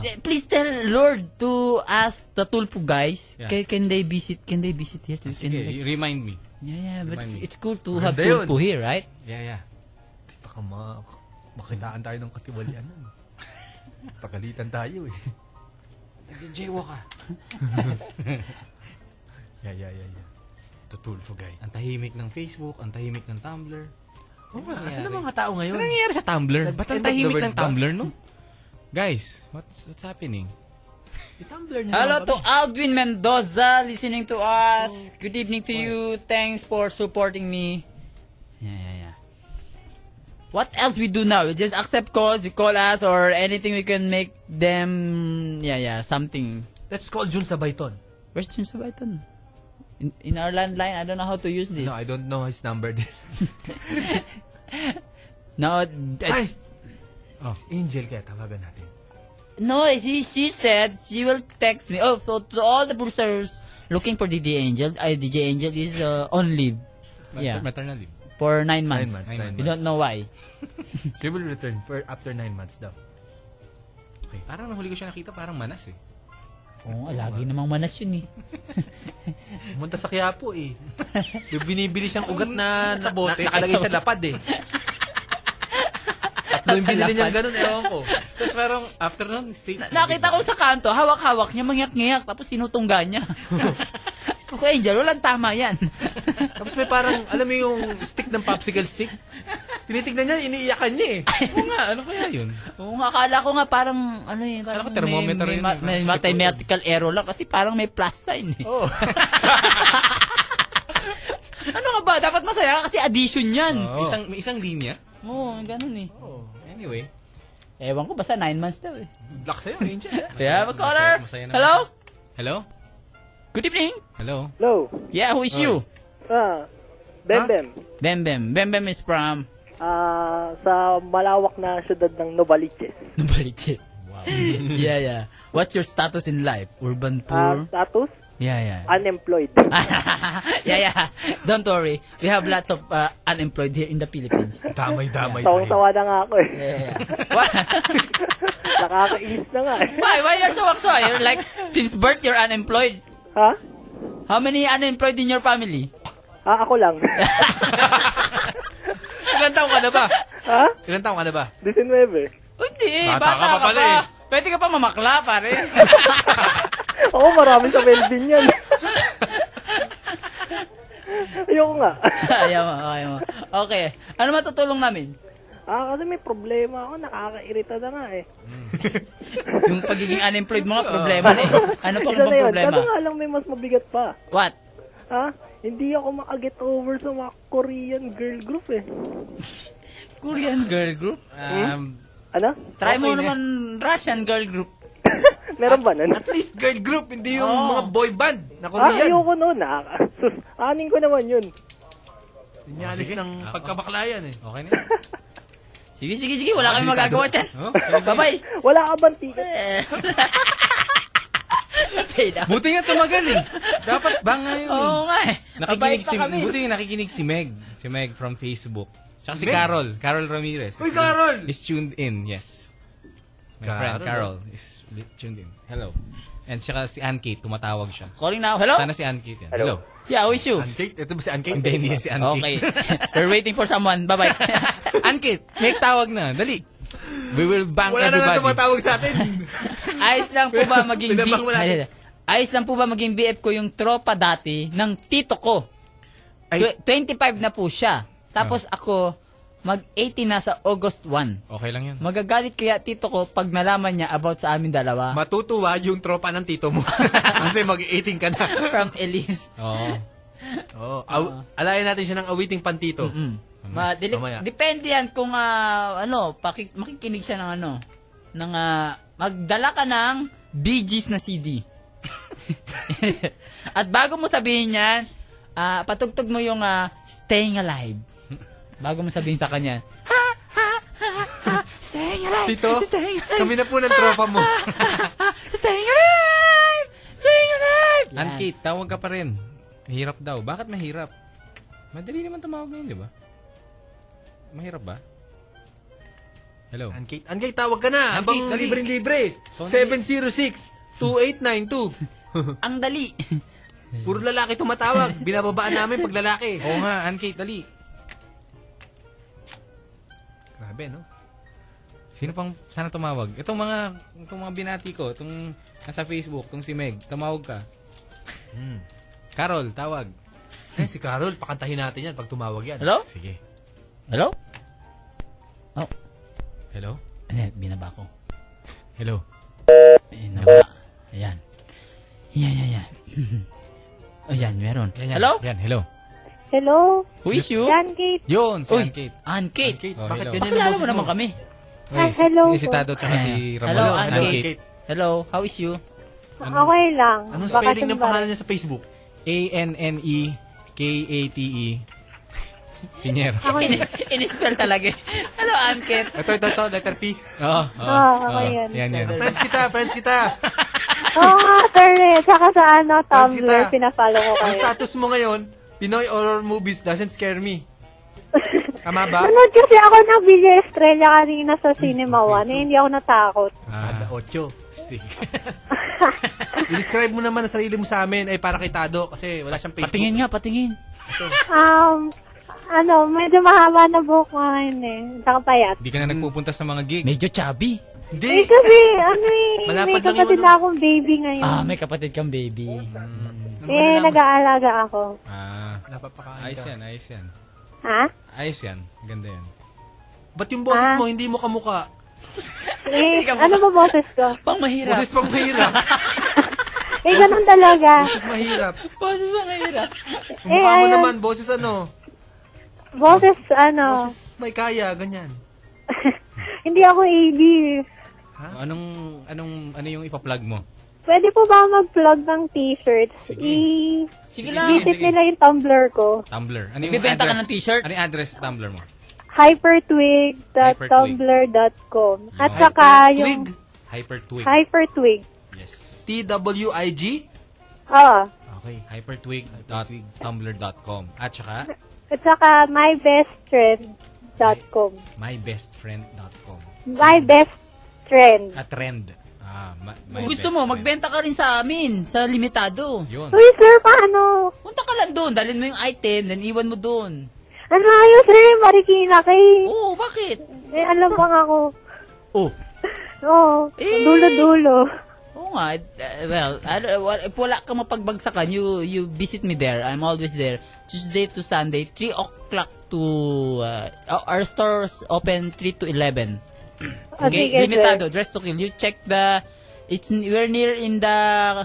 S7: eh, Please tell Lord to ask the Tulpo guys.
S22: Yeah. Ah,
S7: Can, can they visit? Can they visit here? Can
S22: Sige,
S7: they-
S22: remind me.
S1: Yeah, yeah, but
S22: Remind me. Ano
S1: it's cool to have
S4: Maganda yun.
S1: Tulpo here, right?
S22: Yeah, yeah.
S4: Baka ma makitaan tayo ng katiwalian. nun. Pagalitan tayo eh.
S22: Nag-jaywalk ka.
S4: Yeah, yeah, yeah, yeah. Tutulfo guy.
S22: Ang tahimik ng Facebook, ang tahimik ng Tumblr.
S4: Oo nga,
S22: nangyayari?
S4: asan ang mga tao ngayon?
S22: Ano nangyayari sa Tumblr?
S4: Nag-
S22: Ba't ang
S4: end of the
S22: tahimik
S4: world
S22: ng
S4: ba?
S22: Tumblr, no? Guys, what's what's happening?
S4: Tumblr na
S1: Hello
S4: lang
S1: to
S4: kami.
S1: Alvin Oh, Mendoza listening to us. Good evening to you. Thanks for supporting me. Yeah, yeah, yeah. What else we do now? We just accept calls, you call us or anything we can make them yeah, yeah, something.
S4: Let's call Jun sa Bayton.
S1: Where's Jun Sabaiton? In, in our landline, I don't know how to use this.
S4: No, I don't know his number din.
S1: No,
S4: Ay! Oh. Angel kaya tawagan natin.
S1: No, she, she said she will text me. Oh, so to all the producers looking for DJ Angel, I, DJ Angel is uh, on leave.
S22: Mater- maternal leave.
S1: For nine
S4: Nine
S1: months.
S4: months, nine
S1: We
S4: months.
S1: don't know why.
S4: She will return for after nine months daw.
S22: Okay, parang nahuli ko siya nakita, parang manas eh.
S1: Oo, oh, lagi namang manas yun eh.
S4: Pumunta sa Quiapo eh. Yung binibili siyang ugat na,
S22: Sa
S4: na,
S22: bote.
S4: na nakalagay sa lapad eh. Tatlo yung
S1: Sa
S4: binili niya
S1: lapad.
S4: ganun, ewan ko.
S22: Tapos parang after nun, stage.
S1: Nakita ko sa kanto, hawak-hawak niya, mangyak-ngyak, tapos tinutungga niya. Ako, Angel, walang tama yan.
S4: Tapos may parang, alam mo yung stick ng popsicle stick? Tinitignan niya, iniiyakan niya eh.
S22: Oo nga, ano kaya yun?
S1: Oo nga, akala ko nga parang, ano eh, parang
S22: ko thermometer
S1: may, may,
S22: yun
S1: ma-
S22: eh.
S1: may mathematical error lang kasi parang may plus sign eh.
S4: Oo.
S1: ano nga ba?
S4: eh.
S1: Dapat masaya ka kasi addition yan.
S22: May Isang, may isang linya.
S1: Oo, ganun eh.
S22: Anyway.
S1: Ewan ko, basta nine months daw eh.
S4: Black sa'yo, Angel.
S22: Masaya-
S1: Yeah, caller.
S22: masaya- masaya naman.
S1: Hello?
S22: Hello?
S1: Good evening.
S22: Hello?
S23: Hello.
S1: Yeah, who is you?
S23: Ah, Bem Bem.
S1: Bem Bem. Bem Bem is from
S23: Ah, sa malawak na syudad ng Novaliches.
S1: Novaliches. Wow. yeah, yeah. What's your status in life? Urban
S23: Ah,
S1: poor?
S23: status?
S1: yeah, yeah.
S23: Unemployed.
S1: yeah, yeah. Don't worry. We have lots of uh, unemployed here in the Philippines.
S4: Damay, damay
S23: Tawang-tawa na nga ako eh.
S1: Ah, Yeah, yeah.
S23: Nakakainis na nga eh.
S1: Why? Why you're so wakso? You're like, since birth, you're unemployed.
S23: Huh?
S1: How many unemployed in your family?
S23: Ah, ako lang.
S4: Ilan taong ka na ba?
S23: Ha?
S4: Ilan taong ka na ba?
S23: 19.
S1: Oh, Hindi,
S4: Bata
S1: bata,
S4: ka pa
S1: ka
S4: pala
S1: pa.
S4: eh.
S1: Pwede ka pa mamakla, pare.
S23: Oo, marami sa welding yan. Ayoko nga.
S1: ayaw mo, ayaw mo. Okay. Ano matutulong namin?
S23: Ah, kasi may problema ako. Nakakairita na nga eh.
S1: Yung pagiging unemployed mga problema na eh. Ano pang
S23: Isa na
S1: mga
S23: yun.
S1: problema?
S23: Kaso nga lang may mas mabigat pa.
S1: What?
S23: Ha? Hindi ako makaget over sa mga Korean girl group eh.
S1: Korean girl group?
S23: Um, Ano?
S1: Try mo
S23: Okay na.
S1: naman Russian girl group.
S23: Meron ba nun? At
S4: least girl group, hindi yung
S1: Oo.
S4: mga boy band
S23: Ah,
S4: na Korean.
S23: ayoko noon ah. Sus, Aning ko naman yun.
S4: Sinyalis
S22: Sige.
S4: ng
S22: Ah,
S4: pagkabakla yan eh.
S22: Okay na.
S1: Sige, sige, sige. Wala kayong magagawa dyan.
S22: Oh,
S1: Bye-bye.
S23: Wala ka bang ticket?
S22: Buti nga tumagal eh. Dapat ba nga yun? eh.
S1: Oo nga eh. Mabait
S22: Nakikinig
S1: pa
S22: si,
S1: kami.
S22: buti nga nakikinig si Meg. Si Meg from Facebook. Tsaka si
S1: Meg?
S22: Carol. Carol Ramirez.
S1: Uy,
S22: Is-
S1: Carol!
S22: Is tuned in, yes. My
S1: Carol.
S22: friend Carol is li- tuned in. Hello. And tsaka si Ann Kate, tumatawag siya.
S1: Calling now. Hello?
S22: Sana si Ann Kate yan.
S1: Hello.
S22: Hello.
S1: Yeah, how is you?
S4: Ankate? Ito ba si Ankate?
S22: Hindi, hindi yan si Ann Kate.
S1: Okay. We're waiting for someone. Bye-bye.
S22: Ann Kate, Meg tawag na. Dali. We will bank
S4: Wala na
S22: everybody.
S4: nga tumatawag sa atin.
S1: Ayos lang po ba maging B-
S4: Pinabang wala.
S1: Ay, Ayos lang po ba maging BF ko yung tropa dati ng tito ko? Tw- 25 na po siya. Tapos
S4: Ah.
S1: ako, mag-80 na sa August 1.
S4: Oh.
S22: Okay lang yan.
S1: Magagalit kaya tito ko pag nalaman niya about sa amin dalawa
S4: Matutuwa yung tropa ng tito mo. Kasi mag-18 ka na.
S1: from Elise.
S22: Oo.
S4: Oh, aw- alayan natin siya ng awiting pantito.
S1: Ma,
S4: Mm-hmm.
S1: dili-
S4: Mamaya.
S1: depende yan kung ah, ano, paki- makikinig siya ng ano, ng ah, magdala ka ng Bee Gees na CD. At bago mo sabihin yan, ah, patugtog mo yung ah, Staying Alive. Bago mo sabihin sa kanya, Staying alive.
S4: Tito,
S1: Staying alive.
S4: kami na po ng tropa mo.
S1: Staying alive! Staying alive! Yan.
S22: Ann Kate, tawag ka pa rin. Mahirap daw. Bakit mahirap? Madali naman tumawag ngayon, di ba? Mahirap ba? Hello.
S4: Ann Kate, Ann Kate, tawag ka na.
S22: Ann Kate,
S4: Habang
S22: dali.
S4: libreng-libre.
S22: So,
S4: 706-2892.
S1: Ang dali.
S4: Puro lalaki tumatawag. Binababaan namin pag lalaki.
S22: Oo nga, Ann Kate, dali.
S4: Grabe, no?
S22: Sino pang sana tumawag? Itong mga, itong mga binati ko, itong nasa Facebook, itong si Meg, tumawag ka. Carol, tawag.
S4: Eh, si Carol, pakantahin natin yan pag tumawag yan.
S1: Hello?
S22: Sige.
S1: Hello? Oh.
S22: Hello?
S1: Eh, binaba ko.
S22: Hello?
S1: Eh, nawa. Ayan. Yan, yan, yan. Ayan, meron. Hello?
S22: Yan, hello.
S24: Hello?
S1: Who is you?
S24: Yan, Kate.
S22: Yun, si
S1: Uy,
S22: Ann Kate.
S1: Ann Kate.
S22: Oh,
S1: Bakit
S22: hello.
S1: ganyan ang mo naman kami?
S22: Uy,
S24: Hi, Ah, hello
S22: Si, si
S24: po.
S22: Tato tsaka si Ramon.
S1: Hello, Ann
S22: Hello,
S1: Kate. Hello, how is you?
S24: Okay lang.
S4: Anong
S24: Ah, Baka
S4: spelling ng
S24: tumbalik.
S4: pangalan niya sa Facebook? E
S22: A-N-N-E-K-A-T-E. Pinero.
S7: Ako in- in-spell talaga. Hello, Amkit.
S4: Ito, ito, ito, letter P.
S22: Oo.
S24: Ah, ako yan.
S22: Yan, yan.
S4: Friends kita, friends kita.
S24: Oo nga, sir. eh. Tsaka sa ano, Tumblr, pinafollow ko
S4: Ang
S24: kayo.
S4: status mo ngayon, Pinoy horror movies doesn't scare me. Tama ba?
S24: Nanood kasi ako ng Villa Estrella kanina sa Cinema One, eh, hindi ako natakot.
S4: Ah, ocho. Stick. I-describe mo naman ang sarili mo sa amin. Ay, para kay Tado kasi wala siyang Facebook.
S1: Patingin nga, patingin.
S24: Um, ano, medyo mahaba na buhok ko ngayon eh. Saka payat.
S22: Hindi ka na nagpupunta sa mga gig.
S1: Medyo chubby.
S24: Eh, kasi, ano eh,
S1: Malapad
S24: may
S1: lang yung
S24: kapatid
S1: ano.
S24: na akong baby ngayon.
S1: Ah, may kapatid kang baby.
S24: eh, nag-aalaga ako.
S22: Ah.
S4: ano.
S22: Ayos yan, ayos yan.
S24: Ha?
S22: Ayos yan. Ganda yan.
S4: Ba't yung
S24: Ah.
S4: boses mo, hindi mo kamuka?
S24: Eh, ano ba boses ko?
S1: Pang mahirap.
S4: Boses pang mahirap.
S24: Eh, ganun talaga.
S4: Boses mahirap.
S1: Boses mahirap.
S24: Eh,
S4: Mukha mo
S24: ayun.
S4: naman, boses ano?
S24: Boses, ano,
S4: Boses may kaya, ganyan.
S24: hindi ako AB.
S22: Anong, anong, ano yung ipa-plug mo?
S24: Pwede po ba mag-plug ng t-shirts?
S22: Sige.
S24: I-
S22: Sige lang.
S24: Visit
S22: Sige.
S24: nila yung Tumblr ko.
S4: Ah.
S22: Tumblr. Ano yung
S1: Nagbebenta ka
S22: address?
S1: ng t-shirt?
S22: Ano yung address sa Tumblr mo?
S24: hypertwig.tumblr.com At saka yung
S22: Hypertwig.
S24: hypertwig.
S22: Yes.
S4: T-W-I-G?
S24: Oo.
S22: Okay. Hypertwig.tumblr.com At saka,
S24: At saka mybesttrend.com
S22: mybestfriend.com
S24: My best friend.
S22: A trend. Ah, ma- my
S1: Gusto
S22: best
S1: mo,
S22: friend.
S1: magbenta ka rin sa amin, sa limitado.
S22: Yun.
S24: Uy, sir, paano?
S1: Punta ka lang doon, dalhin mo yung item, then iwan mo doon.
S24: Ano kayo, sir? Marikina kay...
S1: Oo, bakit?
S24: Eh, alam bang ako?
S1: Oh.
S24: Oo. Dulo-dulo.
S1: Oo nga, uh, well, I don't- wa- if wala ka mapagbagsakan, you, you visit me there. I'm always there. Tuesday to Sunday, 3 o'clock to, uh, our stores open 3 to 11.
S7: Ah,
S1: Okay,
S7: sige, sir.
S1: limitado, dress to kill. You check the, it's, we're near in the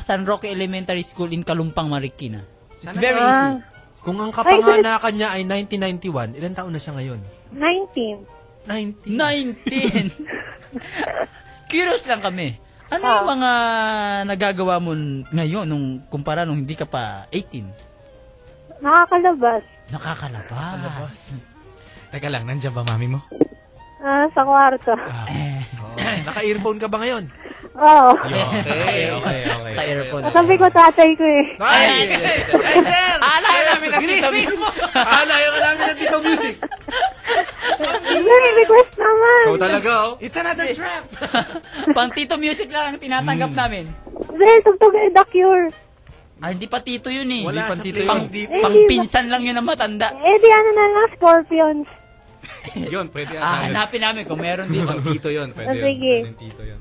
S1: San Roque Elementary School in Kalumpang, Marikina. It's very easy.
S4: Kung ang kapanganakan niya ay 1991, ilan taon na siya ngayon?
S24: 19.
S4: 19.
S1: 19. Curious lang kami. Ano
S7: Ah.
S24: Ah,
S1: yung mga nagagawa mo ngayon nung kumpara nung hindi ka pa 18?
S24: Nakakalabas.
S1: Nakakalabas.
S22: Teka lang, nandiyan ba mami mo?
S24: Ah, sa kwarto.
S4: Naka-earphone ka ba ngayon?
S24: Oo.
S4: Okay,
S22: okay, okay.
S4: Naka-earphone.
S24: Sabi ko tatay ko eh.
S4: Ay, sir!
S1: Alayo namin
S4: ang Tito Music! Alayo namin ang Tito Music!
S24: Sir, request naman.
S4: Ikaw talaga, oh.
S1: It's another trap! Pang Tito Music lang ang tinatanggap
S4: Hmm.
S1: namin.
S24: Sir, tugtog na The Cure.
S1: Ah, hindi pa Tito yun eh.
S4: Wala
S1: pang
S4: sa playlist
S1: pang,
S4: dito.
S1: pang pinsan lang yun ang matanda.
S24: Eh, di ano na lang, Scorpions.
S22: yun, pwede yata.
S1: Ah,
S22: yun.
S1: hanapin namin kung meron dito.
S22: Pang tito yun, pwede
S24: Ah,
S22: yun.
S24: sige.
S22: Pwede yung tito yun.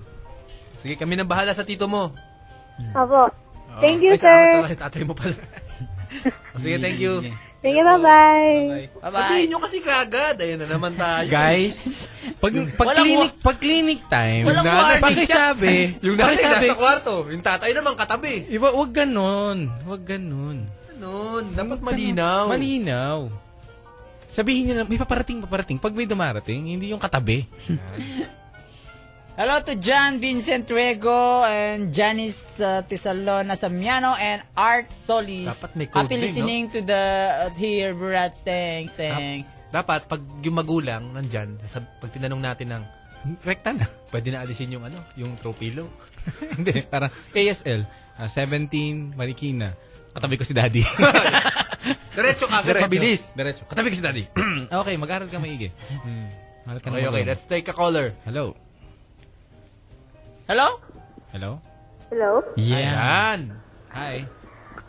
S4: Sige, kami nang bahala sa tito mo.
S24: Opo.
S4: Oo.
S24: Thank you,
S4: Ay, sa
S24: sir.
S4: tatay- tatay mo pala. Sige, thank you.
S24: Sige, bye-bye.
S4: Sabihin nyo kasi kagad. Ayun na naman tayo.
S22: Guys, pag, pag clinic, pag clinic time,
S4: Walang warning
S22: pakisabi,
S4: siya. Yung nanay
S22: pakisabi,
S4: nasa kwarto. Yung tatay naman katabi.
S22: Iba, wag ganon. Wag ganon.
S4: Ganun. Dapat malinaw.
S22: Malinaw. Sabihin niyo na, may paparating, paparating. Pag may dumarating, hindi yung katabi.
S1: Hello to John Vincent Rego and Janice uh, Tisalona Samiano and Art Solis.
S4: Dapat may code
S1: Happy
S4: name, no?
S1: listening to the uh, here, Brats. Thanks, thanks.
S4: Dapat, pag yung magulang nandyan, sa, pag tinanong natin ng,
S22: Rekta na.
S4: pwede na alisin yung ano, yung throw pillow.
S22: hindi, parang ASL, ah, 17, Marikina. Katabi ko si daddy.
S4: Diretso ka,
S22: Diretso.
S4: agad, mabilis.
S22: Diretso. Katabi ko si daddy. okay, mag-aral ka maigi. Hmm. Aral ka na
S4: Okay, okay,
S22: mag-aral.
S4: let's take a caller.
S22: Hello.
S1: Hello?
S22: Hello?
S25: Hello?
S4: Ayan.
S22: Hi.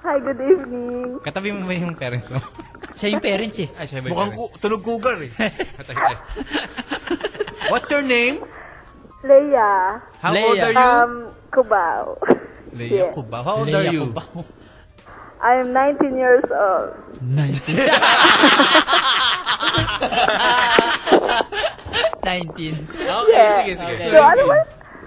S25: Hi, good evening.
S22: Katabi mo ba yung parents mo?
S1: siya yung parents eh.
S22: Ah, siya ba yung
S4: Mukhang
S22: parents?
S4: ku- tunog cougar eh. What's your name?
S25: Leia.
S4: How old are you?
S25: Um, Cubao.
S4: Leia
S25: yes.
S4: Cubao. How old are you?
S25: I'm 19 years old.
S1: 19.
S22: Okay, sige, sige.
S1: Okay.
S25: So, ano ba?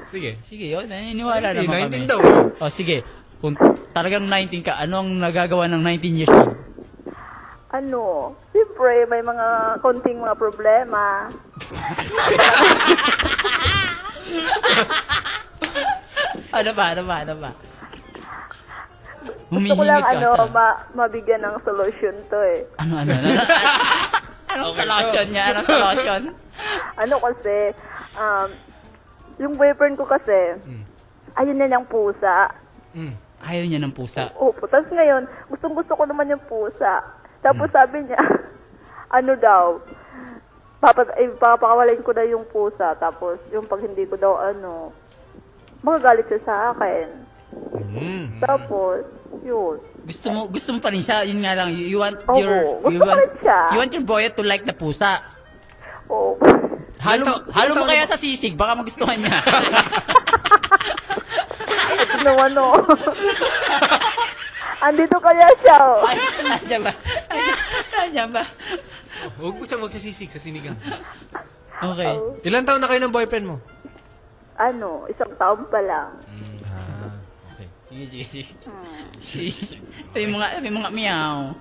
S22: Sige.
S1: Sige, yun. Naniniwala
S4: 19,
S1: naman
S4: 19
S1: kami.
S4: daw.
S1: Oh, sige. Kung talagang 19 ka, anong nagagawa ng 19 years old?
S25: Ano? Siyempre, may mga konting mga problema.
S1: Ano ba, ano ba, ano ba?
S13: Gusto ko lang
S1: Humihingit ka
S13: ano,
S1: ata.
S13: ma- mabigyan ng solution to eh.
S1: Ano, ano, ano? Anong solution niya? Anong solution?
S13: ano kasi, um, yung boyfriend ko kasi,
S1: Hmm.
S13: ayun na ng pusa.
S1: Mm. Ayaw niya ng pusa.
S13: Opo, tapos ngayon, gustong gusto ko naman yung pusa. Tapos sabi niya, ano daw, papat eh, papakawalan ko na yung pusa. Tapos yung pag hindi ko daw ano, magagalit siya sa akin. Mm. Tapos, yun.
S1: Gusto mo, gusto mo pa rin siya. Yun nga lang, you, you want
S13: Oo,
S1: your...
S13: gusto
S1: you
S13: ko
S1: want,
S13: rin siya.
S1: You want your boyet to like the pusa.
S13: Oo.
S1: Halo, halo mo kaya sa sisig, baka magustuhan niya.
S13: Ito naman ano. Andito kaya siya oh.
S1: Nandiyan ba? Nandiyan ba?
S4: Huwag mo siya, huwag siya sisig sa sinigang.
S1: Okay.
S4: Ilan taon na kayo ng boyfriend mo?
S13: Ano, isang taon pa lang.
S1: Sige, sige, sige.
S4: Hmm.
S1: Sige. May mga, may mga meow.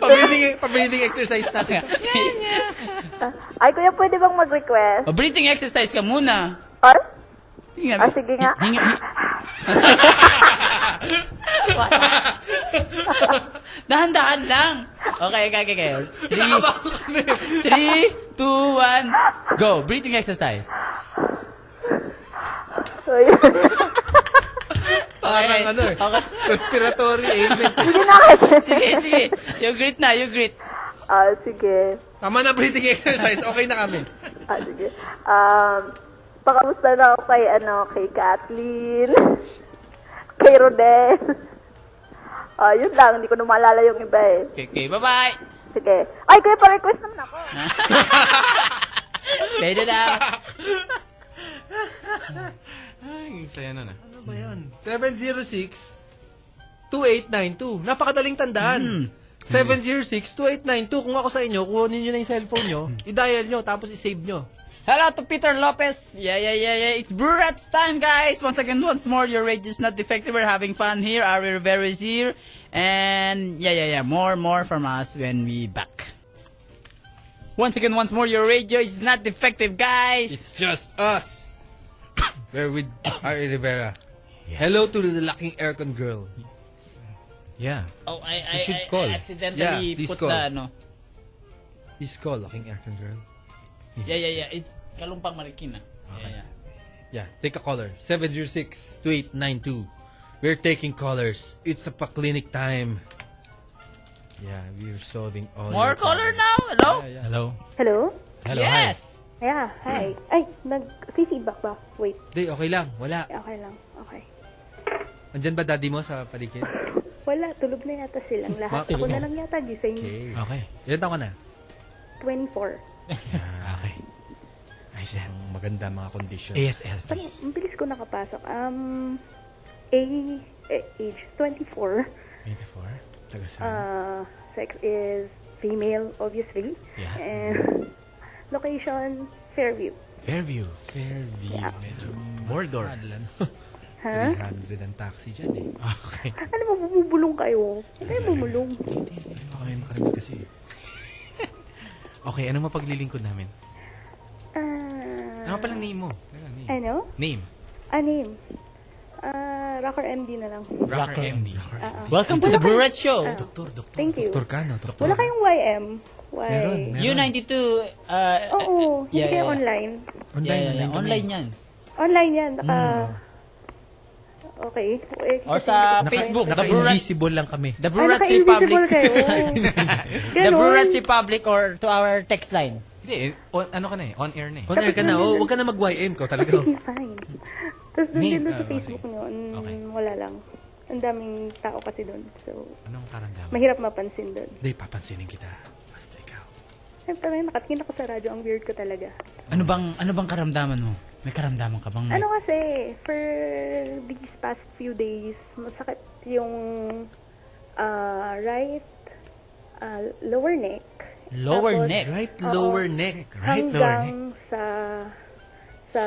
S4: pabreathing, pabreathing exercise natin.
S13: Ay, kuya, pwede bang mag-request?
S1: O, Oh, breathing exercise ka muna.
S13: Or?
S1: Hinga,
S13: Ah, sige nga.
S1: hinga, hinga. Dahan-dahan lang. Okay, okay, okay, okay. Three, three, two, one, go. Breathing exercise.
S4: Parang ano eh. Respiratory ailment. eh.
S13: Sige na kasi.
S1: Sige, sige. You greet na, you greet.
S13: Ah, sige.
S4: Tama na breathing exercise. Okay na kami.
S13: Ah, sige. Um, pakamusta na ako kay, ano, kay Kathleen, kay Rodel. Ah, yun lang. Hindi ko na maalala yung iba eh.
S1: Okay, okay, bye-bye.
S13: Sige. Ay, kuya, pa-request naman ako.
S1: Pwede na.
S4: Ay, saya na na. Ano ba yan? 706-2892. Napakadaling tandaan.
S1: Hmm.
S4: 706-2892. Kung ako sa inyo, kunin nyo na yung cellphone nyo,
S1: Hmm.
S4: i-dial nyo, tapos i-save nyo.
S1: Hello to Peter Lopez. Yeah, yeah, yeah, yeah. It's Brew Rats time, guys. Once again, once more, your radio is not defective. We're having fun here. Ari Rivera is here. And yeah, yeah, yeah. More, more from us when we back. Once again, once more, your radio is not defective, guys.
S4: It's just us. We're with Ari Rivera. Hello to the laking aircon girl.
S24: Yeah.
S1: Oh, I,
S4: She should call. Yeah, please call.
S1: ano.
S4: This call, laking aircon girl.
S1: Yeah, yeah, yeah. It's kalumpang marikina. Okay.
S4: Yeah, take a caller. 706-2892. We're taking callers. It's a pa-clinic time. Yeah, we're solving all your
S1: More caller now? Hello?
S24: Hello?
S8: Hello?
S4: Hello,
S1: yes!
S8: Yeah, hi. Ay, nag-feedback ba? Wait,
S4: Hi. Di, okay lang. Wala.
S8: okay lang. Okay.
S4: Andyan ba daddy mo sa paligid?
S8: Wala, tulog na yata silang lahat. Ako na lang yata gising.
S4: Okay. Ilan taon ka na?
S8: 24.
S4: okay. Ay, Sam. Maganda mga condition.
S24: ASL.
S8: Parang, ang bilis ko nakapasok. Um, A, eh, age
S4: 24?
S8: 24.
S4: Taga saan?
S8: Uh, sex is female, obviously.
S4: Yeah.
S8: And location, Fairview.
S4: Fairview. Fairview. Medyo Mordor.
S8: Ha?
S4: 300 ang taxi dyan eh. Okay.
S8: Ano ba, bumubulong kayo? Hindi kayo bumulong.
S24: Baka may makarinig kasi. okay,
S4: ano
S24: anong mapaglilingkod namin?
S8: Ah,
S24: Ano palang name mo? Ano, name?
S8: Ano?
S24: Name.
S8: Ah, name. Ah, Rocker MD na lang.
S24: Rocker MD.
S8: Ah, ah.
S1: Welcome to the Brew Rats Show.
S4: Doktor, doktor.
S8: Thank you.
S4: Turkano, doktor.
S8: Wala kayong YM. Y.
S1: U92, uh,
S8: Oo, hindi
S1: Yeah,
S8: kayo
S1: yeah.
S8: online.
S1: Online, yeah, yeah,
S8: online kami.
S1: online yan.
S8: Online yan. Naka... Okay. Eh,
S1: Or
S8: kasi
S1: sa
S8: hindi ko
S1: Facebook, The Brew Rats-
S4: Naka-invisible lang kami.
S1: The Brew Rats
S8: Ah, naka-invisible
S1: Republic.
S8: kayo.
S1: the Brew
S8: Ganon.
S1: Rats Republic or to our text line. Ano
S24: Hindi, eh, on, ano ka na eh? On air na eh.
S4: On air ka na. Oh, huwag ka na mag-YM ko talaga.
S8: Sige, fine. Tapos doon
S4: Name,
S8: din doon
S4: ah,
S8: sa Facebook nyo, mm, wala lang. Ang daming tao kasi doon. So,
S4: Anong karamdaman?
S8: mahirap mapansin doon.
S4: Hindi, papansinin kita. Basta ikaw.
S8: Ay, parang nakatingin ako sa radyo. Ang weird ko talaga.
S1: Ano bang ano bang karamdaman mo? May karamdaman ka
S4: Mm.
S1: bang?
S8: Ano kasi, for these past few days, masakit yung ah, right ah, lower neck.
S1: Lower
S8: Tapos,
S1: neck.
S4: Right
S8: oo,
S4: lower neck. Right lower neck.
S8: hanggang sa sa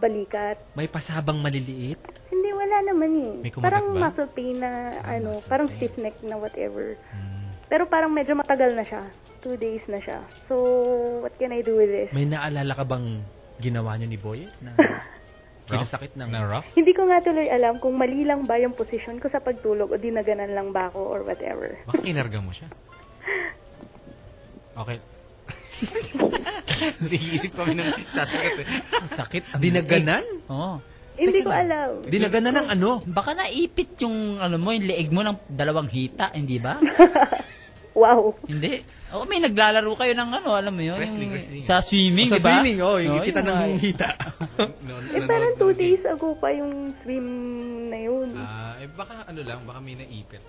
S8: balikat.
S4: May pasabang maliliit.
S8: Hindi, wala naman eh.
S4: May kumagat
S8: Parang
S4: ba? Ah,
S8: muscle pain na, ano, parang stiff neck na whatever.
S4: Hmm.
S8: Pero parang medyo matagal na siya. Two days na siya. So, what can I do with this?
S4: May naalala ka bang ginawa niyo ni Boyet? Na Kinasakit ng... Na rough?
S8: Hindi ko nga tuloy alam kung mali lang ba yung posisyon ko sa pagtulog o dinaganan lang ba ako or whatever.
S26: Baka kinarga mo siya. Okay. Naiisip kami ng sasagot eh.
S1: Ang sakit.
S4: Dinaganan?
S1: Oo.
S8: Hindi ko alam.
S4: Dinaganan ng ano?
S1: Baka naipit yung, ano mo, yung leeg mo ng dalawang hita, hindi ba?
S8: wow.
S1: Hindi. O, may naglalaro kayo ng ano, alam mo yun?
S26: Wrestling,
S1: yung-
S26: wrestling.
S1: Sa swimming,
S4: O, sa
S1: di ba?
S4: swimming, oo, yung ipitan ng
S1: hita.
S8: Eh, parang two days ago pa yung swim na yun.
S26: Ah, eh baka ano lang, baka may naipit.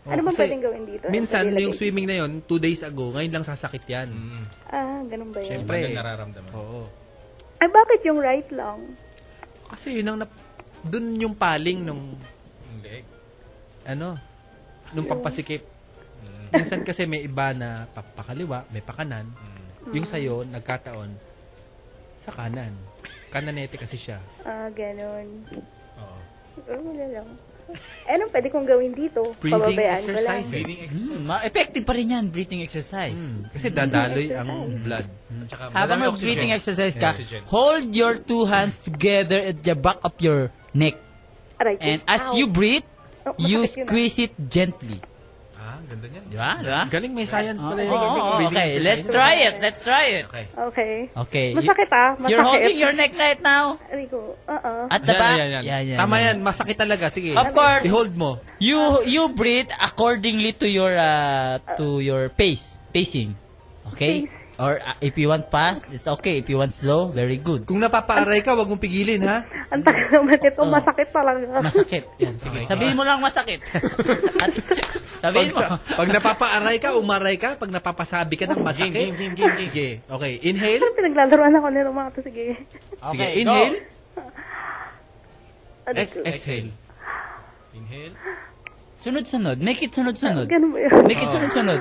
S8: ano bang
S4: Oh, kasi
S8: pwedeng gawin dito?
S4: Minsan,
S8: Pwede
S4: yung
S8: ilagay-
S4: swimming na yon two days ago, ngayon lang sasakit yan.
S8: Ah, ganun ba yun?
S4: Siyempre.
S26: Iba na Mm. nararamdaman.
S4: Oo.
S8: Ay, bakit yung right lang?
S4: Kasi yun ang nap... Dun yung paling nung...
S26: Hindi.
S4: Ano? Nung pagpasikip.
S26: Mm.
S4: Minsan kasi may iba na pa- pakaliwa, may pakanan.
S26: Mm.
S4: Yung sa'yo, nagkataon, sa kanan. Kananete kasi siya.
S8: Ah, ganun.
S4: Oo.
S8: Oh, wala lang. Eh, anong pwede kong gawin dito?
S4: Breathing
S8: Pababayaan ko lang.
S4: exercises. Breathing
S1: Hmm, ma- effective pa rin yan, breathing exercise.
S4: Kasi dadaloy ang blood.
S26: Tsaka
S1: Habang
S26: Ah, madami oxygen.
S1: mag-breathing exercise ka,
S26: Oxygen.
S1: hold your two hands together at the back of your neck.
S8: Aray,
S1: And
S8: ow.
S1: as you breathe,
S8: Oh,
S1: you
S8: masakit yun, ah.
S1: squeeze it gently.
S26: Ah, ganda niyan.
S1: Di ba? Di ba?
S4: Galing may science
S1: Oo,
S4: pala
S1: oo, oo. Oh, Okay, let's try it. Let's try it.
S26: Okay.
S8: Okay.
S1: Okay.
S4: Eh,
S8: Masakit ah. Masakit.
S1: You're holding your neck right now.
S8: Aray ko. Oo.
S1: At the
S4: Yan,
S1: back.
S4: yan, yan. Tama yan. Masakit talaga. Sige.
S1: Of course.
S4: I-hold mo.
S1: You you breathe accordingly to your uh, to your pace, pacing. Okay? Or uh, if you want fast, it's okay. If you want slow, very good.
S4: Kung napapaaray ka, wag mong pigilin, ha?
S8: Ang tagal naman ito. Masakit talaga.
S1: Oh. Masakit. Yan, sige. Sabihin mo lang masakit. At, sabihin
S4: pag, sa-
S1: mo.
S4: pag napapaaray ka, umaray ka, pag napapasabi ka
S1: Oh,
S4: ng masakit. Game, game, game, game, Okay, inhale.
S8: Parang pinaglalaroan ako nito mga to. Sige.
S4: Sige,
S1: Okay, go.
S4: inhale.
S8: Aray
S4: Ex-
S8: ko.
S4: exhale.
S26: Inhale.
S1: Sunod-sunod. Make it sunod-sunod.
S8: Ganun ba yun?
S1: Make it sunod-sunod.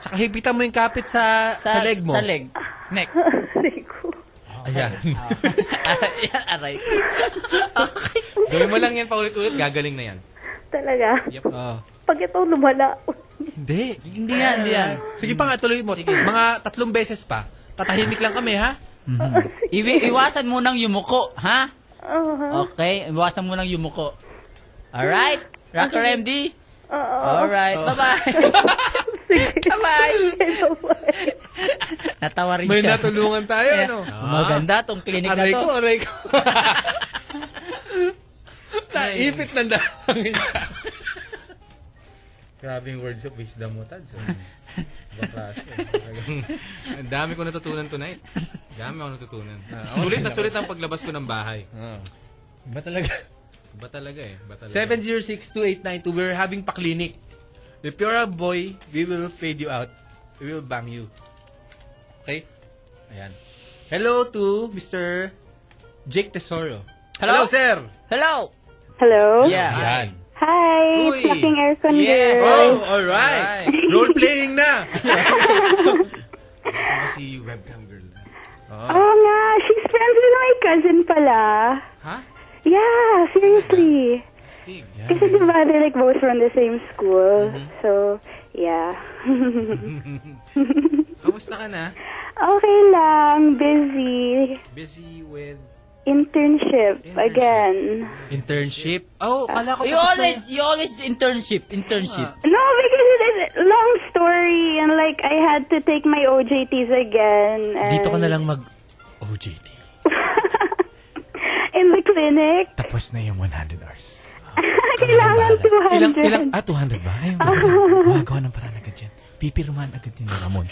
S4: Tsaka hipitan mo yung kapit sa, sa, leg mo.
S1: Sa leg. Neck.
S8: Aray ko.
S4: Ayan.
S1: Yan, Ah, aray.
S26: Gawin mo lang yan paulit-ulit, gagaling na yan.
S8: Talaga.
S26: Yep.
S1: Oh.
S8: Pag ito lumala.
S4: Hindi.
S1: Hindi yan, hindi yan.
S4: Sige pa nga, tuloy mo. Mga tatlong beses pa. Tatahimik lang kami, ha?
S1: Mm-hmm. Iwi- iwasan mo nang yumuko, ha?
S8: Oo.
S1: Okay? Iwasan mo nang yumuko. Alright? Rocker MD?
S8: Oo.
S1: Alright.
S4: Oh.
S1: Bye-bye. Bye-bye. Natawa rin
S4: May
S1: siya.
S4: natulungan tayo, ano?
S1: Maganda tong clinic na
S4: Aray
S1: to.
S4: ko, aray ko. Naipit ng dahangin.
S26: Grabe yung words of wisdom mo, Tad.
S4: oh.
S26: Ang dami ko natutunan tonight. Ang dami ako natutunan. sulit na sulit ang paglabas ko ng bahay.
S4: Ba talaga?
S26: Ba talaga eh? Ba talaga?
S4: 7062892, we're having pa-clinic. If you're a boy, we will fade you out. We will bang you. Okay? Ayan. Hello to Mr. Jake Tesoro.
S1: Hello?
S4: sir!
S1: Hello!
S13: Hello?
S1: Yeah.
S4: Ayan.
S13: Hi,
S4: Uy.
S13: it's fucking aircon
S1: Yes.
S13: girl.
S4: Oh, alright. Role-playing na!
S26: Sino si webcam girl?
S13: Oh. nga, she's friends with my cousin pala.
S26: Ha?
S13: Yeah, seriously.
S26: Stig.
S13: Kasi si ba, they're like both from the same school. So, yeah.
S26: Kamusta ka na?
S13: okay lang, busy.
S26: Busy with...
S13: Internship, again.
S4: Internship. Oh, kala ko
S1: You
S4: tapos na
S1: always, you always do internship. Internship.
S4: Ah.
S13: No, because it's a long story and like I had to take my OJTs again.
S4: yan.
S13: And
S4: Dito ka na lang mag... OJT.
S13: In the clinic.
S26: Tapos na yung 100 hours.
S13: Kailangan 200.
S26: Ilang, ilang, ah, 200 ba? Ayun, gumagawa ng paraan agad yan. Pipirmahan agad yun ni Ramon.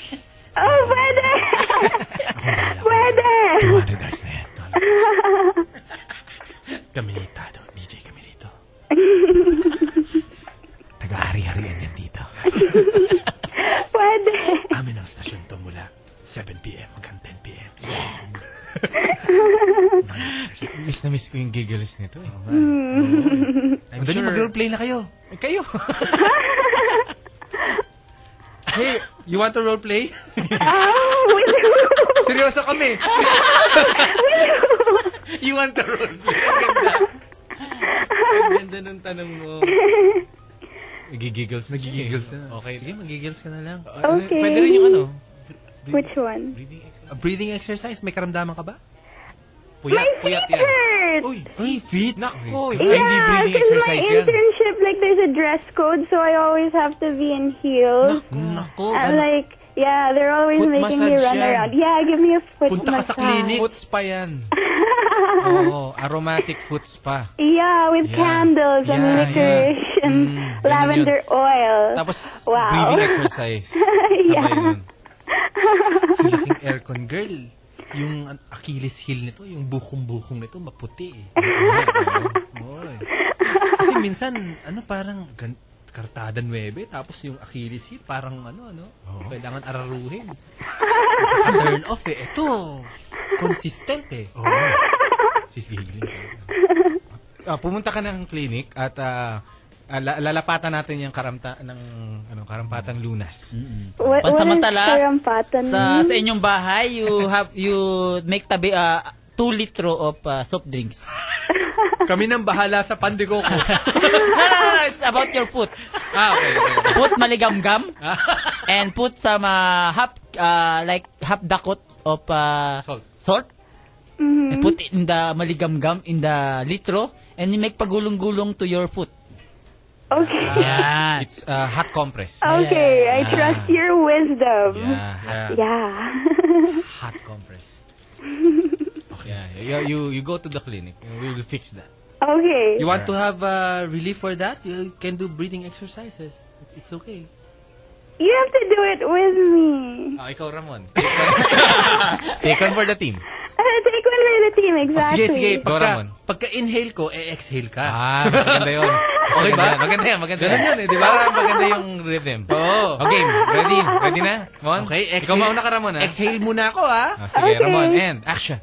S13: Oh, pwede! pwede!
S26: 200 hours na yan. 200. Kami ni Tado, DJ kami rito. Nag-aari-harian yan dito.
S13: Pwede!
S26: Amin ang stasyon to mula 7pm hanggang 10pm. miss na miss ko yung giggles nito eh.
S13: Oh.
S26: I'm
S4: Madali mag-roleplay na kayo.
S26: Kayo!
S4: Hey, you want to roleplay?
S13: Oh, will you?
S4: Seryoso kami.
S26: you want to roleplay? Ang ganda. Ang ganda nung tanong mo. Nagigiggles. Nagigiggles na. Okay.
S4: Sige, magiggles ka na lang.
S13: Okay.
S26: Pwede rin yung ano.
S13: Which one?
S4: Ah, A breathing exercise, may karamdaman ka ba?
S22: Puyat, puyat yan.
S13: Uy,
S22: Ay, fit. Nako,
S13: Yeah,
S22: ay, hindi breathing
S13: cause my
S22: exercise yan.
S13: internship, like, there's a dress code, so I always have to be in heels. And,
S4: ano?
S13: like, yeah, they're always
S4: Foot
S13: making me
S4: massage
S13: run
S4: yan.
S13: around. Yeah, give me a foot
S4: Punta ka
S13: massage.
S4: sa clinic. Foots pa yan.
S22: Oo, aromatic foot spa.
S13: Yeah, with
S22: Yeah.
S13: candles and
S22: Yeah,
S13: licorice and lavender oil.
S22: Tapos,
S13: wow.
S22: breathing exercise.
S13: yeah.
S4: Yung aircon girl, yung an- Achilles heel nito, yung bukong-bukong nito, maputi eh. Oy. Kasi minsan, ano parang, gan- kartada 9, tapos yung Achilles heel, parang ano, ano, kailangan araruhin. Turn off eh. Ito, consistent eh.
S22: She's giggling. Ah, pumunta ka ng clinic at ah, ah, la- lalapatan natin yung karamta ng ano karampatang lunas.
S13: What, what is
S1: Pansamantala,
S13: karampatan?
S1: Sa, sa inyong bahay, you have you make tabi ah, two litro of ah, soft drinks.
S4: Kami nang bahala sa pandikoko.
S22: Ah,
S1: no, no, no, it's about your foot.
S4: Ah, okay.
S1: Put maligamgam and put some ah, half ah, like half dakot of ah,
S22: salt.
S13: Mm-hmm.
S1: And put it in the maligamgam in the litro and you make pagulong-gulong to your foot.
S13: Okay.
S22: Yeah. It's ah, hot compress.
S13: Okay, I trust your wisdom.
S22: Yeah.
S13: Yeah.
S22: Ah, Hot compress. Yeah, you, you you go to the clinic. We will fix that.
S13: okay.
S4: You want to have uh, relief for that? You can do breathing exercises. It's okay.
S13: You have to do it with me.
S22: Ah, ikaw Ramon. Take one for the team.
S13: Uh, take one for the team,
S4: Ah,
S13: exactly.
S4: sige, sige.
S22: Go, Ramon.
S4: Pagka, pagka-inhale ko, eh-exhale ka.
S22: Ah, mas maganda yun.
S4: Okay ba?
S22: Maganda yan, maganda yan.
S4: Ganun yun eh, di ba?
S22: Parang maganda yung rhythm.
S4: Oo.
S22: Okay, ready? Ready na? Mon?
S4: Okay, exhale.
S22: Ikaw mauna ka, Ramon, ha?
S4: Exhale muna ako, ha?
S22: Ah, sige, Ramon, and action.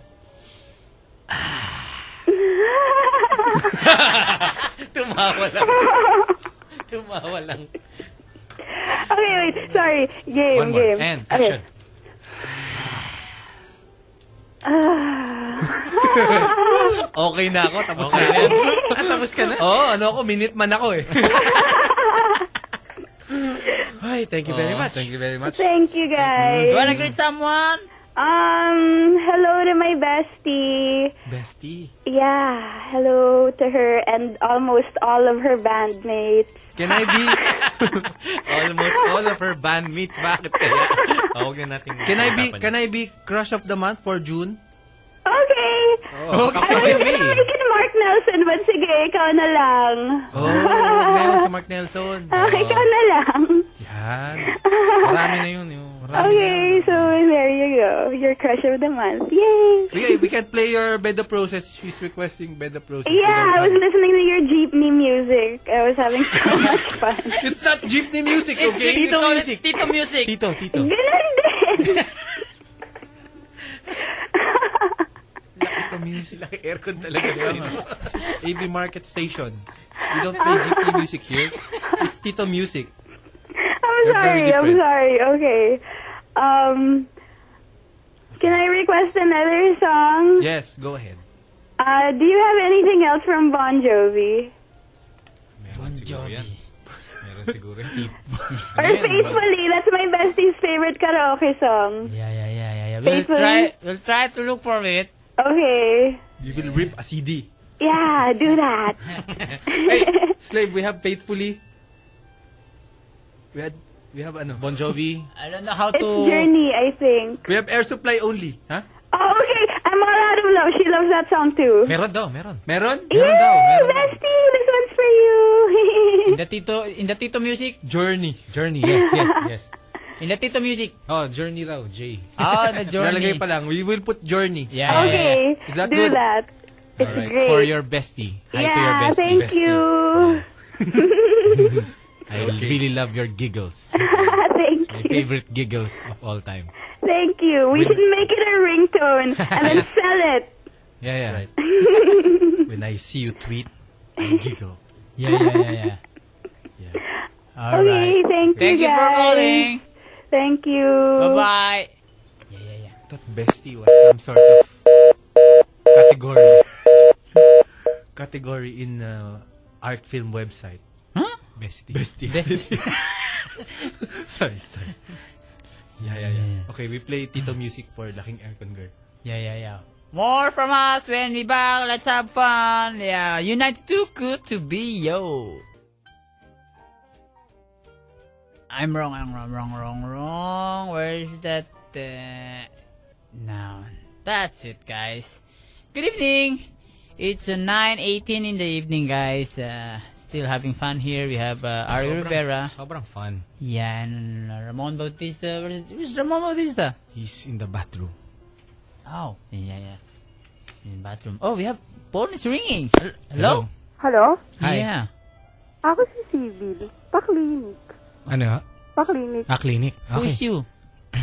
S22: Tumawa lang. Tumawa lang.
S13: Okay, wait. Sorry. Game,
S22: One more.
S13: game.
S22: And
S13: okay.
S22: action.
S13: Ah.
S4: Okay na ako, tapos na ako. tapos ka na? Oo, oh, ano ako, minute man ako eh. Ay, thank you very
S22: Oo,
S4: much. Oh, Thank you very much.
S13: Thank you, guys.
S1: You wanna greet someone?
S13: Um, hello to my bestie.
S4: Bestie.
S13: Yeah, hello to her and almost all of her bandmates.
S22: Can I be... Almost all of her bandmates. Bakit kaya? Oh, huwag na natin...
S4: Can I be can I be crush of the month for June?
S13: Okay.
S4: Oh,
S13: I don't know if can Mark Nelson, but sige, ikaw na lang.
S4: Oh, meron si Mark Nelson.
S13: Okay, ikaw na lang.
S4: Yan.
S22: Marami na yun.
S4: Oh,
S22: Yung, marami
S13: okay, so there you go. Your crush of the month. Yay!
S4: We, we can play your Bed the Process. She's requesting Bed the Process.
S13: Yeah, I was listening to your jeepney music. I was having so much fun.
S4: It's not jeepney music,
S1: It's-
S4: okay?
S1: it's called Tito Music.
S4: Tito, Tito.
S13: Ganun din.
S4: Tito music. Laki aircon talaga. AB Market Station. We don't play jeepney music here. It's Tito music.
S13: I'm
S4: You're very
S13: sorry. I'm
S4: different.
S13: sorry. Okay. Um, can I request another song?
S4: Yes, go ahead.
S13: Uh, do you have anything else from Bon Jovi?
S22: Meron siguro yan. Meron siguro yan.
S13: Or Faithfully, that's my bestie's favorite karaoke song.
S1: Yeah, yeah, yeah, yeah. yeah. We'll
S13: Faithfully?
S1: try, we'll try to look for it.
S13: Okay.
S4: You will rip a CD.
S13: Yeah, do that.
S4: Slave, we have Faithfully. We had, we have ano? Bon Jovi.
S1: I don't know how
S13: It's
S1: to...
S13: Journey, I think.
S4: We have Air Supply only. Huh?
S13: Oh, okay. I'm all out of love. She loves that song too.
S22: Meron daw, meron.
S4: Meron?
S13: Yay, bestie! This one's for you.
S1: In the Tito, in the Tito Music?
S4: Journey.
S22: Journey, yes, yes, yes.
S1: In the Tito Music?
S22: Oh, Journey raw, J.
S1: Ah, the Journey.
S4: Nalagay pa lang. We will put Journey.
S22: Yeah, yeah,
S13: okay,
S4: Is that
S13: do
S4: good?
S13: that. It's
S22: Alright,
S13: great.
S22: for your bestie. Hi to your
S13: yeah,
S22: bestie.
S13: thank
S22: Bestie.
S13: you.
S22: I really love your giggles.
S13: thank
S22: My
S13: you.
S22: favorite giggles of all time.
S13: Thank you. We should make it a ringtone and then sell it.
S22: Yeah, yeah. Right.
S4: When I see you tweet, I giggle.
S1: Yeah, yeah, yeah, yeah.
S13: okay, thank,
S1: Thank you
S13: you guys.
S1: for calling.
S13: Thank you.
S1: Bye-bye.
S4: That bestie was some sort of category. category in uh, art film website.
S1: Huh?
S22: Bestie.
S4: Bestie.
S1: Bestie.
S4: sorry, sorry. Yeah, yeah, yeah. Okay, we play Tito Music for Laking Aircon Girl.
S1: Yeah, yeah, yeah. More from us when we back. Let's have fun. Yeah, United too good to be yo. I'm wrong. I'm wrong. Wrong. Wrong. Wrong. Where is that? Uh, no, that's it, guys. Good evening. It's uh, 9.18 in the evening, guys. Uh, still having fun here. We have uh, Ari
S4: Sobrang-
S1: Rivera.
S4: Sobrang fun.
S1: Yeah, and uh, Ramon Bautista. Where is, where's Ramon Bautista?
S4: He's in the bathroom.
S1: Oh, yeah, yeah. In bathroom. Oh, we have phone is ringing. Hel- Hello?
S13: Hello?
S1: Hi. Yeah.
S13: Ako si Sibil. Paklinik.
S4: Ano?
S13: Paklinik.
S4: Ah, clinic. Okay.
S13: Who is
S1: you?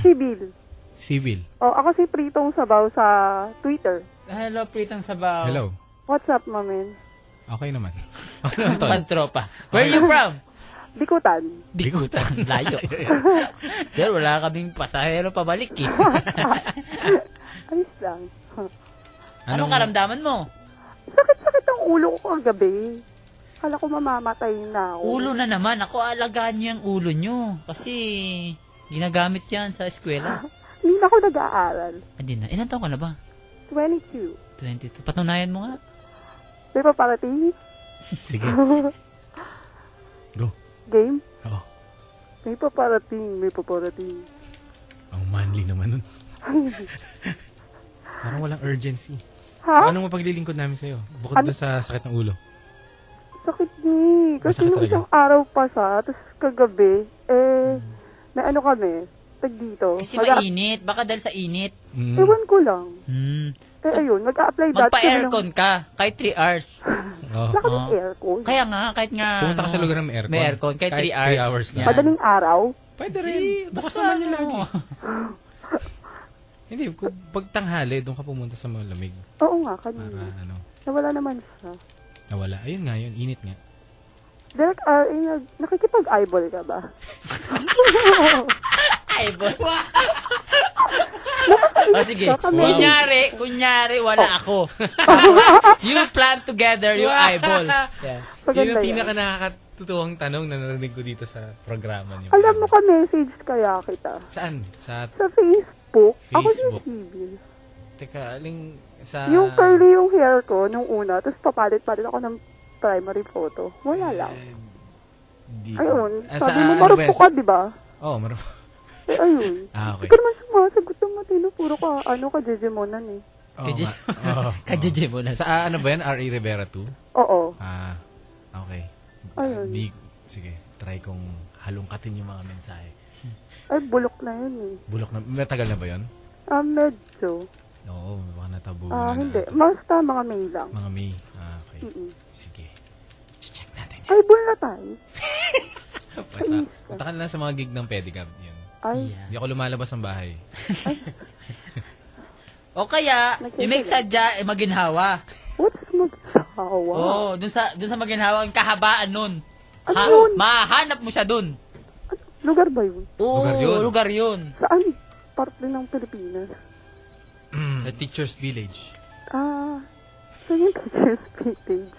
S13: Sibil.
S4: Civil.
S13: Oh, ako si Pritong Sabaw sa Twitter.
S1: Hello, Pritang Sabaw.
S4: Hello.
S13: What's up, mamen?
S4: Okay naman.
S1: Pantropa. Where you from?
S13: Bikutan.
S1: Bikutan. Layo. Sir, wala kaming pasahero pabalik eh.
S13: Ayos lang.
S1: Anong karamdaman mo?
S13: Sakit ang ulo ko kagabi. Kala ko mamamatay na ako.
S1: Ulo na naman. Ako, alagaan niyo yung ulo niyo. Kasi, ginagamit yan sa eskwela.
S13: Hindi na ako nag-aaral.
S1: Adi na. Ilan taon ka na ba?
S13: 22.
S1: 22. Patunayan mo nga.
S13: May paparating?
S1: Sige.
S13: Game?
S4: Oo.
S13: May paparating, may paparating.
S4: Ang manly naman nun. Parang walang urgency.
S13: Ha?
S4: Anong mapaglilingkod namin sa'yo? Bukod
S13: Ano?
S4: doon sa sakit ng ulo.
S13: Sakit ni.
S4: Masakit
S13: Kasi
S4: talaga.
S13: yung
S4: Hmm.
S13: isang araw pa siya, tapos kagabi, eh, na ano kami, tag dito.
S1: Kasi
S13: Mag-
S1: mainit. Baka dahil sa init.
S4: Hmm.
S13: Ewan ko lang.
S1: Mm.
S13: Eh, ayun, mag-a-apply dati.
S1: Magpa-aircon ka. Kahit 3 hours.
S4: Oo.
S13: Bakit
S1: Oo.
S13: aircon?
S1: Kaya nga, kahit nga...
S4: Pumunta ka
S1: ano,
S4: sa lugar na may aircon.
S1: May aircon. Kahit 3
S4: Kahit
S1: hours.
S4: three hours lang.
S13: Madaling araw.
S4: Pwede rin. Bukas naman
S1: ano.
S4: yung lagi. Hindi, kung pagtanghali, doon ka pumunta sa malamig.
S13: Oo nga,
S4: Para
S13: kanina.
S4: ano,
S13: Nawala naman siya.
S4: nawala. Ayun nga yun, init nga.
S13: Derek, ah, eh, nag- nakikipag-eyeball ka ba?
S1: eyeball?
S13: Nakakainis
S1: Oh, sige.
S13: ka kami.
S1: Kunyari, kunyari, wala
S4: Oh.
S1: ako. you plan together your
S4: Wow.
S1: eyeball. Yeah.
S4: Yun
S13: Maganda
S4: ang
S13: yan.
S4: pinaka nakakatutuwang tanong na narinig ko dito sa programa niyo.
S13: Alam mo ka-message kaya kita.
S4: Saan? Sa,
S13: Sa Facebook. Ako yung
S4: Facebook.
S13: civil.
S4: teka, aling, sa...
S13: Yung curly yung hair ko nung una, tapos papalit-palit ako ng primary photo. Wala lang.
S4: Di,
S13: Ayun,
S4: Ah,
S13: sabi
S4: sa-
S13: mo
S4: ano ba
S13: marupok
S4: yan?
S13: ka, di ba?
S4: Oo, oh, marupok.
S13: Eh, ayun.
S4: Ah, okay.
S13: Hindi ka naman sumasagot ng matino. Puro ka, ano ka, Jejemonan eh.
S4: Oh, Kajije mo na. Sa ah, ano ba yan? R.E. Rivera 2?
S13: Oo.
S4: Ah, okay. Ah,
S13: Ayun.
S4: Di, sige, try kong halungkatin yung mga mensahe. Oh.
S13: Ay, bulok na yun eh.
S4: Bulok na, matagal na ba yun?
S13: Ah, medyo.
S4: Oo, baka natabo
S13: Ah,
S4: na na.
S13: hindi. Basta mga may lang.
S4: Mga May. Ah, okay.
S13: Mm-mm.
S4: Sige.
S13: Ay, bull na tayo.
S4: Basta, punta ka na lang sa mga gig ng pedicab. Yun.
S13: Ay.
S4: Hindi ako lumalabas ng bahay.
S1: O kaya, yung may sadya, eh, maginhawa.
S13: Hawa.
S1: Oo, oh, dun sa, dun sa maginhawa, ang kahabaan nun. Ha, mahanap mo siya dun.
S13: Lugar ba yun?
S1: Oo,
S4: Lugar yun.
S1: lugar yun.
S13: Saan? Parte ng Pilipinas.
S4: sa Teacher's Village.
S13: Ah, so yung teacher's page.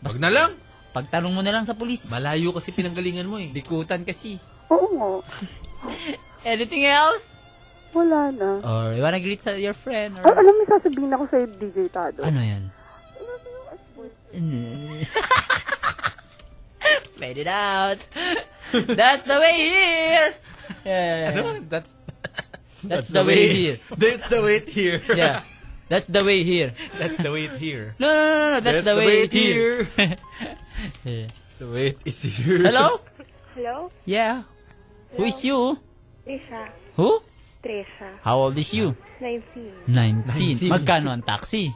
S4: Wag na lang!
S1: Pagtanong mo na lang sa pulis.
S4: Malayo kasi pinanggalingan mo eh.
S1: Likutan kasi.
S13: Oo nga.
S1: Anything else?
S13: Wala na.
S1: Or you wanna greet sa your friend?
S13: Ay,
S1: Or...
S13: Ah, alam mo, sasabihin ako sa'yo, DJ Tado.
S1: Ano yan? Made it out. That's the way here. Yeah.
S4: Ano? That's
S1: That's, the, way, here.
S4: That's the way here.
S1: yeah. That's the way here.
S4: That's the way here.
S1: No, no, no, no. That's, the, way, here.
S4: the way is here.
S1: Hello?
S20: Hello?
S1: Yeah. Who is you?
S20: Trisha.
S1: Who?
S20: Trisha.
S1: How old is you? 19.
S20: 19.
S1: Magkano ang taxi?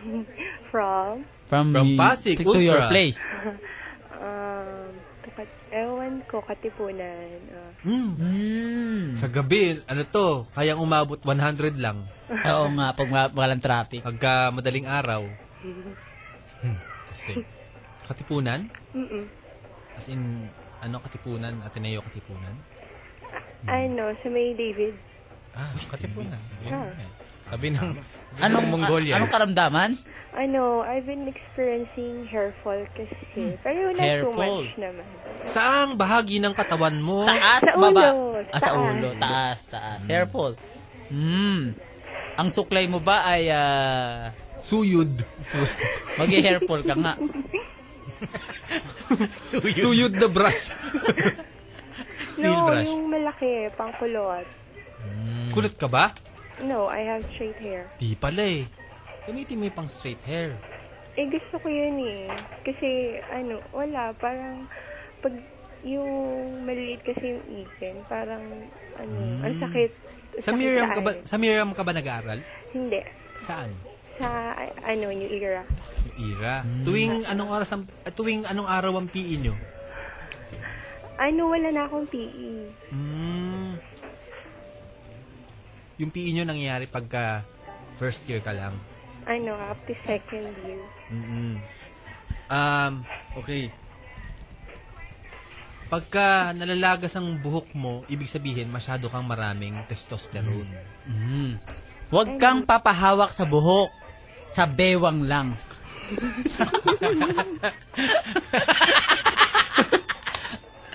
S20: From?
S1: From,
S24: From
S1: y-
S24: Pasig,
S1: to your
S24: Ultra.
S1: place.
S20: um, takat, ewan ko, katipunan. ah.
S24: Sa gabi, ano to, kayang umabot 100 lang.
S1: Oo nga, pag wa- walang traffic.
S24: Pagka madaling araw. Kasi, katipunan?
S1: Mm.
S20: Mm-mm.
S24: As in, ano katipunan? Ateneo katipunan?
S20: Ano, sa may David.
S4: Ah, katipunan.
S20: Ah.
S24: eh.
S4: Sabi ng
S1: Anong,
S4: Mongolia.
S1: a- anong karamdaman?
S20: Ano, I've been experiencing hair fall
S4: Hmm.
S20: kasi. Pero not
S24: Hair
S20: too
S24: fall.
S20: much naman.
S24: Saang bahagi ng katawan mo?
S1: Taas,
S20: Sa
S1: baba.
S20: ulo,
S1: Ah, sa
S20: taas.
S1: ulo. Taas, taas. Hair fall. Mm. Ang suklay mo ba ay... ah,
S4: Suyod.
S1: Mag-hair fall ka nga.
S4: Suyod. the brush. Steel
S20: no,
S4: brush.
S20: yung malaki, pang kulot.
S4: Kulot ka ba?
S20: No, I have straight hair.
S4: Di pala eh. Gamitin mo yung pang straight hair.
S20: Eh, gusto ko yun eh. Kasi, ano, wala. Parang, pag yung maliit kasi yung ipin, parang, ano,
S4: Mm.
S20: ang sakit.
S4: Sa
S20: sakit
S4: Miriam ka ba,
S20: eye.
S4: sa Miriam ka ba nag-aaral?
S20: Hindi.
S4: Saan?
S20: Sa, a- ano, New Era.
S4: Ira.
S1: Hmm.
S4: Tuwing anong oras ang ah, tuwing anong araw ang PE nyo?
S20: Ano, wala na akong PE.
S4: Mm. Yung PE nyo nangyayari pagka first year ka lang.
S20: Ano, up to second year.
S4: mm Um, okay. Pagka nalalagas ang buhok mo, ibig sabihin masyado kang maraming testosterone.
S1: Mm. Huwag kang papahawak sa buhok. Sa bewang lang.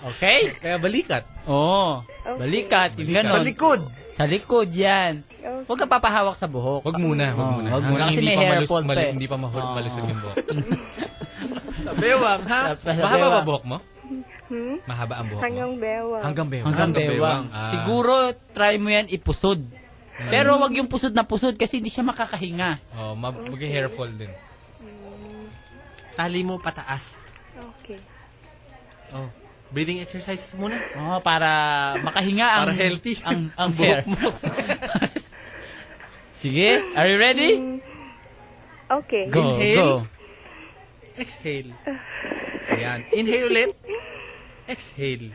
S1: okay?
S4: Kaya balikat.
S1: Oo. Balikat. Yung ganon.
S4: Sa likod.
S1: Sa likod yan. Huwag kang papahawak sa buhok.
S4: Huwag muna, huwag
S1: Oo,
S4: muna.
S1: Huwag muna
S4: Hanggang
S1: kasi
S4: hindi
S1: may
S4: pa
S1: hair
S4: malus-
S1: fall
S4: mali-
S1: pa eh.
S4: hindi pa mahul-
S1: Oo.
S4: malusog yung buhok. Sa bewang, ha? Mahaba ba buhok mo?
S20: Hmm?
S4: Mahaba ang buhok mo.
S20: Hanggang bewang.
S4: Hanggang bewang.
S1: Hanggang bewang.
S4: Ah.
S1: Siguro, try mo yan ipusod. Pero wag yung pusod na pusod kasi hindi siya makakahinga.
S4: Oh, mag- mag-hair fall din. Tali mo pataas.
S20: Okay.
S4: Oh, breathing exercises muna.
S1: Oo, Oh, para makahinga
S4: Para
S1: ang
S4: healthy.
S1: ang, ang
S4: Ang
S1: hair.
S4: buhok mo.
S1: Sige, are you ready?
S20: Okay.
S1: Go,
S4: Inhale.
S1: go.
S4: Exhale. Ayan. Inhale ulit. Exhale.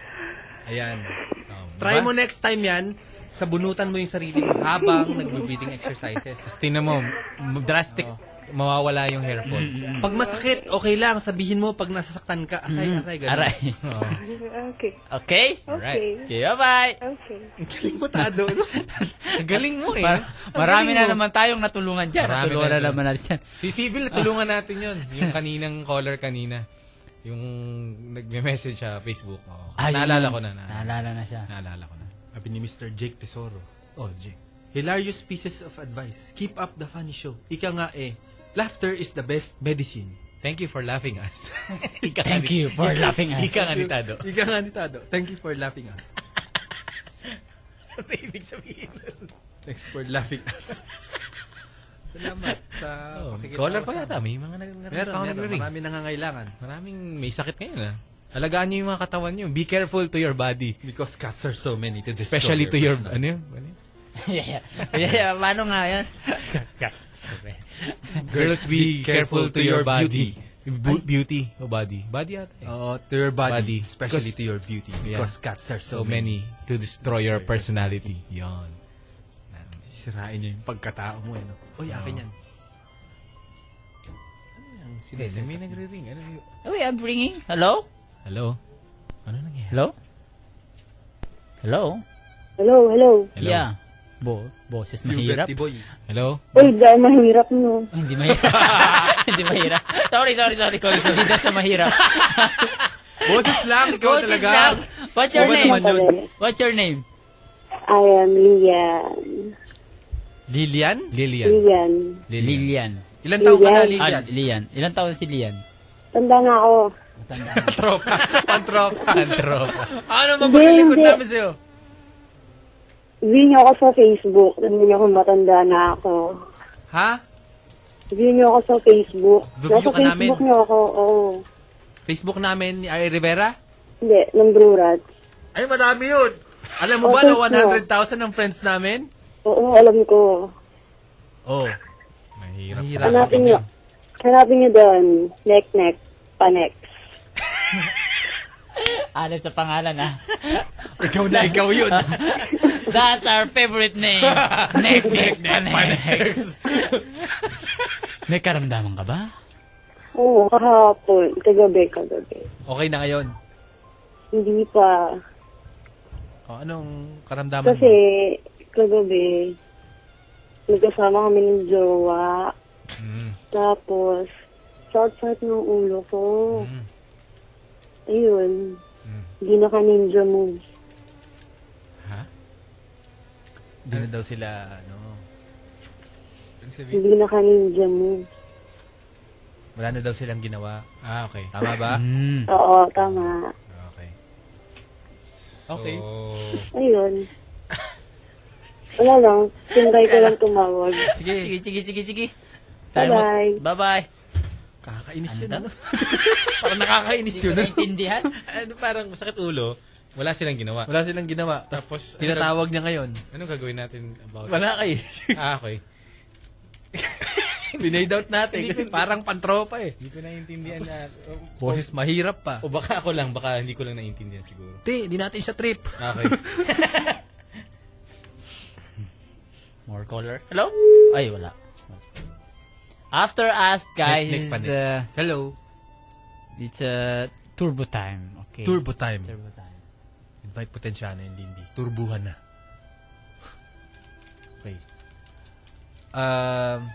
S4: Ayan. Oh, Try
S3: diba?
S4: mo next time yan. Sabunutan mo yung sarili mo habang nagbe-breathing exercises. Tapos tingnan mo, m- drastic. Mawawala yung hair fall. Pag masakit, okay lang. Sabihin mo pag nasasaktan ka. Aray,
S1: Mm.
S4: aray. Ganun. Oh.
S1: Aray.
S4: Oo.
S20: Okay.
S1: Okay?
S4: Alright.
S1: Okay, bye-bye.
S20: Okay.
S4: Ang galing mo, Tado. Ang galing mo eh.
S1: Par-
S4: Ang
S1: marami
S4: galing
S1: na
S4: mo.
S1: naman tayong natulungan dyan.
S4: Marami
S1: Natulungan na
S4: na
S1: naman natin dyan.
S4: Si Sibyl, tulungan natin yun. Yung kaninang caller kanina. Yung nagme-message sa Facebook. Oh,
S1: Ah, yun.
S4: naalala ko na. na.
S1: Naalala na siya.
S4: Naalala ko na. Sabi ni Mr. Jake Tesoro. Oh, Jake. Hilarious pieces of advice. Keep up the funny show. Ika nga eh, laughter is the best medicine. Thank you for laughing us. Ika nga
S1: Thank
S4: ni-
S1: you for laughing us.
S4: Ika nga ni Tado. Ika nga ni Tado. Thank you for laughing us. ano ibig sabihin? Thanks for laughing us. Salamat sa
S3: Oh,
S4: pakikita
S3: caller
S4: ko
S3: pa
S4: sa
S3: yata.
S4: amin. May mga nag-
S3: Meron,
S4: nagkakaroon
S3: meron.
S4: ng ring.
S3: Marami
S4: nangangailangan. Maraming may sakit ngayon ah. Alagaan niyo yung mga katawan niyo. Be careful to your body. Because cats are so many to
S3: destroy
S4: Especially
S3: your
S4: to your,
S3: personal-
S4: ano yun? Ano yun?
S1: yeah, yeah. Yeah, yeah. Paano nga yun?
S4: Girls, be, careful, to your body. Bu- beauty. O body. Body ata eh. Oo, to your
S3: body. Especially to your
S4: beauty.
S3: Because cats are so
S4: many. To destroy your personality. Yon.
S3: Sisirain niya yung pagkatao mo eh. No? Uy, akin
S4: Oo.
S3: yan.
S4: Sige, may nagre-ring. Ano yun?
S1: Oh, I'm bringing. Hello?
S4: Hello? Ano nangyayari?
S1: Hello? Hello?
S13: Hello, hello.
S1: Hello? Yeah. Bo boses mahirap.
S4: Hello?
S13: Uy, dahil mahirap nyo.
S1: Hindi mahirap. Hindi mahirap. Sorry, sorry, sorry. Hindi daw siya mahirap.
S4: Boses lang.
S1: Ikaw
S4: talaga.
S1: What's your
S13: Ikaw ba
S1: name?
S13: naman yun?
S1: What's your name?
S13: I am Lian.
S4: Lilian? Lilian.
S13: Lian.
S1: Lilian.
S4: Ilan
S13: taon ka na, Lilian?
S1: Ah, Lilian. Ilan taon si Lilian?
S13: Tanda nga ako.
S4: Pantropa. Pantropa.
S3: Ano
S13: Hindi,
S3: mapapalilikod
S13: hindi.
S3: namin sa'yo?
S13: View niyo ako sa Facebook. Tanda niyo kung matanda na ako.
S4: Ha?
S13: View niyo ako sa Facebook.
S4: View
S13: Nasa
S4: ka namin.
S13: Facebook niyo ako, oo.
S4: Facebook namin ni Ari Rivera?
S13: Hindi, ng Brurat.
S4: Ay, madami yun. Alam mo ba
S13: Okay,
S4: na 100,000
S13: sure.
S4: ang friends namin?
S13: Oo, alam ko.
S4: Oo. Oh. Mahirap.
S13: Hanapin niyo. Hanapin niyo doon. Neck, neck. Panex.
S1: Alam sa pangalan ah.
S4: ikaw na, ikaw yun.
S1: That's our favorite name. Neck, neck, neck, neck. May karamdaman ka ba?
S13: Oo, kahapon. Kagabi, kagabi.
S4: Okay na ngayon.
S13: Hindi pa.
S4: O, Oh, anong karamdaman
S13: Kasi,
S4: mo?
S13: kagabi, nagkasama kami ng jowa. Tapos, short-short ng ulo ko. Ayun. Hindi na ka-ninja move.
S4: Ha?
S3: Hindi na daw sila, ano,
S4: Ibig sabihin,
S19: Hindi na ka-ninja move.
S4: wala na daw silang ginawa. Ah, okay. Tama ba?
S1: Mm.
S19: Oo, tama.
S4: Okay.
S19: Ayun. Wala lang. Tinry ko lang tumawag.
S1: Sige. Sige, sige, sige, sige.
S19: Bye-bye.
S1: Bye-bye.
S4: Kakainis
S1: yun, ano?
S4: parang nakakainis yun. ah.
S1: Naintindihan?
S22: ano, parang masakit ulo. Wala silang ginawa.
S4: Wala silang ginawa.
S22: Tapos, ano
S4: Tinatawag niya ngayon.
S22: Anong gagawin natin about
S4: Wala kay.
S22: ah, okay.
S4: Binaid out natin kasi parang pantropa eh.
S22: Hindi ko naiintindihan na.
S4: Boses mahirap pa.
S22: O baka ako lang, baka hindi ko lang naiintindihan siguro.
S4: Ti, di natin siya trip.
S22: Okay.
S1: More color. Hello? Ay, wala. After us, guys,
S4: Next, next pa,
S1: is
S4: next.
S1: the...
S4: Hello.
S1: It's a turbo time. Okay.
S4: Turbo time.
S1: Turbo time.
S4: Invite potensya na, hindi, hindi. Turbuhan na. okay. Um,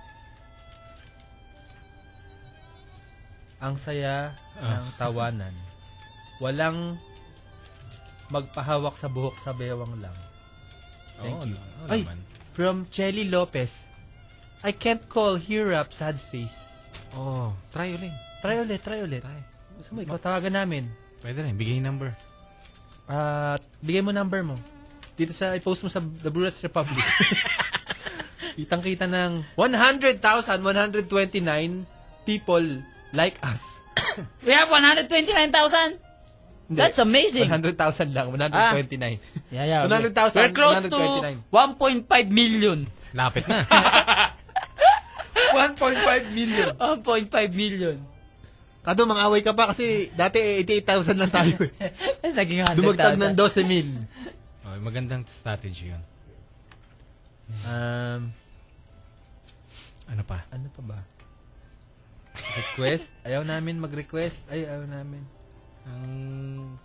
S4: ang saya
S22: Ah.
S4: ng tawanan. Walang magpahawak sa buhok sa bewang lang.
S22: Oo,
S4: Thank you.
S22: ano- ano
S4: Ay,
S22: naman?
S4: from Chelly Lopez. I can't call here up sad face.
S22: Oh, try ulit.
S4: Try ulit, try ulit. Try. Gusto mo, ikaw tawagan namin.
S22: Pwede rin, bigay number.
S4: At bigay mo number mo. Dito sa, i-post mo sa The Brunets Republic. Kitang-kita ng 100,000, 129 people like us.
S1: We have 129,000!
S4: Hindi.
S1: That's amazing! Ah.
S4: 100,000 lang, 129.
S1: Yeah, yeah.
S4: 100,000,
S1: We're close
S4: 129.
S1: to 1.5 million.
S22: Lapit na.
S4: 1.5 million.
S1: 1.5 million.
S4: Kado, mang-away ka pa kasi dati 88,000 lang tayo eh.
S1: Tapos naging 100,000.
S4: Dumagtag ng 12 mil.
S22: Okay, magandang strategy yun.
S4: Um,
S22: Ano pa?
S4: Ano pa ba? Request? ayaw namin mag-request. Ay, ayaw namin. Um,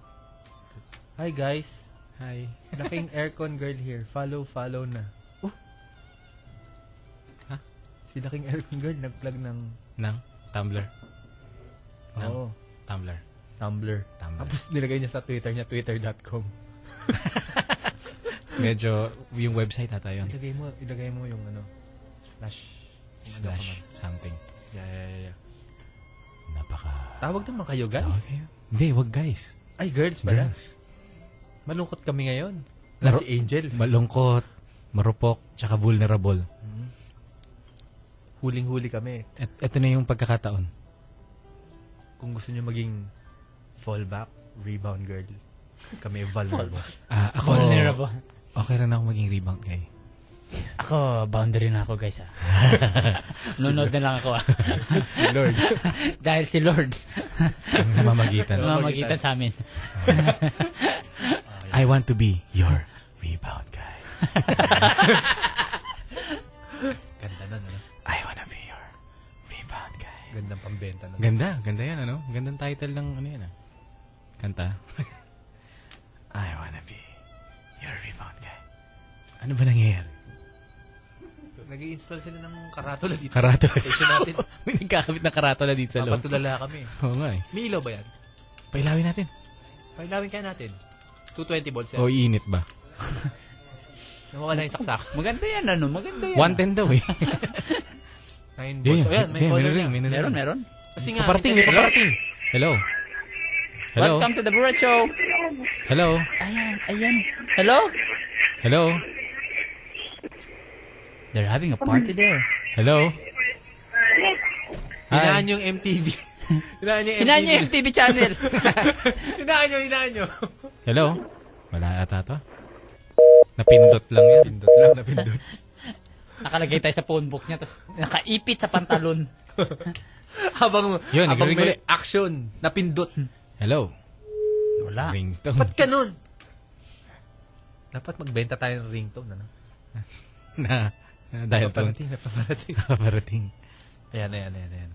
S4: hi guys.
S22: Hi.
S4: Laking aircon girl here. Follow, follow na. Oh! Ha? Si laking aircon girl nag-plug ng
S22: Nang Tumblr. Nang
S4: Oo.
S22: Tumblr.
S4: Tumblr.
S22: Tumblr.
S4: Tapos nilagay niya sa Twitter niya, twitter.com.
S22: Medyo yung website nata yun.
S4: Ilagay mo, ilagay mo yung ano, slash. yung ano ka
S22: Slash
S4: man.
S22: something.
S4: Yeah, yeah, yeah, yeah.
S22: Napaka...
S4: Tawag naman kayo, guys.
S22: Tawag kayo. Hindi, wag guys.
S4: Ay, girls pala.
S22: Girls.
S4: Malungkot kami ngayon. Wala
S22: Maro-
S4: si Angel.
S22: Malungkot, marupok, tsaka vulnerable.
S4: Huling-huli kami.
S22: At ito na yung pagkakataon.
S4: Kung gusto niyo maging fallback, rebound girl, kami vulnerable.
S22: Ah, ako,
S1: Oh. Vulnerable.
S22: Okay rin ako maging rebound guy.
S1: Ako, boundary na ako, guys. ah. Nunod na lang ako. ah.
S4: Lord.
S1: Dahil si Lord.
S22: Ang namamagitan.
S1: Namamagitan sa amin.
S22: I want to be your rebound guy.
S4: Ganda na, ano?
S22: I wanna be your rebound guy.
S4: Gandang pambenta na.
S22: Ganda, ganda yan ano? Gandang title ng ano yan ah. Kanta. I wanna be your rebound guy. Ano ba nangyayari?
S4: Nag-i-install sila ng karatula dito.
S22: Karatola.
S4: Station natin.
S22: May nagkakabit na karatola dito sa loob.
S4: Papatulala kami.
S22: Oo nga eh.
S4: May ilaw ba yan?
S22: Pailawin natin.
S4: Pailawin kaya natin. 220 volts yan.
S22: O Oh, iinit ba?
S4: Nawawala yung saksak.
S1: Maganda yan, ano? Maganda yan.
S22: 110 daw eh.
S4: 9
S22: Yun,
S4: volts.
S22: yun.
S4: O yan, may
S22: Yun,
S4: color
S22: meron ring,
S4: na.
S22: meron
S1: Meron,
S22: ring.
S1: meron.
S4: Kasi nga,
S22: Paparating, may paparating. Hello. Hello.
S1: Welcome to the Burat Show.
S22: Hello.
S1: Ayan, ayan. Hello?
S22: Hello.
S1: They're having a party there.
S22: Hello.
S4: Hinaan yung MTV. hinaan yung MTV.
S1: Hinaan niyo yung TV channel.
S4: hinaan nyo, hinaan nyo.
S22: Hello. Wala ata to. Napindot lang yan.
S4: Pindot lang, napindot.
S1: Nakalagay tayo sa phone book niya, tapos nakaipit sa pantalon.
S4: habang,
S22: Yun, eh.
S4: habang
S22: nagre-ring ulit.
S4: may action, napindot.
S22: Hello.
S1: Wala.
S22: Ringtone.
S4: Ba't ganun? Dapat magbenta tayo ng ringtone, ano?
S22: na, na dial tone.
S4: Napaparating, napaparating.
S22: Ah, Paparating.
S4: Ayan, ayan, ayan, ayan.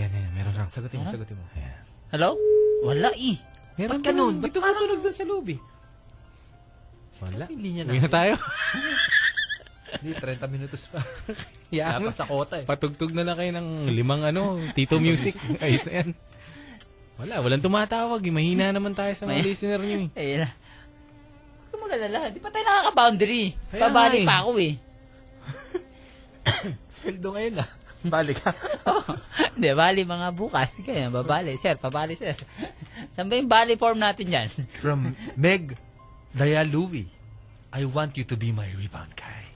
S22: Yan, yan. Meron lang.
S4: Sagutin mo, sagutin mo.
S1: Hello? Wala eh.
S22: Meron
S4: Ba't ganun?
S22: Ba't tumatunog doon sa lobby? Wala.
S4: Yung linya
S22: Uwi na
S4: natin.
S22: tayo.
S4: Hindi, 30 minutos pa.
S22: Yeah.
S4: Dapat sa kota eh.
S22: Patugtog na lang kayo ng limang ano, Tito Music. Ayos na yan. Wala, walang tumatawag. eh. Mahina naman tayo sa mga
S1: May-
S22: listener nyo eh.
S1: Ayan. Huwag ka mag-alala. Di pa tayo nakaka-boundary.
S22: Kaya nga
S1: Babalik
S22: eh.
S1: pa ako eh.
S4: Sweldo ngayon ah. Balik ka.
S1: Hindi, bali mga bukas. Kaya, babali. Sir, pabali, sir. Saan ba yung bali form natin yan?
S4: From Meg Dayaluwi. I want you to be my rebound guy.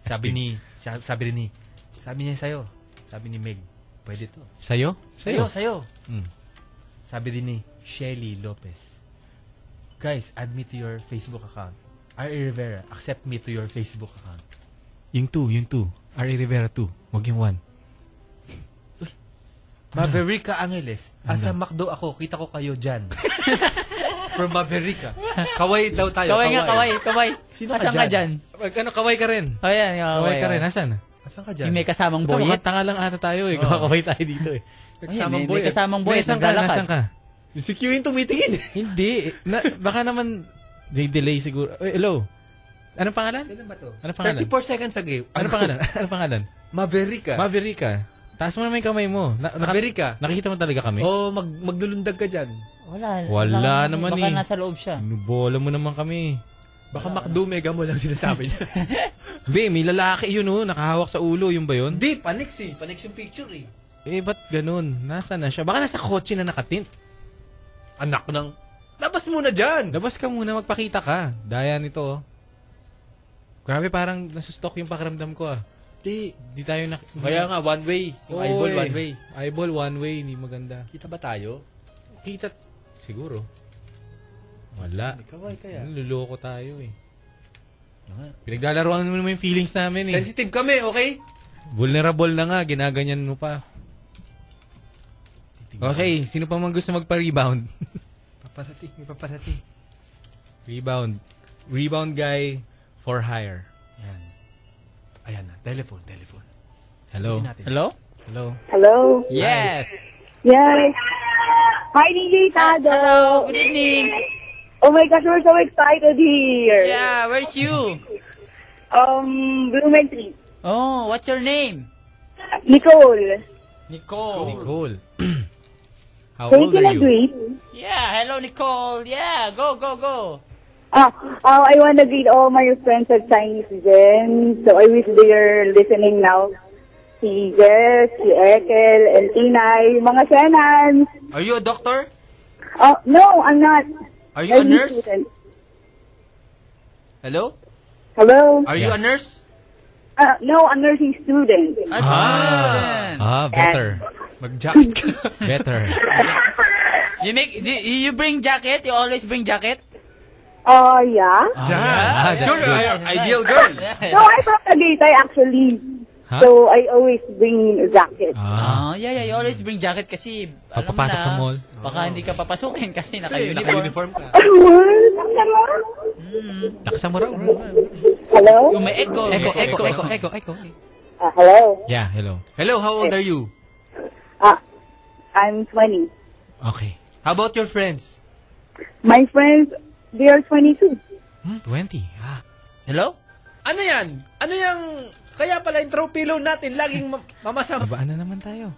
S4: sabi ni, sabi rin ni, sabi niya sa'yo. Sabi ni Meg, pwede to.
S22: Sa'yo?
S4: Sa'yo, sa'yo.
S22: Mm.
S4: Sabi din ni Shelly Lopez. Guys, add me to your Facebook account. R.E. Rivera, accept me to your Facebook account.
S22: Yung 2, yung 2. R.A. Rivera 2. Huwag yung 1.
S4: Maverica Angeles. Asa
S22: Ano?
S4: McDo ako, kita ko kayo dyan. From Maverica. Kaway daw tayo.
S1: Kaway nga, kaway, kaway.
S4: Sino ka
S1: Asan ka
S4: dyan?
S1: dyan?
S4: Pag ano, kaway ka rin.
S1: Oh, yan, yung
S4: Kaway ka
S1: oh.
S4: rin, asan? Asan ka dyan?
S1: Yung may kasamang
S4: Puta,
S1: boyet.
S4: mukhang tanga lang ata tayo eh.
S1: Kaway
S4: tayo dito eh.
S1: Ayun, may- may kasamang boyet,
S22: Nasaan ka?
S1: naglalakad.
S22: Nasaan ka?
S4: Si Q yung tumitingin.
S22: Hindi. Na, baka naman may delay siguro. Eh, hello. Ano pangalan?
S4: Kailan ba to?
S22: Ano pangalan?
S4: 34 seconds ago.
S22: Ano pangalan? ano pangalan?
S4: Maverica.
S22: Mavericka. Taas mo naman yung kamay mo. Na, naka-
S4: Maverica.
S22: Nakikita mo talaga kami?
S4: Oo, oh, mag, maglulundag ka dyan.
S1: Wala.
S22: Wala
S1: baka-
S22: naman
S1: baka
S22: eh.
S1: nasa loob siya.
S22: Inubola mo naman kami.
S4: Baka McDo Mega mo lang sinasabi niya.
S22: Hindi, may lalaki yun oh. Nakahawak sa ulo. Yun ba yun?
S4: Hindi, panik si. Panik yung picture eh.
S22: Eh, ba't ganun? Nasaan na siya? Baka nasa kotse na nakatint.
S4: Anak ng... Labas muna dyan!
S22: Labas ka muna, magpakita ka. Daya nito, oh. Grabe, parang nasustock yung pakiramdam ko, ah.
S4: Di.
S22: Di tayo na...
S4: Kaya nga, one way. Yung
S22: Oo,
S4: eyeball,
S22: eh.
S4: one way.
S22: Eyeball, one way. Hindi maganda.
S4: Kita ba tayo?
S22: Kita... Siguro. Wala.
S4: Kaway kaya.
S22: Luloko tayo, eh.
S4: Nga.
S22: Pinaglalaroan mo naman yung feelings namin, eh.
S4: Sensitive kami, okay?
S22: Vulnerable na nga, ginaganyan mo pa. Okay, sino pa man gusto magpa-rebound?
S4: Paparating, may paparating.
S22: Rebound. Rebound guy for hire.
S4: Yan. Ayan na, telephone, telephone.
S22: Hello.
S4: Sabihin natin.
S22: Hello? Hello.
S13: Hello?
S1: Yes!
S13: Yes. Hi, DJ Tado.
S1: Hello, good evening.
S13: Oh my gosh, we're so excited here.
S1: Yeah, where's you?
S13: Um, Blumentree.
S1: Oh, what's your name?
S13: Nicole.
S1: Nicole.
S22: Nicole. How old
S13: Thank you,
S22: are you?
S13: Nagreed.
S1: Yeah, hello Nicole. Yeah, go, go, go.
S13: Ah, oh, I want to greet all my friends at Chinese Gen. So I wish they're listening now. Si Jess, si Ekel, and Tinay, mga Shenan.
S4: Are you a doctor?
S13: Oh, no, I'm not.
S4: Are you a
S13: I'm
S4: nurse?
S13: student.
S4: Hello?
S13: Hello?
S4: Are you a nurse?
S13: Uh, no, I'm nursing student.
S4: Ah,
S22: ah
S13: better.
S4: Mag-jacket ka.
S22: better.
S1: You make do, you bring jacket? You always bring jacket?
S13: Oh, yeah?
S22: Ah,
S4: yeah,
S1: that's
S4: you're
S1: good.
S4: our ideal girl.
S13: No, I'm from Tagaytay, actually.
S1: Huh?
S13: So I always bring a jacket.
S1: Ah, yeah, yeah, you always bring jacket kasi alam mo
S22: papasok
S1: na,
S22: sa mall.
S1: Baka hindi ka papasukin kasi
S4: naka-uniform
S1: naka-uniform.
S4: ka.
S22: Nakasamura.
S13: Hello?
S1: Yung may echo.
S22: Echo,
S1: may
S22: echo, echo, echo,
S13: Uh, hello? Ah,
S22: Yeah, hello.
S4: Hello, how old are you?
S13: I'm 20.
S22: Okay.
S4: How about your friends?
S13: My friends, they are 22.
S22: 20. Ah.
S1: Hello?
S4: Ano yan? Ano yung... Kaya pala yung throw pillow natin laging ma- mamasama.
S22: Babaan na naman tayo.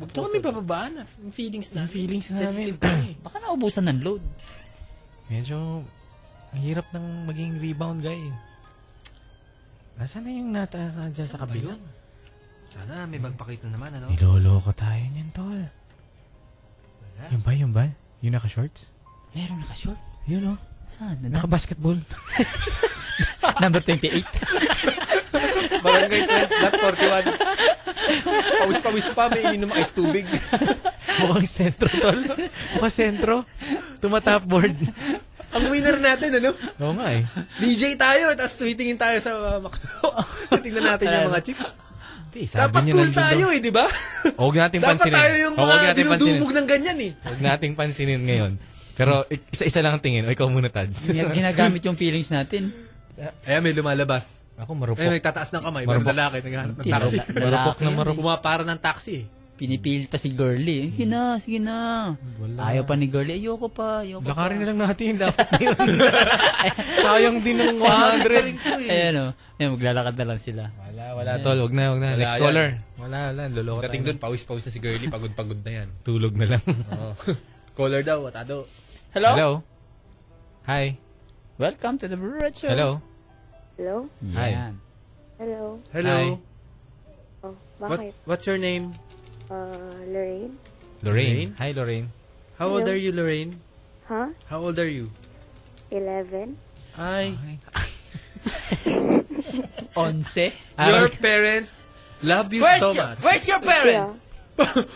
S4: Huwag to kami bababaan. ah. Yung Feelings na.
S22: Feelings
S4: namin. eh.
S1: Baka naubusan ng load.
S22: Medyo ang hirap ng maging rebound guy. eh. Nasaan na yung nataas na dyan sa kabila? Hmm.
S4: Sana may magpakita naman, ano?
S22: Niloloko tayo niyan, tol. Yun ba, yun ba? Yung naka-shorts?
S1: Meron naka short.
S22: Yun, oh.
S1: Saan?
S22: Naka-basketball.
S1: Number 28.
S4: Barangay 20, lot 41. Pawis-pawis pa, may ininom ang ice tubig.
S22: Mukhang sentro, tol. Mukhang sentro. Tumatap board.
S4: ang winner natin, ano?
S22: Oo nga eh.
S4: DJ tayo, tapos titingin tayo sa uh, McDo. Titingnan natin yung mga chicks.
S22: Hindi, sabi
S4: Dapat
S22: niya
S4: cool
S22: nandun
S4: tayo
S22: daw.
S4: eh, di ba?
S22: Huwag nating
S4: Dapat
S22: pansinin.
S4: tayo yung
S22: Oh, huwag
S4: mga
S22: nating pansinin.
S4: dinudumog ng ganyan eh.
S22: Huwag nating pansinin ngayon. Pero i- isa-isa lang ang tingin. O ikaw muna, Tads.
S1: Gina- Ginagamit yung feelings natin.
S4: Ayan, may lumalabas.
S22: Ako marupok.
S4: Ayan, nagtataas ng kamay. Merong
S22: Marupok.
S4: lalaki, naghahanap ng
S1: Hindi,
S4: taxi.
S1: lala- Marupok na marupok.
S4: Pumapara ng taxi eh.
S1: Pinipilit pa si girly. Sige na, sige na. Ayaw pa ni eh. girly. Ayoko pa, ayoko pa.
S22: Lakarin na lang natin. Dapat na yun. Sayang din ng 100.
S1: eh. Ayan o. Ayan, maglalakad na lang sila.
S22: Wala, wala, tol. Huwag na, huwag na.
S4: Wala
S22: Next
S4: yan.
S22: caller. Wala, wala. Loloko
S4: Dating
S22: tayo.
S4: doon, pawis-pawis na si Girlie. Pagod-pagod na yan.
S22: Tulog na lang.
S4: Oo. Caller daw, atado.
S1: Hello?
S22: Hello? Hi.
S1: Welcome to the Brewerette Show.
S22: Hello?
S13: Hello?
S1: Hi.
S22: Hi.
S2: Hello.
S4: Hello.
S22: Hi.
S2: Oh,
S4: What,
S2: bakit?
S4: what's your name?
S2: Uh, Lorraine?
S22: Lorraine. Hi, Lorraine.
S4: How old
S2: Hello.
S4: are you, Lorraine?
S2: Huh?
S4: How old are you?
S2: 11?
S22: Oh,
S4: Hi.
S1: Onse?
S22: Ah,
S4: Your parents love you
S7: Where's
S4: so
S7: your-
S4: much.
S7: where's your parents?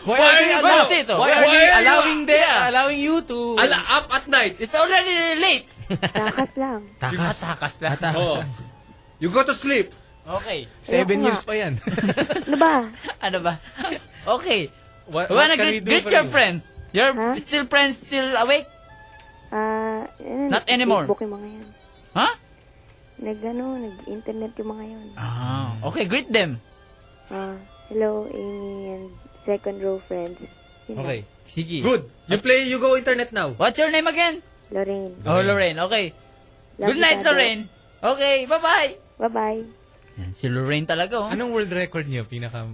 S4: why,
S7: are
S4: you
S7: you
S4: allow-
S7: allowed dito? Why
S4: Why, are
S7: are
S4: you
S7: you-
S4: allowing them?
S7: Yeah.
S4: Allowing you to... Ala, up at night.
S7: It's already late.
S2: Takas lang.
S1: Takas. Takas lang.
S4: Oo. You go to sleep.
S1: Okay.
S4: Seven
S1: Ayoko
S4: years
S1: nga.
S4: pa yan.
S2: ano ba?
S1: ano ba? Okay.
S4: What,
S1: You
S4: what
S1: wanna
S4: can we
S1: greet,
S4: do
S1: greet
S4: for
S1: your
S4: you?
S1: friends. Your still friends still awake?
S2: Ah, eh,
S1: Not anymore.
S2: Facebook yung mga yan.
S1: Ha?
S2: Nag, ano, nag-internet yung mga yan.
S1: Ah. Okay, greet them.
S2: Ah, hello, Amy and second row friends. Yun lang.
S1: Sige.
S4: Good. You play, you go internet now.
S1: What's your name again?
S2: Lorraine.
S1: Oh, Lorraine. Okay.
S2: Love
S1: Good
S2: you,
S1: night,
S2: Daddy.
S1: Lorraine. Okay, bye-bye.
S2: Bye-bye.
S1: Yan, si Lorraine talaga, oh.
S22: Anong world record niyo? Pinaka...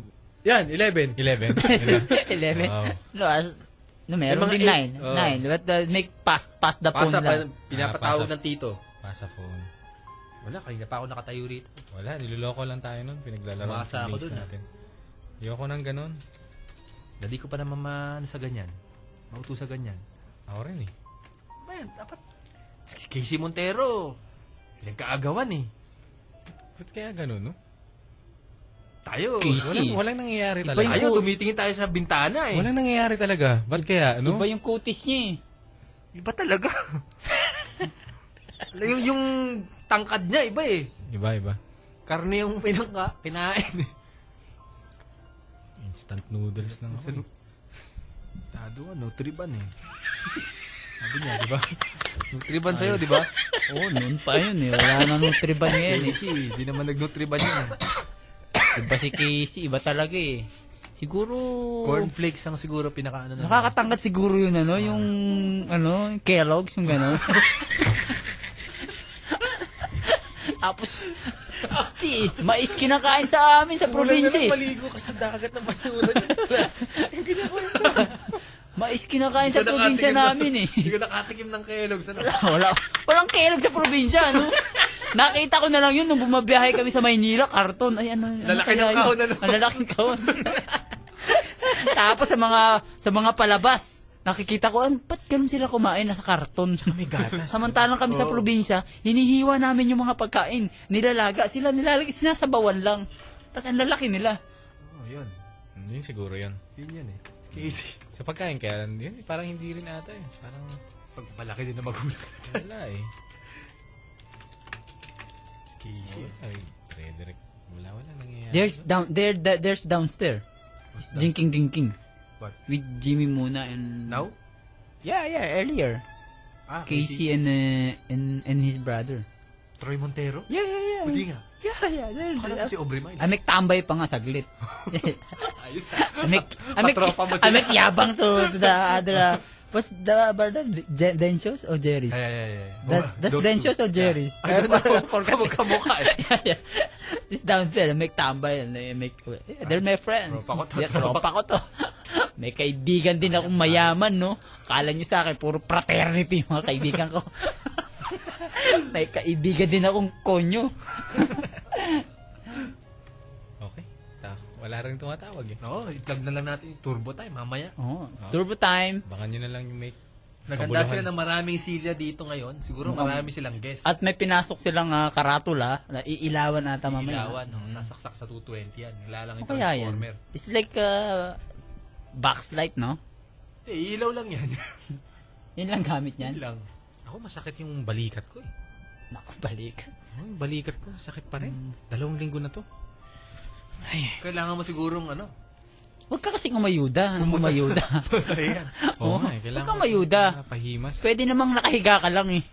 S4: Yan, 11.
S22: 11?
S1: 11.
S22: Wow.
S1: No, as, no meron
S4: Yung mga
S1: din
S4: eight.
S1: 9.
S4: Oo.
S1: 9. But the, make pass, pass the phone
S4: Pasa, pa,
S1: lang.
S22: Ah,
S4: pinapatawag
S22: pasa.
S4: ng tito.
S22: Pasa phone.
S4: Wala, kanina pa ako nakatayo rito.
S22: Wala, niloloko lang tayo nun. Pinaglalaro.
S4: Umasa ako dun, ah.
S22: Ayoko nang ganun.
S4: Dali ko pa naman ma- ano sa ganyan. Mauto sa ganyan.
S22: Ako rin eh.
S4: Man, dapat... Si Casey Montero. Ilang kaagawan eh.
S22: Ba't kaya ganun, no?
S4: Tayo.
S22: Casey.
S4: Walang, walang nangyayari
S22: Iba
S4: talaga.
S22: yung-
S4: Tayo, tumitingin tayo sa bintana eh.
S22: Walang nangyayari talaga. Ba't kaya, ano?
S1: Iba yung kutis niya eh.
S4: Iba talaga. yung, yung tangkad niya, iba eh.
S22: Iba, iba.
S4: Karne yung pinangka, kinain.
S22: Instant noodles lang ako. eh.
S4: Tado ka, nutriban eh. Sabi niya, di ba? Nutriban
S1: sa'yo,
S4: sa'yo,
S1: di
S4: di
S1: ba?
S4: ba?
S1: Oo, noon pa yun eh. Wala na nutriban ngayon eh.
S4: Casey, di naman nag-nutriban yun. eh.
S1: Iba si Casey, iba talaga eh. Siguro...
S4: Cornflakes ang siguro ano pinakaano
S1: Ano
S4: na.
S1: Nakakatangkat siguro yun ano, yung ano, yung Kellogg's, yung gano'n. Tapos, ti, mais kinakain sa amin sa probinsya eh.
S4: maligo ka sa dagat ng basura.
S1: Mais kinakain sa probinsya namin eh.
S4: Hindi ko nakatikim ng Kellogg's. Ano?
S1: Wala, walang Kellogg sa probinsya, ano? Nakita ko na lang yun nung bumabiyahe kami sa Maynila, karton. Ay, ano, ano
S4: Lalaki ng
S1: kaya yun?
S4: kahon, ano?
S1: Ang lalaking kahon. Tapos sa mga, sa mga palabas, nakikita ko, an, ba't ganun sila kumain? Nasa karton. May gatas. Samantalang kami sa
S4: Oh.
S7: Oo.
S1: probinsya, hinihiwa namin yung mga pagkain. Nilalaga. Sila nilalagay, sinasabawan lang. Tapos ang lalaki nila.
S4: Oh, yun.
S22: Mm, Yun siguro yun. Hmm.
S4: Yun yun eh. Casey.
S22: Sa pagkain, kaya yun, parang hindi rin ata eh. Parang
S4: Pagpalaki din na magulang.
S22: wala eh.
S4: Casey.
S22: Ay, eh, Frederick. Wala, wala nangyayari.
S1: There's down, there, there- there's downstairs. Drinking, drinking.
S4: What?
S1: With Jimmy Muna and...
S4: Now?
S1: Yeah, yeah, earlier.
S4: Ah,
S1: Casey and, uh, and and his brother.
S4: Troy Montero?
S1: Yeah, yeah, yeah.
S4: Pwede nga.
S1: Yeah, yeah. There,
S4: Baka naman si Aubrey Miles.
S1: Amik tambay pa nga saglit. ah,
S4: Ayos ha.
S1: Amik, amik,
S4: Patropa mo sila.
S1: amik yabang to, to the other. uh, what's the brother? Je- Densios or Jerry's?
S4: Yeah, yeah, yeah.
S1: That, that's
S4: Those
S1: Densios
S4: two.
S1: or Jerry's?
S4: Yeah. I don't know.
S1: Kamukha eh. yeah, yeah. This downstairs, amik tambay. Amik, eh, they're my friends.
S4: Tropa ko to,
S1: Yeah, Tropa ko to. May kaibigan din akong mayaman, no? Kala nyo sa akin, puro fraternity yung mga kaibigan ko. May kaibigan din akong konyo.
S22: Okay. Ta wala rin tumatawag eh.
S4: Oo, itlog na lang natin. Turbo time, mamaya.
S1: Oo, it's turbo time.
S22: Baka nyo na lang yung make
S4: Naganda sila ng maraming silya dito ngayon. Siguro
S1: Oo.
S4: marami silang guest.
S1: At may pinasok silang ah, karatula na iilawan ata mamaya.
S4: Ilawan, no? sasaksak sa 220 yan. Nilalangit
S1: O
S4: okay,
S1: kaya yan?
S4: transformer.
S1: It's like uh, box light, no?
S4: Eh, ilaw lang yan.
S1: Yun lang gamit niyan.
S4: Yun lang.
S22: Ako masakit yung balikat ko eh.
S1: Naku, Hmm. balik.
S22: Oh, yung balikat ko masakit pa rin. Dalawang linggo na to.
S4: Kailangan mo sigurong ano?
S1: Huwag ka kasing umayuda. Anong umayuda?
S4: Ayan.
S1: Oo,
S22: nga eh,
S1: huwag
S22: kailangan
S1: kang
S22: ko-
S1: mayuda.
S22: Napahimas.
S1: Pwede namang nakahiga ka lang eh.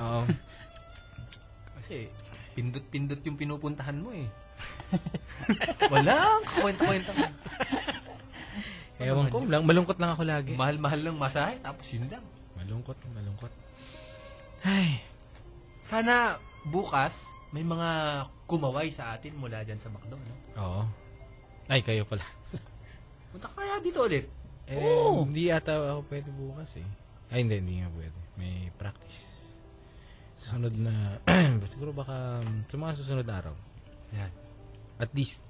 S22: Oo.
S4: Kasi pindot-pindot yung pinupuntahan mo eh. Walang kwenta-kwenta.
S22: Ewan ko, lang, malungkot lang ako lagi.
S4: Mahal-mahal lang masahe, tapos yun lang.
S22: malungkot, malungkot.
S4: Sana bukas, may mga kumaway sa atin mula dyan sa McDo. no?
S22: Oo. Ay, kayo pala.
S4: Punta ka kaya dito ulit.
S22: Eh, hindi ata ako pwede bukas eh. Ay, hindi, hindi nga pwede. May practice. Sunod na, siguro baka um, sa mga susunod na araw.
S4: Yan.
S24: At least,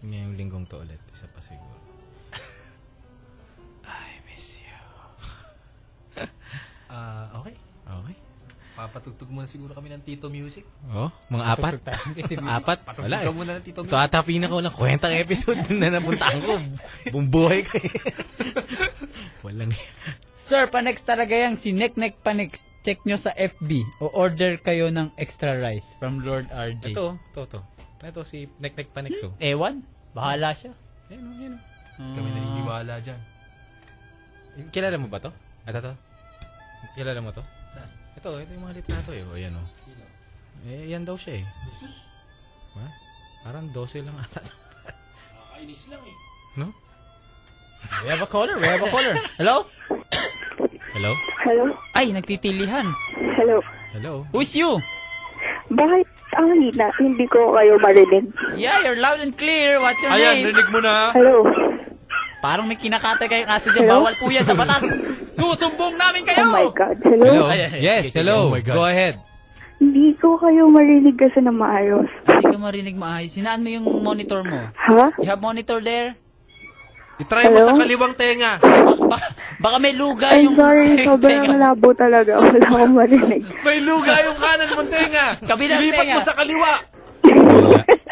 S4: Ngayong linggong to ulit. Isa pa siguro.
S24: I miss you. Ah, okay.
S4: Okay.
S24: Papatugtog muna siguro kami ng Tito Music.
S4: Oh, mga apat. mga apat. Wala
S24: Patugtog
S4: eh.
S24: ka muna ng Tito Music.
S4: Ito ata pinakawalang kwentang episode na napuntaan ko. Bumbuhay ka eh. Walang
S1: Sir, panex talaga yan. Si Nek Nek Panex. Check nyo sa FB o order kayo ng extra rice from Lord RJ.
S4: Ito, ito, ito. Ito si Nek Nek
S24: oh.
S4: Panexo.
S1: Ewan. Bahala siya.
S4: Ayun, oh, ayun.
S1: oh. Kami na
S24: iniwala dyan.
S4: Kilala mo ba to? At ito? Kilala mo to? Saan? Ito, ito yung mga litrato eh. O, yan o. Eh, yan daw siya eh. Ha? Parang 12 lang ata.
S24: Nakakainis lang eh.
S4: No? We have a caller. We have a caller.
S1: Hello?
S4: Hello?
S13: Hello?
S1: Ay, nagtitilihan.
S13: Hello?
S4: Hello?
S1: Who's you?
S13: Bakit ang hina? Hindi ko kayo marinig.
S1: Yeah, you're loud and clear. What's your name?
S24: mo na.
S13: Hello?
S1: Parang may kinakatay kayo kaso dyan. Bawal po yan sa batas. Susumbong namin kayo!
S13: Oh my God. Hello?
S4: Yes, hello. Go ahead.
S13: Hindi ko kayo marinig kasi na maayos.
S1: Hindi ka marinig maayos. Sinaan mo yung monitor mo.
S13: Ha?
S1: You have monitor there?
S24: Itry
S13: mo Hello? sa
S24: kaliwang tenga.
S1: Baka may luga
S13: I'm
S1: yung...
S13: sorry, sobrang malabo talaga. Wala akong marinig.
S24: May luga yung kanan mong tenga.
S1: Kabilang
S24: Ilipat
S1: tenga.
S24: mo sa kaliwa.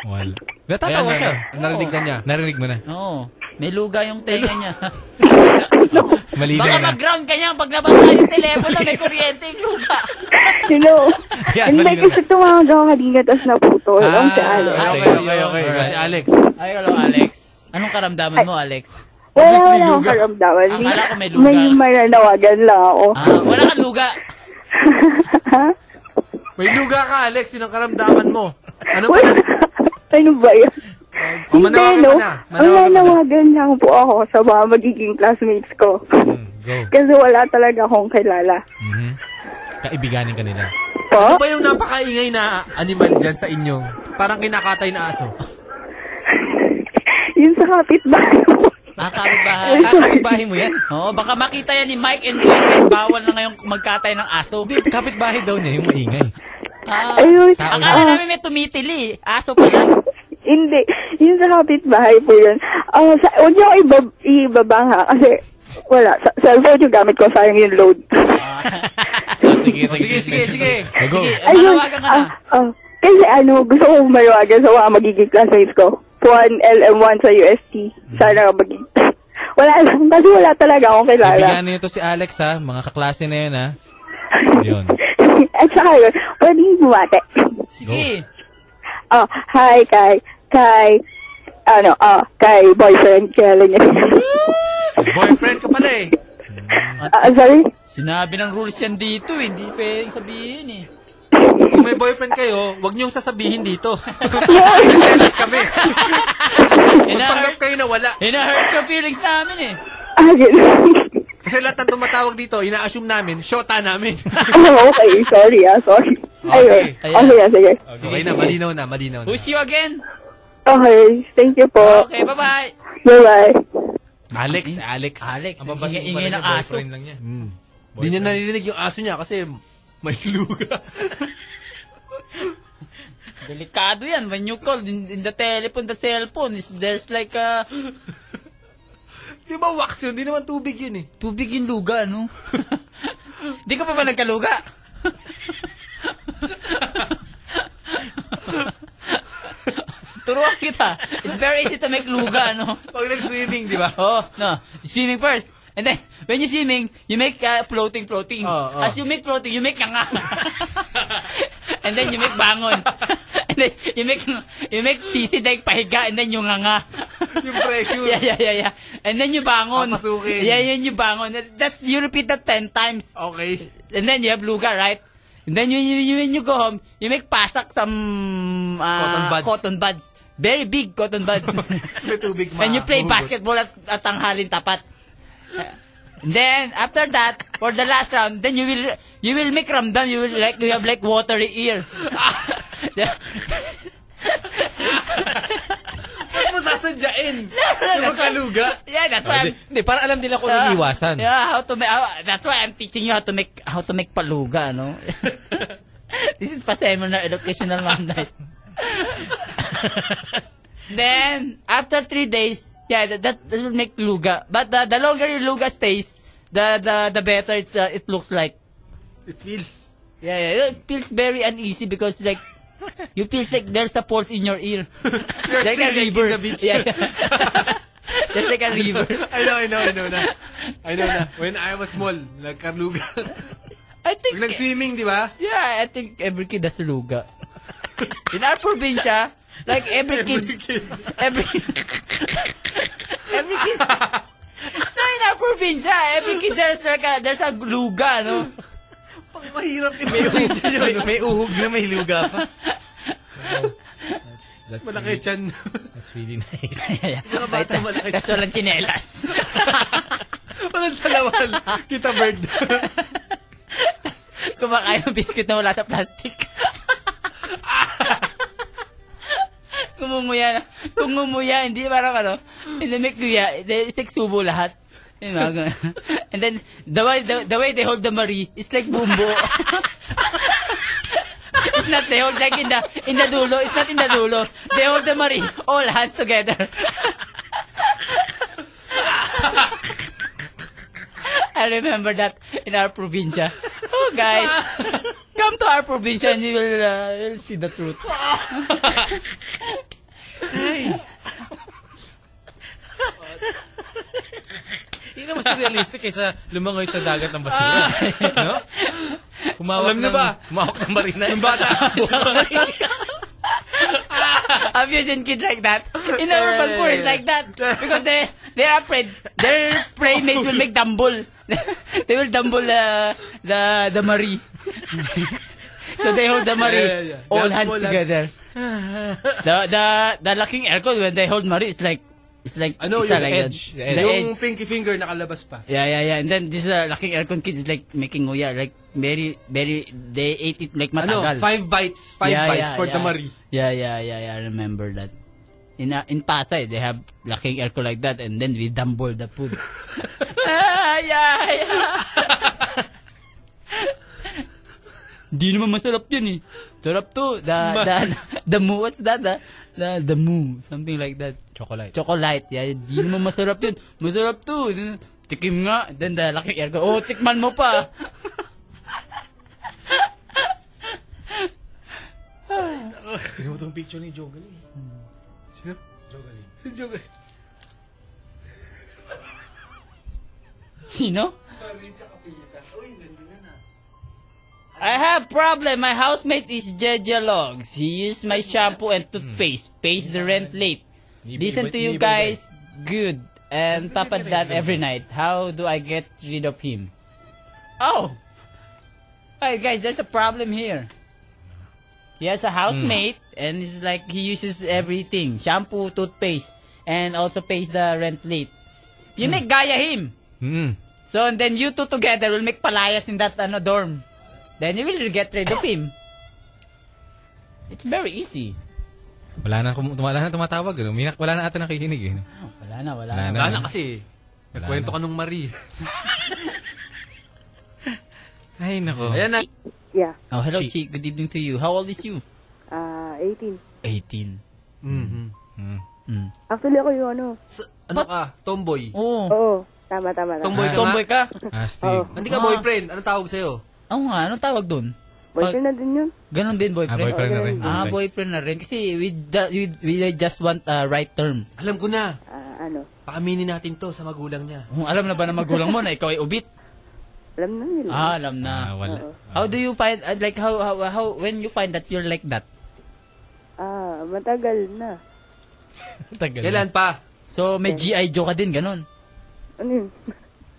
S4: Wala.
S24: Natatawa
S4: Ayan,
S24: siya.
S4: ayan.
S24: Narinig na niya.
S4: Narinig mo na.
S1: Oo. May luga yung tenga niya.
S4: Mali
S1: Baka
S24: ah.
S4: na.
S1: mag-ground ka niya pag nabasa yung telepono may kuryente yung luga.
S13: Hello?
S4: Yan,
S13: Hindi
S4: mali na.
S13: kasi tumawag ako kanina tapos naputol. Ah, si Alex.
S4: Okay, okay, okay. Si Alex.
S1: Ay, hello, Alex. Anong karamdaman mo, Alex?
S13: Wala, wala akong karamdaman.
S1: Akala ko may luga.
S13: May mananawagan lang ako.
S1: Wala kang luga.
S24: May luga ka, Alex. Yun ang karamdaman mo. Ano ba?
S13: Ano ba yun?
S24: O, manawagan
S13: Hindi,
S24: ka
S13: no?
S24: na.
S13: Ang
S24: Manawagan ka na.
S13: nanawagan lang po ako sa mga magiging classmates ko. Kasi wala talaga akong kilala.
S4: Mhm. Kaibiganin ka nila.
S24: Ano ba yung napakaingay na animal dyan sa inyo? Parang kinakatay na aso.
S13: Yun sa kapitbahay ko.
S1: Ah, kapitbahay.
S13: Ah,
S4: kapitbahay mo yan?
S1: Oo, baka makita yan ni Mike and Lucas. Bawal na ngayong magkatay ng aso.
S4: Hindi, kapitbahay daw niya yung maingay.
S1: Ah,
S13: Ayun.
S1: akala
S13: Ah.
S1: namin may tumitili. Aso pala.
S13: Hindi. Yun sa kapitbahay po yun. Ah, sa, huwag niyo ako ibab- ibabanga kasi wala. Sa, cellphone yung gamit ko, sayang yung load.
S4: Sige, sige, sige, sige. sige. Go.
S19: Eh,
S13: Ayun. Ah, ah. kasi ano, gusto kong maluwagan sa mga magiging classmates ko. Puan LM1 sa UST. Sana magiging... wala lang. Kasi wala talaga akong kilala.
S4: Kaibiganin nito si Alex ha, mga kaklase na yun ha. Yun.
S13: At saka yun, pwede yung bumate.
S1: Sige.
S13: Oh, hi kay, kay, ano, oh, kay boyfriend Kellen.
S24: Boyfriend ka pala eh.
S13: Ah, sorry?
S1: Sinabi ng rules yan dito, eh. hindi pwedeng sabihin eh.
S24: Kung may boyfriend kayo, wag niyong sasabihin dito. Selos kami. Magpanggap kayo na wala.
S1: Hurt ka feelings namin eh.
S13: Ah, ganun.
S24: Kasi lahat ng tumatawag dito, ina-assume namin, shota namin.
S13: Oh, okay, sorry ah, sorry. Ayun.
S24: Ayan.
S13: Okay, ah, sige.
S24: Okay na, malinaw na, malinaw na.
S1: Who's you again?
S13: Okay, thank you po.
S1: Okay, bye-bye.
S13: Bye-bye.
S4: Alex, Alex.
S1: Ah, eh? Alex, ang
S24: babae
S1: ingay ng aso. Hmm.
S4: lang niya.
S24: Hindi niya narinig yung ah, aso niya kasi may luga.
S1: Delikado yan. When you call in, in the telephone, the cellphone, is there's like a...
S24: Di ba wax yun? Di naman tubig yun eh.
S1: Tubig yung luga, no? Di ka pa ba nagkaluga? Turuan kita. It's very easy to make luga, no?
S24: Pag nag-swimming, di ba?
S1: Oo, no. Swimming first. And then, when you're swimming, you make uh, floating, floating.
S24: Oo, oo.
S1: As you make floating, you make nga. and then you make bangon. and then you make you make sisi like pahiga and then yung nga.
S24: yung pressure.
S1: yeah, yeah, yeah, yeah. And then you bangon.
S24: Papasukin.
S1: Yeah, yun you bangon. That, that's- you repeat that 10 times.
S24: Okay.
S1: And then you have lugar, right? And then when you, you, when you go home, you make pasak some uh,
S24: Cotton buds.
S1: Cotton buds. Very big cotton buds.
S24: May tubig ma.
S1: And you play
S24: mahugot.
S1: basketball at, at tanghalin tapat. And then after that, for the last round, then you will you will make ramdam. You will like you have like watery ear.
S24: Ba't mo sasadyain?
S1: Yung
S24: magkaluga?
S1: yeah, that's
S4: Ah,
S1: why.
S4: di- Hindi, para alam nila kung anong iwasan.
S1: Yeah, how to make. how- that's why I'm teaching you how to make how to make paluga, no? This is pa seminar educational Monday. Then, after three days, yeah, that, that, that will make luga. But the, the longer your luga stays, the the, the better it's, uh, it looks like.
S4: It feels.
S1: Yeah, yeah, it feels very uneasy because like, you feels like there's a pulse in your ear. You're like a river. the beach. Yeah, yeah. There's like a river.
S4: I know, I know, I know na. I know na. When I was small, nagkarluga.
S1: I think...
S4: Pag nag-swimming, di ba?
S1: Yeah, I think every kid has luga. In our probinsya, like every kid's... Every every kid... No, in our probinsya, every kid there's like a, there's a luga, no?
S4: Pang mahirap yung
S1: May uhog.
S4: may,
S1: may
S4: uhog na may luga pa.
S14: That's
S4: Malaki
S14: really-
S4: chan.
S14: That's really nice.
S4: Mga bata malaki
S1: Tapos walang chinelas.
S4: walang salawan. Kita bird.
S1: Kumakain ng biscuit na wala sa plastic. Kumumuya na. Kung ngumuya, hindi parang ano, hindi may kuya, they like subo lahat. Yun, mga ganun. And then, the way, the, the way they hold the Marie, it's like bumbo. it's not they hold like in the, in the dulo, it's not in the dulo. They hold the Marie, all hands together. I remember that in our provincia. Oh, guys. Come to our provincia and you will, uh, you'll see the truth.
S14: Hindi mas realistic kaysa lumangoy sa dagat ng basura. no? Humawak
S4: Ah. Alam niyo
S14: ng,
S4: ba?
S14: Humawak ng marina. Ng
S4: bata.
S1: Have you seen kids like that? In our Balpur, it's like that. Because they, they're afraid. Their playmates will make dumble. they will dumble uh, the, the Marie. so they hold the Marie.
S4: Yeah, yeah, yeah.
S1: All
S4: That's
S1: hands
S4: all hands.
S1: together. the, the, the laking aircon, when they hold Marie, it's like, it's like,
S4: Ano
S1: isa
S4: yung
S1: like that.
S4: edge?
S1: The
S4: Yung
S1: edge.
S4: pinky finger nakalabas pa.
S1: Yeah, yeah, yeah. And then this uh, laking aircon kids like making nguya like very very they ate it like
S4: Ano,
S1: matagal.
S4: five bites, five bites for
S1: yeah.
S4: the Marie.
S1: Yeah, yeah, yeah, yeah. I remember that. In uh, in Pasay, they have laking aircon like that and then we dumble the food. ay, ay, ay. Di naman masarap yun eh. Sarap to. The, the, the moo, what's that? The, the, the moo, something like that.
S14: Chocolate.
S1: Chocolate. Yeah, di naman masarap yun. Masarap to. Tikim nga. Then the laking aircon. Oh, tikman mo pa.
S4: Ah.
S14: Tignan mo tong picture ni Jogali.
S4: Hmm. Sino?
S14: Jogali.
S4: Si Joga.
S1: Sino? I have problem. My housemate is Jeja Logs. He used my shampoo and toothpaste. Pays the rent late. Listen to you guys good and Papa Dad every night. How do I get rid of him? Oh! Hey guys, there's a problem here. He has a housemate and it's like he uses everything. Shampoo, toothpaste, and also pays the rent late. You make gaya him.
S14: Hmm.
S1: So and then you two together will make palayas in that ano dorm. Then you will get rid of him. It's very easy.
S14: Wala na, kum- wala na tumatawag. Ano? Minak, wala na ata nakikinig. Eh. no?
S1: Wala na, wala,
S14: Wala
S1: na.
S14: na. Wala na
S4: kasi.
S14: Wala
S4: Nagkwento ka nung Marie.
S14: Ay, nako.
S4: Ayan na.
S13: Yeah.
S1: Oh, hello, Chi. Good evening to you. How old is you?
S13: Uh, 18.
S1: 18.
S4: Mm-hmm.
S1: Mm.
S13: Actually, ako yung ano.
S4: Ano ka? Tomboy.
S1: Oo.
S13: Oo. Tama, tama, tama.
S4: Oh. Tomboy ka nga?
S1: Tomboy ka?
S14: Astig.
S4: Oh. Hindi ka boyfriend. Anong tawag sa'yo?
S1: Ah. Oo nga, anong tawag doon?
S13: Boyfriend na din yun.
S1: Ganon din, boyfriend.
S14: Ah, boyfriend na rin.
S1: Ah,
S14: Okay.
S1: boyfriend na rin. Kasi we, da- we, we just want a right term.
S4: Alam ko na.
S13: Ah, ano?
S4: Paaminin natin to sa magulang niya.
S1: Kung alam na ba ng magulang mo na ikaw ay ubit?
S13: Alam na yun.
S1: Ah, alam na.
S14: Ah, wala.
S1: How do you find, uh, like, how, how, how, when you find that you're like that?
S13: Ah, matagal na.
S14: Tagal.
S4: Kailan pa?
S1: So, may G.I. Joe ka din, ganon?
S13: Ano yun?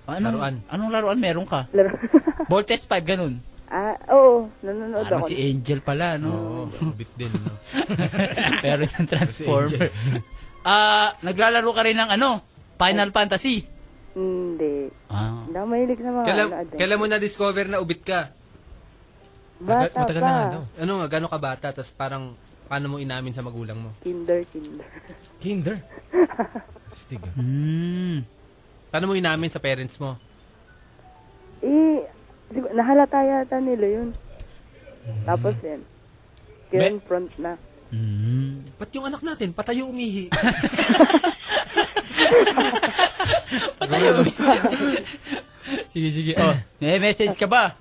S1: Anong,
S4: Laruan.
S1: Anong laruan meron ka?
S13: Laro.
S1: Voltes 5, ganun.
S13: Ah, oo. Nanonood
S1: Parang
S13: ako.
S1: Ano si Angel pala, no?
S4: Oh, Bit din, no?
S1: Pero isang transformer. Ah, naglalaro ka rin ng ano? Final Fantasy.
S13: Hindi.
S1: Ah.
S13: Hindi ako
S8: Oh,
S13: mahilig na mga ano,
S4: Kailan,
S13: adult.
S4: kailan mo na-discover na ubit ka?
S13: Bata pa.
S4: Ano nga, gano'n ka bata, tapos parang paano mo inamin sa magulang mo?
S13: Kinder, kinder.
S14: Kinder. Astig. ah.
S1: Mm.
S4: Paano mo inamin sa parents mo?
S13: Eh, sig-
S1: Mm-hmm.
S13: nahalata yata nila yun. Tapos yun. Confront na.
S4: Ba't yung anak natin, patayo umihi?
S27: Patayo.
S1: Sige, sige. Oh. May message ka ba?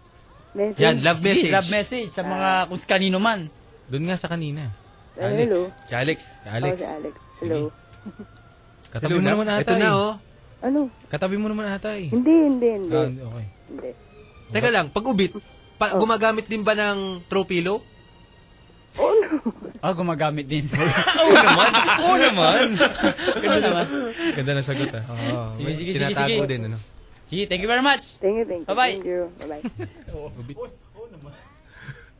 S8: Message. Ah.
S1: Yan, love
S4: Sige,
S1: message.
S4: love
S1: message sa mga kung kanino man.
S13: Doon nga sa kanina.
S8: Hello.
S13: Alex.
S8: Eh, Hello.
S4: Si Alex.
S13: Si Alex.
S8: Oh, si Alex. Hello.
S13: Katabi
S4: Hello
S13: mo
S4: na.
S13: naman ata
S4: Ito na,
S13: eh.
S4: oh.
S8: Ano?
S13: Katabi mo naman ata eh.
S8: Hindi, hindi, hindi.
S13: Ah, hindi, okay.
S8: Hindi. Oh.
S4: Teka lang, pag ubit, pa- gumagamit din ba ng throw pillow?
S1: Oh, gumagamit din.
S4: Oo naman. Oo naman.
S1: Ganda naman.
S13: Ganda ng sagot ah.
S1: Sige, sige, sige, sige.
S4: Tinatago din, ano?
S1: Sige, thank you very much.
S8: Thank you, thank you.
S1: Bye-bye.
S8: Thank you. Bye-bye.
S13: Oo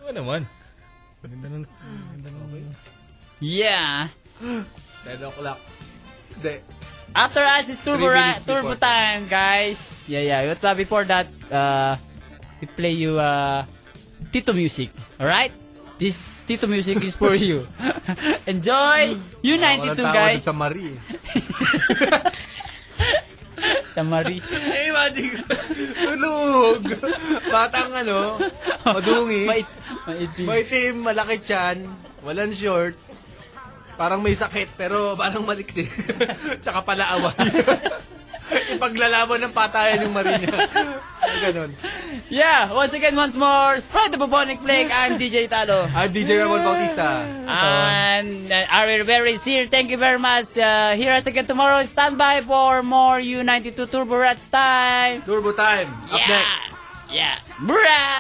S13: Ano naman. Ganda ng... Ganda ng...
S1: Yeah.
S4: 10 o'clock. Hindi.
S1: After us is turbo,
S4: Three
S1: ra-
S4: minutes
S1: turbo
S4: before.
S1: time, guys. Yeah, yeah. But uh, before that, uh, we play you uh, Tito music. Alright? This Tito music is for you. Enjoy! U92,
S4: Oh, Ah, Walang tao
S1: guys.
S4: Sa Marie. eh.
S1: Tamari.
S4: Eh, imagine. Tulog. Batang ano, madungis. Mait,
S1: maitim.
S4: malaki tiyan, walang shorts. Parang may sakit, pero parang maliksi. Tsaka pala away. Ipaglalaban ng patayan yung Marina. Ganon.
S1: Yeah, once again, once more, spread the bubonic plague. I'm DJ Talo.
S4: I'm DJ Ah, Ramon Bautista.
S1: And uh, Ari Rivera is here. Thank you very much. Uh, here us again tomorrow. Stand by for more U92 Turbo Rats time.
S4: Turbo time. Up next.
S1: Yeah. Bruh!